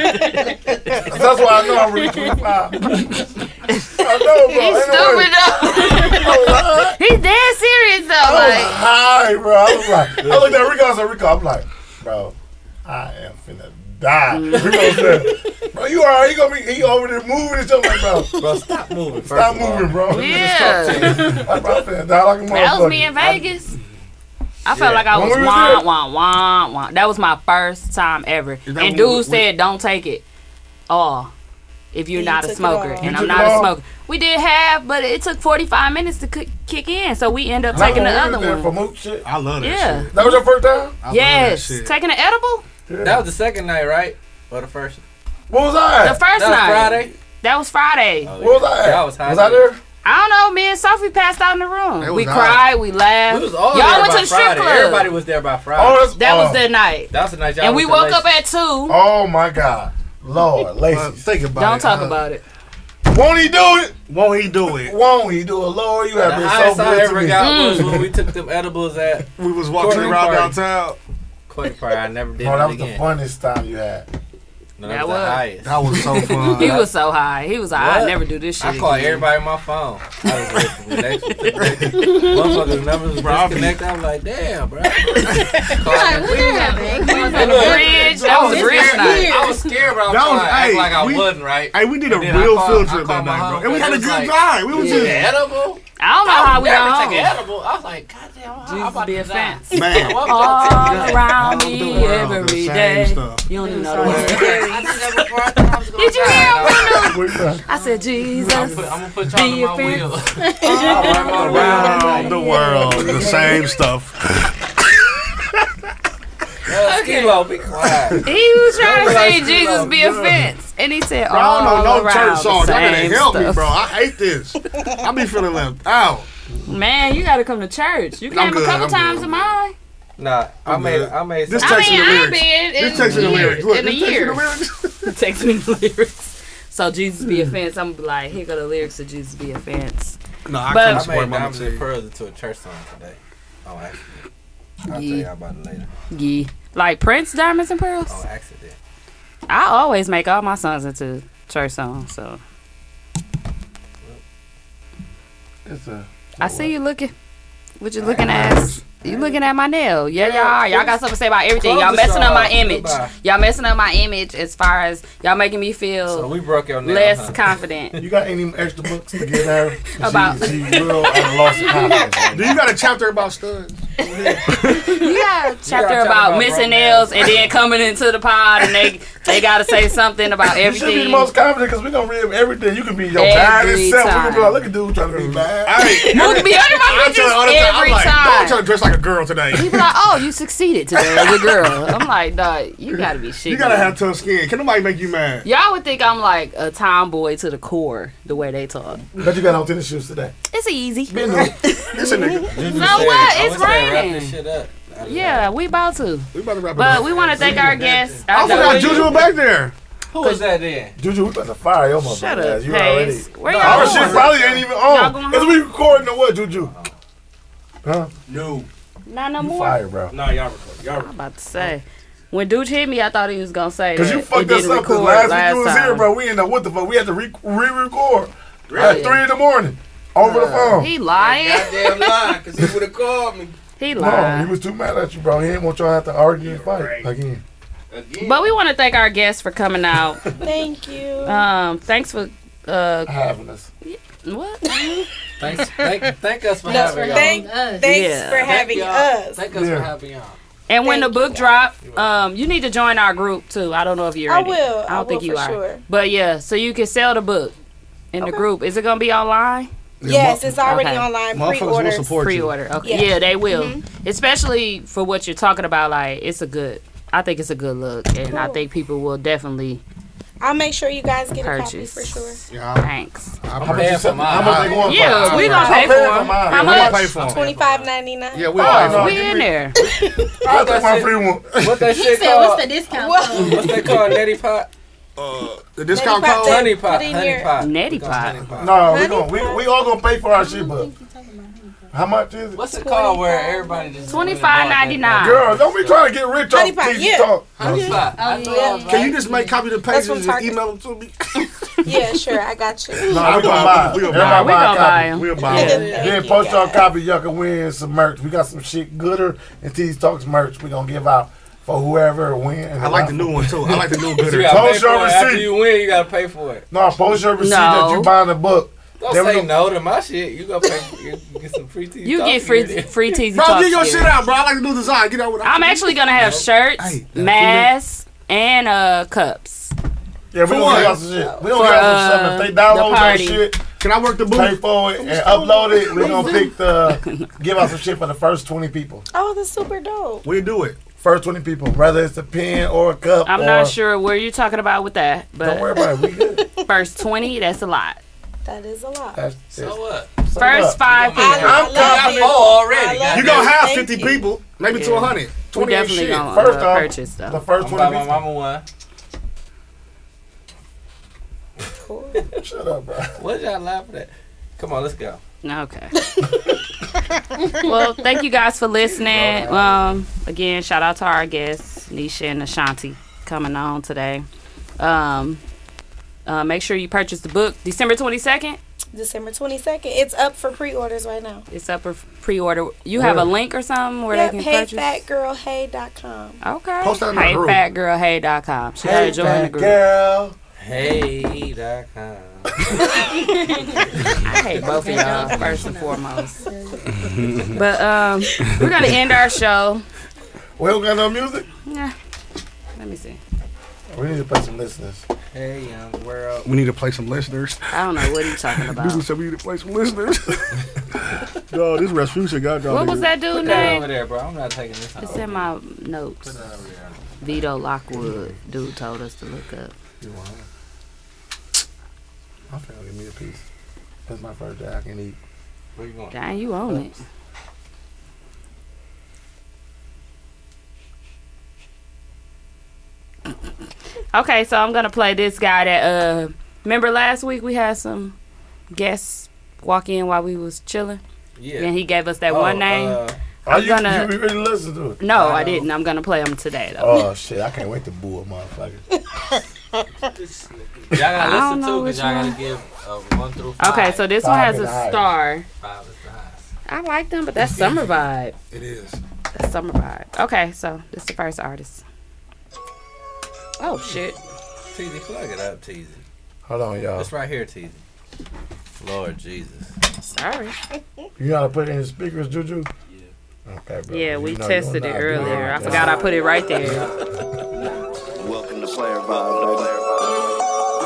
E: That's why I know I'm really 25. I know, bro.
B: He's
E: Ain't no way.
B: stupid though.
E: I was high.
B: He's dead serious though.
E: I was
B: Like,
E: high, bro. I was like, I looked at Rico. I said, Rico, I'm like, bro, I am finna die.
G: Mm.
E: Rico said, bro, you alright? He gonna be he over there moving and stuff. I'm like, bro,
G: Bro, stop moving. First
E: stop
G: of all.
E: moving, bro.
B: yeah.
E: Like, bro, I'm finna die like a motherfucker.
B: That was me in Vegas. I felt
G: Yeah.
B: like I
E: When
B: was
E: we was there?
B: wah, wah, wah, wah. That was my first time ever.
H: that
B: And
H: when
B: dude
H: we- we-
B: said, don't take it. all if you're
I: And you
B: not a
I: took it
B: smoker.
I: all.
B: And
E: You
B: I'm
E: took
B: not
E: it
B: a
E: all?
B: smoker. We did half, but it took 45 minutes to cook, kick in. So we end up taking the other one.
E: For moot shit.
H: I love that
B: Yeah.
H: shit.
E: That was your first time?
H: I love that
B: yes.
H: shit.
B: Taking an edible?
G: That was the second night, right? Or the first?
E: What was I?
B: The first
E: At?
G: That was
B: night.
G: Friday.
B: That was Friday.
G: Oh,
E: What was
G: yeah.
E: I? At?
G: Y'all was high.
E: was I
G: too.
E: there?
B: I don't know. Me and Sophie passed out in the room.
H: was
B: We
H: hot.
B: cried. We laughed.
G: We was
B: y'all
G: all there
B: went
G: by
B: to the strip
G: Friday.
B: club.
G: Everybody was there by Friday.
E: Oh, that's,
B: that
E: oh.
B: was that night.
G: that was the night y'all
B: and we
G: went to
B: woke up
G: Lacey's.
B: at 2.
E: Oh my God, Lord,
H: Uh,
E: Lacey,
H: think about
B: don't
H: it.
B: talk
H: uh,
B: about it.
E: won't he do it?
H: Won't he do it?
E: Won't he do it, Lord? You have
G: The
E: been
G: highest
E: so
G: I
E: good to
G: ever
E: me.
G: got
B: Mm.
G: was when we took them edibles at
H: We was walking
G: Corner
H: around
G: party.
H: downtown.
G: Quake Party. I never did
E: Oh,
G: it
E: that was the
G: again.
E: funniest time you had.
G: No,
B: That
G: that, was
B: was.
G: the highest.
H: That was so
B: He
H: fun.
B: was so high. He was like, I
G: What?
B: never do this shit.
G: I called
B: again.
G: everybody on my phone. I was ready for the next one. Motherfuckers' numbers was
H: Bro, I be-
G: disconnected. I was like, damn, bro.
J: Like, what happened?
B: On the bridge. That was
J: It's
B: real
J: weird.
B: nice.
G: I was scared, but I was
H: That
G: trying
H: was-
G: to act
H: hey,
G: like I
H: we-
G: wasn't, right?
H: Hey, we did a
G: And then I
H: real
G: called-
H: field
G: I
H: trip that
G: called my
H: night, bro.
G: homegirl.
H: And we had a
G: It
H: good
G: was like-
H: time. We was
G: Yeah.
H: just
G: Edible?
B: I don't know
G: I
B: how
G: would
B: we
G: never
B: got
G: take
B: home.
G: edible. I was like, God damn, how
B: Jesus
G: about
B: be
G: to
B: a
G: die?
B: fence.
H: man.
G: What about to
B: All
G: die?
B: around
H: All
B: me
H: the world,
B: every
H: Oh, the same
B: day.
H: stuff.
B: You don't even know the words.
J: I did that before I thought I was gonna
B: Did you hear him?
E: We done.
B: I said,
G: I'm
B: Jesus.
G: put- I'm gonna put y'all
B: Be
G: on my
B: a fence.
G: wheel. Oh,
H: Around the world, the same stuff.
G: Uh, Skee-Lo, be quiet.
B: He was trying to say
G: Realize you
B: Jesus
G: love
B: be a fence. And he said,
H: Bro, I don't
B: all
H: know no
B: around
H: church song. Y'all
B: the
H: better
B: same
H: help me,
B: stuff.
H: bro. I hate this. I be feeling left out.
B: Man, you got to come to church. You came
H: good,
B: a couple
H: I'm good,
B: times
H: I'm
B: to mine.
G: Nah, I
H: I'm
G: made,
H: good.
G: I made
H: This
G: some.
B: I
H: text
B: mean,
H: in the
B: I
H: lyrics.
B: been in,
H: This text in the lyrics. Look,
B: in a
H: this text in the
B: year.
H: lyrics.
B: Text me the lyrics. So Jesus be a fence. I'm like, here go the lyrics of Jesus be a fence.
H: No, I
B: But-
H: couldn't
G: I
H: support
G: made
H: Mama
G: Diamonds and
H: T.
G: Pearls into a church song today. Oh, accident. I'll tell
B: Yeah.
G: y'all about it later.
B: Yeah. Like Prince, Diamonds and Pearls.
G: Oh, accident.
B: I always make all my songs into church songs. So
E: It's a
B: I see you looking. What you looking at? You looking at my nail? Yeah, y'all are. Y'all got something to say about everything.
G: Close
B: Y'all
G: the
B: messing up
G: shop.
B: my image.
G: Goodbye.
B: Y'all messing up my image as far as y'all making me feel
G: So we broke your nail,
B: less
G: huh?
B: confident.
E: You got any extra books to give her?
B: About-
E: she, she real at a loss of confidence.
H: Do you got a chapter about studs?
B: yeah, chapter
G: talk
B: about
G: about
B: missing
G: broke
B: nails and then coming into the pod and they they gotta say something about
E: You should be the
B: everything.
E: most confident because we're gonna read everything. You can be your bad
B: Every
E: self. We can be like,
B: time.
E: look at dude trying to be
G: Mm.
E: bad.
H: I ain't.
B: Look me under my
H: I'm
B: pictures
H: telling all the time. I'm
B: every
H: like, I'm trying
B: time.
H: to dress like a girl today.
B: People like, oh, you succeeded today as a girl. I'm like, dog, you gotta be shit.
H: You gotta have tough skin. Can nobody make you mad?
B: Y'all would think I'm like a tomboy to the core, the way they talk.
E: But you got on tennis shoes today.
B: It's easy.
E: Been there.
H: It's a nigga.
G: You
B: know what? It's
G: Wrap
B: raining.
G: this shit up. I just-
B: Yeah, we about to.
H: We about to wrap it
B: But
H: up.
B: we want to thank our guests.
H: I forgot Juju was back there.
G: Who was that then?
E: Juju, we about to fire your motherfucker.
B: Shut up,
E: ass. You already.
B: Hayes. Where
E: Our
B: y'all
E: shit
B: going?
E: probably ain't even
B: Y'all going
E: on. Is
B: home?
E: we recording or what, Juju? Huh?
G: No.
B: Not no
E: You
B: more.
E: fired, bro.
G: No, y'all record. Y'all
B: I'm about to say. When Dude hit me, I thought he was gonna say
E: Cause
B: that
E: you
B: he
E: fucked us
B: didn't
E: up. 'cause
B: record
E: Last week you was
B: time.
E: here, bro. We ended up what the fuck? We had to re- re-record at three in the morning over the phone.
B: He lying.
G: Goddamn lie, because he would have called me
B: He
E: No, he
B: lying.
E: was too mad at you, bro. He didn't want y'all to have to argue and fight again.
G: again.
B: But we want to thank our guests for coming out.
I: Thank you.
B: Um, thanks for uh
E: Having us.
B: what?
G: Thanks, thank, thank us for having y'all.
I: Thank,
J: Us.
I: thanks
B: Yeah.
I: for having
G: y'all.
I: us.
G: Thank us
E: Yeah.
G: for having y'all.
B: And when the
I: Thank
B: book
I: you.
B: drop, um, you need to join our group too. I don't know if you're.
I: I
B: in it.
I: will.
B: I don't
I: I will
B: think you
I: for
B: are.
I: sure.
B: But yeah, so you can sell the book in the group. Is it gonna be online?
I: Yes, it's already
B: Okay.
I: online
H: Motherfuckers will
I: pre-orders. Mm-hmm.
H: support you.
B: Pre-order. Okay.
I: Yeah.
B: Yeah, they will. Especially for what you're talking about. Like, it's a good. I think it's a good look, and I
I: Cool.
B: think people will definitely
I: I'll make sure you guys get
B: purchase.
I: a copy for sure.
H: Yeah,
B: Thanks.
H: I, I
E: How much
H: purchased
E: you
G: paying for
E: sell-
G: mine.
E: how much they going
B: Yeah,
E: for?
B: we
E: I'm
B: gonna pay for
E: paying for
B: them.
E: mine.
B: How
H: it. We gonna
B: much?
H: pay for him.
I: Twenty five ninety nine.
H: Yeah, we
E: Oh,
H: all
E: no.
H: pay
B: We in there.
E: I'll take my free one.
G: What that
J: He
G: shit
J: said, "What's the
G: called?
J: discount?"
I: What?
G: What's that called? Nutty pot?
H: for him. Uh, the discount
I: Maybe
H: code.
I: five
G: Honey pot.
I: Put in
G: Honey
I: your-
G: pot.
B: Nutty
G: We call it
B: pot.
G: honey pot.
E: No, we
I: Honey
E: going we we all gonna pay for our shit, but how much is it?
G: What's it called where everybody just
B: $25.99.
E: Girl, don't be trying to get rich off
I: Honey pot,
E: these
I: yeah.
E: talk.
G: Honey pot. I
J: Oh,
G: love
J: yeah.
G: it.
H: Can you just make copy of the
I: That's
H: pages
I: from
H: and just
I: Target.
H: email them to me?
I: Yeah, sure. I got you.
E: No, we gonna buy. it.
H: We gonna
E: Everybody
H: buy it.
B: We
E: a
B: gonna
E: copy.
B: buy them.
H: We'll buy
B: Yeah.
H: it.
I: Thank
E: Then
I: you,
E: post y'all
I: guys.
E: copy. Y'all can win some merch. We got some shit gooder and T's Talks merch. We gonna give out for whoever win.
H: I like the new one too. I like the new
G: You
H: gooder.
G: gotta pay
E: Post your
G: for it. After
E: receipt.
G: you win, you gotta pay for it.
E: No, post your receipt that you
B: No.
E: buying the book.
G: Don't
E: There we
G: say
E: go.
G: no to my shit. You gonna pay. You get some free tea.
B: You get free free teasy
H: Bro,
B: talks.
H: get your
B: here.
H: shit out, bro. I like the new design. Get out with
B: I'm actually gonna have shirts,
H: Hey, that's
B: masks, and uh cups.
E: Yeah, we
H: For
E: gonna give
H: what?
E: out some shit. We gonna give out some
B: uh,
E: stuff. If they
B: the
E: download that
B: party.
E: shit,
H: Can I work the
E: pay
H: booth?
E: for it, and upload it, we gonna pick the give out some shit for the first twenty people.
I: Oh, that's super dope.
H: We do it.
E: First twenty people, whether it's a pen or a cup.
B: I'm
E: or,
B: not sure where you're talking about with that,
E: Don't worry
B: but
E: about it. We good.
B: first 20, that's a lot.
I: That is a lot.
E: That's,
G: So what?
E: that's
B: First
E: up.
B: five
I: I,
B: people.
I: I
G: I'm
I: love
G: coming
I: it.
G: for
I: I
G: already.
I: love
H: You
G: You
I: it.
H: gonna have
I: Thank
H: 50
I: you.
H: people, maybe to
B: Yeah.
H: 100.
B: We
H: 20 ain't
B: definitely
H: shit.
B: gonna
E: First
B: uh,
E: off,
B: purchase
E: The
B: though.
E: first
G: I'm buy
E: twenty
G: my
E: people.
G: mama one.
I: Cool.
E: Shut up, bro.
G: What y'all laughing at? Come on, let's go.
B: Okay. well, thank you guys for listening. Um, again, shout out to our guests, Nisha and Ashanti, coming on today. Um, uh, make sure you purchase the book December 22nd.
I: December twenty second. It's up for pre orders right now.
B: It's up for pre order. You have a link or something where
I: Yep,
B: they can purchase?
I: heyfatgirlhey.com.
B: Okay.
H: Post that in the
B: hey,
H: group.
B: fatgirlhey.com. She gotta join the
E: Fat
B: group.
E: girl.
G: Hey.com.
B: I hate both of y'all first and foremost.
E: Mm-hmm.
B: but um, we're gonna end our show.
E: We don't got no music.
B: Yeah. Let me see.
E: We need to play some listeners.
G: Hey, young world.
H: We need to play some listeners.
B: I don't know what he's talking about.
H: Dude said we need to play some listeners. Dog, this Rasputin got y'all.
B: What was
H: niggas.
B: that dude
G: Put that over
B: name?
G: there, bro. I'm not taking this
B: It's
G: home.
B: in my notes. Vito Lockwood dude told us to look up.
E: I'm finna give me a piece. That's my first day I can eat.
G: Where you going?
B: Dang, you own it. Okay, so I'm gonna play this guy that uh remember last week we had some guests walk in while we was chilling and he gave us that one
G: Oh,
B: name.
G: uh,
E: Are
B: I'm
E: you,
B: gonna-
E: you really listen to it?
B: no, I didn't. I'm gonna play him today though.
E: Oh shit! I can't wait to boo a motherfucker.
G: y'all
B: I don't
G: gotta listen
B: know
G: too,
B: which
G: because y'all
B: one.
G: gotta give uh, one through five.
B: Okay, so this
E: Five
B: one has
E: and higher.
B: a star.
G: five is the highest.
B: I like them, but that's summer vibe.
E: It is.
B: That's summer vibe. Okay, so this is the first artist. Oh shit.
G: Teasy, plug it up, Teasy.
E: Hold on, Oh, y'all.
G: It's right here, Teasy. Lord Jesus.
B: Sorry.
E: You gotta put it in the speakers, Juju. Yeah. Okay, bro.
B: Yeah,
E: You
B: we
E: know
B: tested it
E: you're not doing
B: earlier. I
E: that.
B: forgot I put it right there.
D: Welcome to Player Vibe, baby.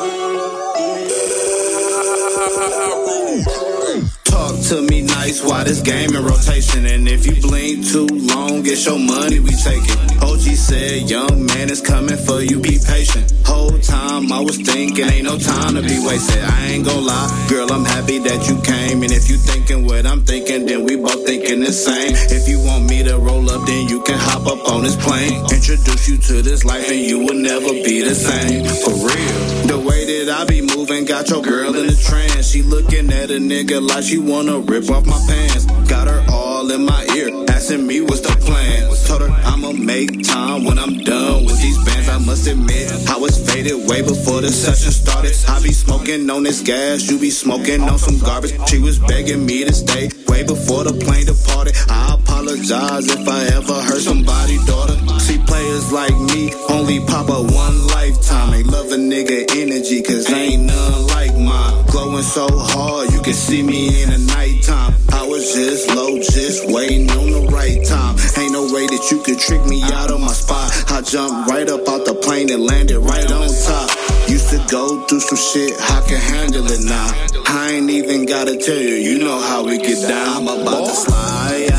K: Talk to me nice while this game in rotation. And if you blink too long, get your money, we taking. OG said, Young man is coming for you, be patient. Whole time I was thinking, ain't no time to be wasted. I ain't gonna lie, girl, I'm happy that you came. And if you thinking what I'm thinking, then we both thinking the same. If you want me to roll up, then you can hop up on this plane. Introduce you to this life, and you will never be the same. For real. The way that I be moving got your girl in the trance. She looking at a nigga like she wanna rip off my pants. Got her all in my ear, asking me what's the plan. Told her I'ma make time when I'm done with these bands. I must admit, I was faded way before the session started. I be smoking on this gas, you be smoking on some garbage. She was begging me to stay way before the plane departed. I apologize if I ever hurt somebody, daughter. See, players like me only pop up one lifetime. They love a nigga energy, cause ain't none like mine. Glowing so hard, you can see me in the nighttime. I was just low, just waiting on the right time. Ain't no way that you could trick me out of my spot. I jumped right up out the plane and landed right on top. Used to go through some shit, I can handle it now. I ain't even gotta tell you, you know how we get down. I'm about to slide.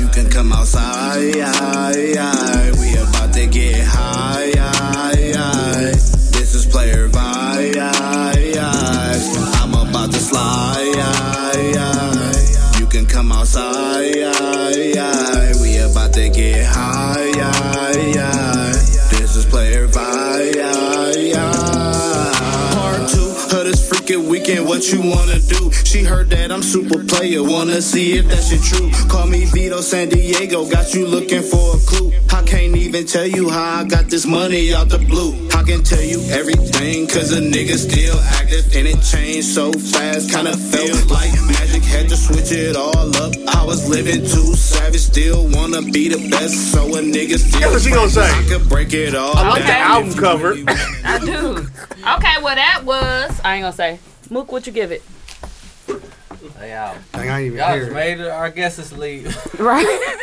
K: You can come outside. We about to get high. This is player vibes. I'm about to slide. You can come outside. We about to get high. This is player vibes. Part two of this freaking weekend. What you wanna do? She heard that I'm super player. Wanna see if that shit true? Call me Vito San Diego. Got you looking for a clue. I can't even tell you how I got this money out the blue. I can tell you everything, cause a nigga still active. And it changed so fast, kinda felt like magic. Had to switch it all up. I was living too savage, still wanna be the best. So a nigga still.
H: That's what she gonna say.
K: I could break it all.
B: I like the
K: down
B: album
K: if you
H: cover.
K: really wanted
B: I do. Okay, well that was I ain't gonna say. Mook, what you give it?
G: Hey, y'all.
H: Dang, I ain't even
G: Y'all
H: hear
G: just
H: it.
G: made our guesses leave.
B: Right.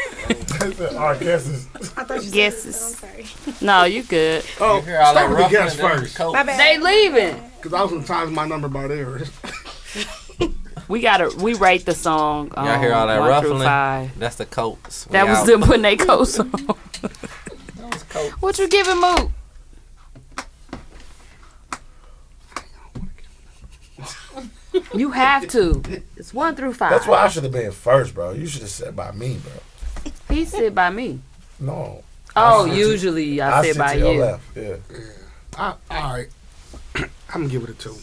E: Our guesses.
I: I thought you
B: Guesses.
I: Said, I'm sorry.
B: No, you good.
H: Oh,
G: hear all
H: start
G: that
H: with the
G: ruffling
H: guess
G: under the
H: first.
G: coat.
I: My bad.
B: They leaving.
H: Because I was gonna times my number by there.
B: We gotta we rate the song. Um,
G: Y'all hear all that
B: one through
G: ruffling?
B: Five.
G: That's the coats. We
B: That was
G: out.
B: them putting their coats on.
G: coat.
B: what you giving Mook? you have to. It's one through five.
E: That's why I should have been first, bro. You should have said by me, bro.
B: He said by me.
E: No.
B: Oh, usually I, said
E: sit
B: by
E: to your
B: you.
E: left. Yeah.
H: I, all right, I'm gonna give it a two.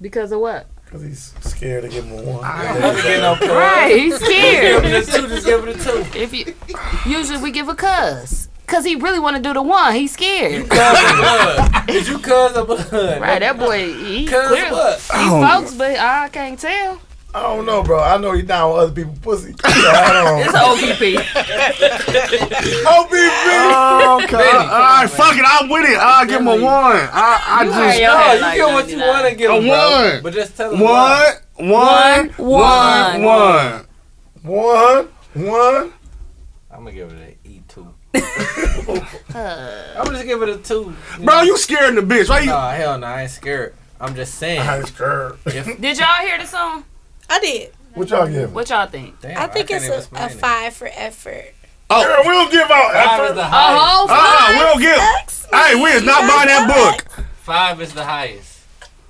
B: Because of what?
E: Because he's scared to give him a one.
B: Right, he's scared.
G: Just two, just give it a two.
B: if you usually we give a cuss. Cause he really want to do the one. He's scared.
G: Did you cuz a bud?
B: Right, that boy. He
G: Cuz
B: clearly, he
G: what?
B: folks, but I can't tell.
E: I don't know, bro. I know you're down with other people's pussy. So I
B: It's OPP.
E: don't. Oh, be
H: Oh, okay. all right, fuck it. I'm with it. I'll give him a one. I, I just
B: Y'all
G: No,
B: had
G: you
B: like
G: get what you
B: 99.
G: want to get.
H: A one.
G: But just tell them why.
H: One, one,
B: One.
H: one, one.
E: one, one.
G: I'm gonna give it an E two. I'm gonna just give it a two.
H: Bro, you scaring the bitch. Why you?
G: Nah, hell no, I ain't scared. I'm just saying.
E: Nice curve.
B: Did y'all hear the song?
I: I did.
E: What y'all giving?
B: What y'all think?
G: Damn,
I: I think
G: can't
I: it's
G: even
I: a,
G: explain
I: a
G: it.
I: five for effort.
E: Girl, we don't give out
G: Five is
E: effort.
G: the
B: A
G: highest.
B: whole
H: Uh-uh, we don't give.
I: Sucks me.
H: Hey, we is not buying that book.
G: Five is the highest.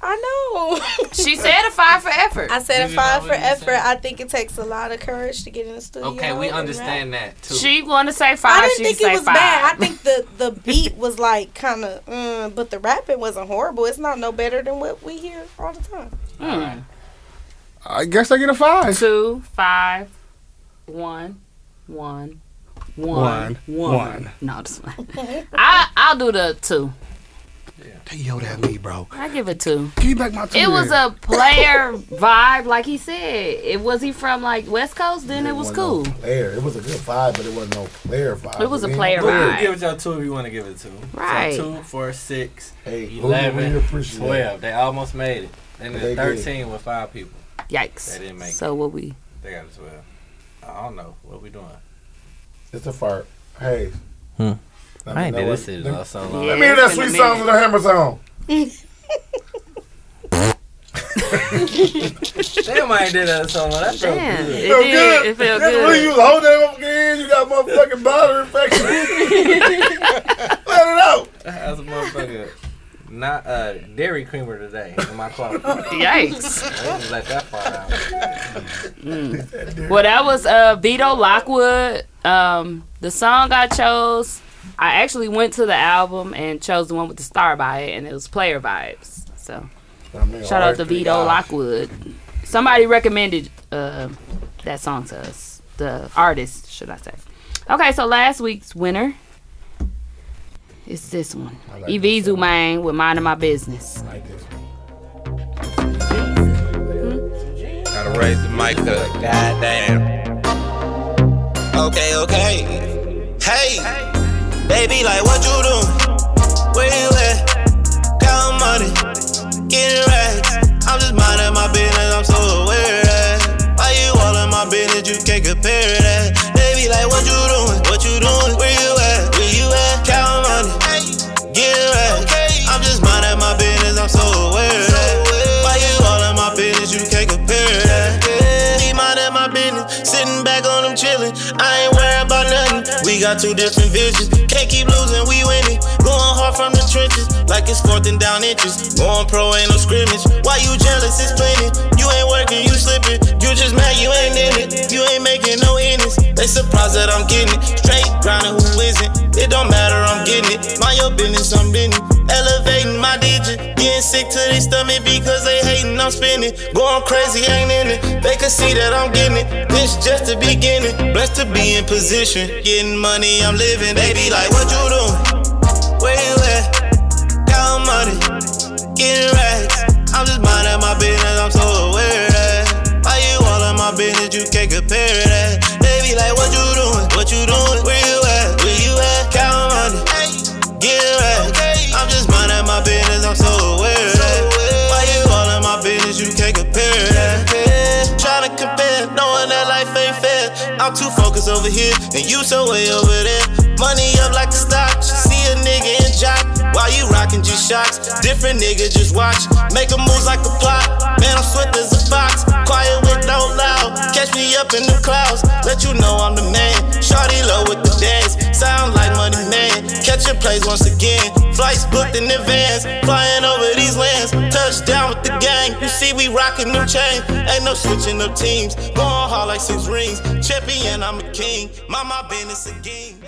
I: I know.
B: She said a five for effort.
I: I said a
G: Do you know
I: five for
G: what you
I: effort.
G: said?
I: I think it takes a lot of courage to get in the studio.
G: Okay, we
I: and rap.
G: understand that too.
B: She want to say five.
I: I didn't
B: she
I: think
B: say
I: it was
B: five.
I: bad. I think the, the beat was like kind of, mm, but the rapping wasn't horrible. It's not no better than what we hear all the time.
G: All right.
H: I guess I get a five.
B: two, five, one, one, one,
H: One,
B: one.
H: one.
B: No, this one. I I'll do the two.
H: They yelled at me, bro.
B: I give it two.
H: Give me back my two.
B: It was
H: then.
B: a player vibe, like he said. It was he from like West Coast. Then it was cool.
E: Player. It was a good vibe, but it wasn't no player vibe.
B: It was a
E: mean,
B: player
E: look,
B: vibe.
G: Give it y'all two if you want to give it two.
B: Right.
G: So two, four, six,
E: Hey,
G: eleven,
E: we appreciate that.
G: twelve. They almost made it. And
E: They
G: then
E: did.
G: thirteen with five people.
B: Yikes.
G: They didn't make
B: So
G: it.
B: what we-
G: They got a twelve. I don't know what we doing.
E: It's a fart. Hey.
G: Hmm.
E: Let me
G: I ain't
E: know
G: did
E: what-
G: this shit in so long.
E: Let me hear that sweet songs of the hammer song.
G: Damn, I ain't did that in so long. That felt
E: Damn,
G: good.
E: it Felt did. good. It felt That's good. when you was holding that motherfucking in, you got motherfucking bladder infection. Let it out.
G: That's a motherfucker. Not uh, dairy creamer today in my closet.
B: Yikes.
G: I didn't let that fall out.
B: Well, that was uh, Vito Lockwood. Um, the song I chose, I actually went to the album and chose the one with the star by it, and it was Player Vibes. So, shout out to
C: R3
B: Vito
C: guy.
B: Lockwood. Somebody recommended uh, that song to us. The artist, should I say? Okay, so last week's winner is this one,
C: like
B: Evizu Mang with Mind of My Business.
L: Gotta raise the mic up. Goddamn. Okay, okay. Hey, baby, like what you doing? Where you at? Count money, getting racks. I'm just minding my business, I'm so aware of that. Why you all in my business? You can't compare that. Baby, like what you doing? What you doing? Where you at? Where you at? Count money, getting racks. I'm just minding my business, I'm so aware of that. Why you all in my business? You can't compare that. Be minding my business, sitting back on them chilling. I ain't worried about nothing. We got two different visions. Can't keep losing, we winning. Going hard from the trenches, like it's fourth and down inches. Going pro ain't no scrimmage. Why you jealous? It's plenty. You ain't working, you slipping. You just mad, you ain't in it. You ain't making no innings. They surprised that I'm getting it. Straight grinding, who isn't? It don't matter, I'm getting it. Mind your business, I'm in it. Elevating my digit, getting sick to their stomach because they hating I'm spinning. Going crazy, ain't in it. They can see that I'm getting it. This just the beginning. Blessed to be in position, getting money, I'm living. They be like, what you doing? Where you at? Count money, getting racks. I'm just minding my business, I'm so aware of that. Why you all in my business? You can't compare that. They be like, what you doing? What you doing? Where you at? Where you at? Count money get right. I'm just minding my business, I'm so aware of that. Why you all in my business, you can't compare that. Tryna compare, knowing that life ain't fair. I'm too focused over here, and you so way over there. Money up like a stock, see a nigga in jock. Why you rockin' G shots? Different nigga just watch. Making moves like a plot. Man, I'm swift as a fox. Quiet with no loud. Catch me up in the clouds. Let you know I'm the man. Shorty low with the dance. Sound like money man. Catching plays once again. Flights booked in advance. Flying over these lands. Touchdown with the gang. You see, we rockin' new chain. Ain't no switching up teams. Going hard like six rings. Champion, I'm a king. Mind my business again.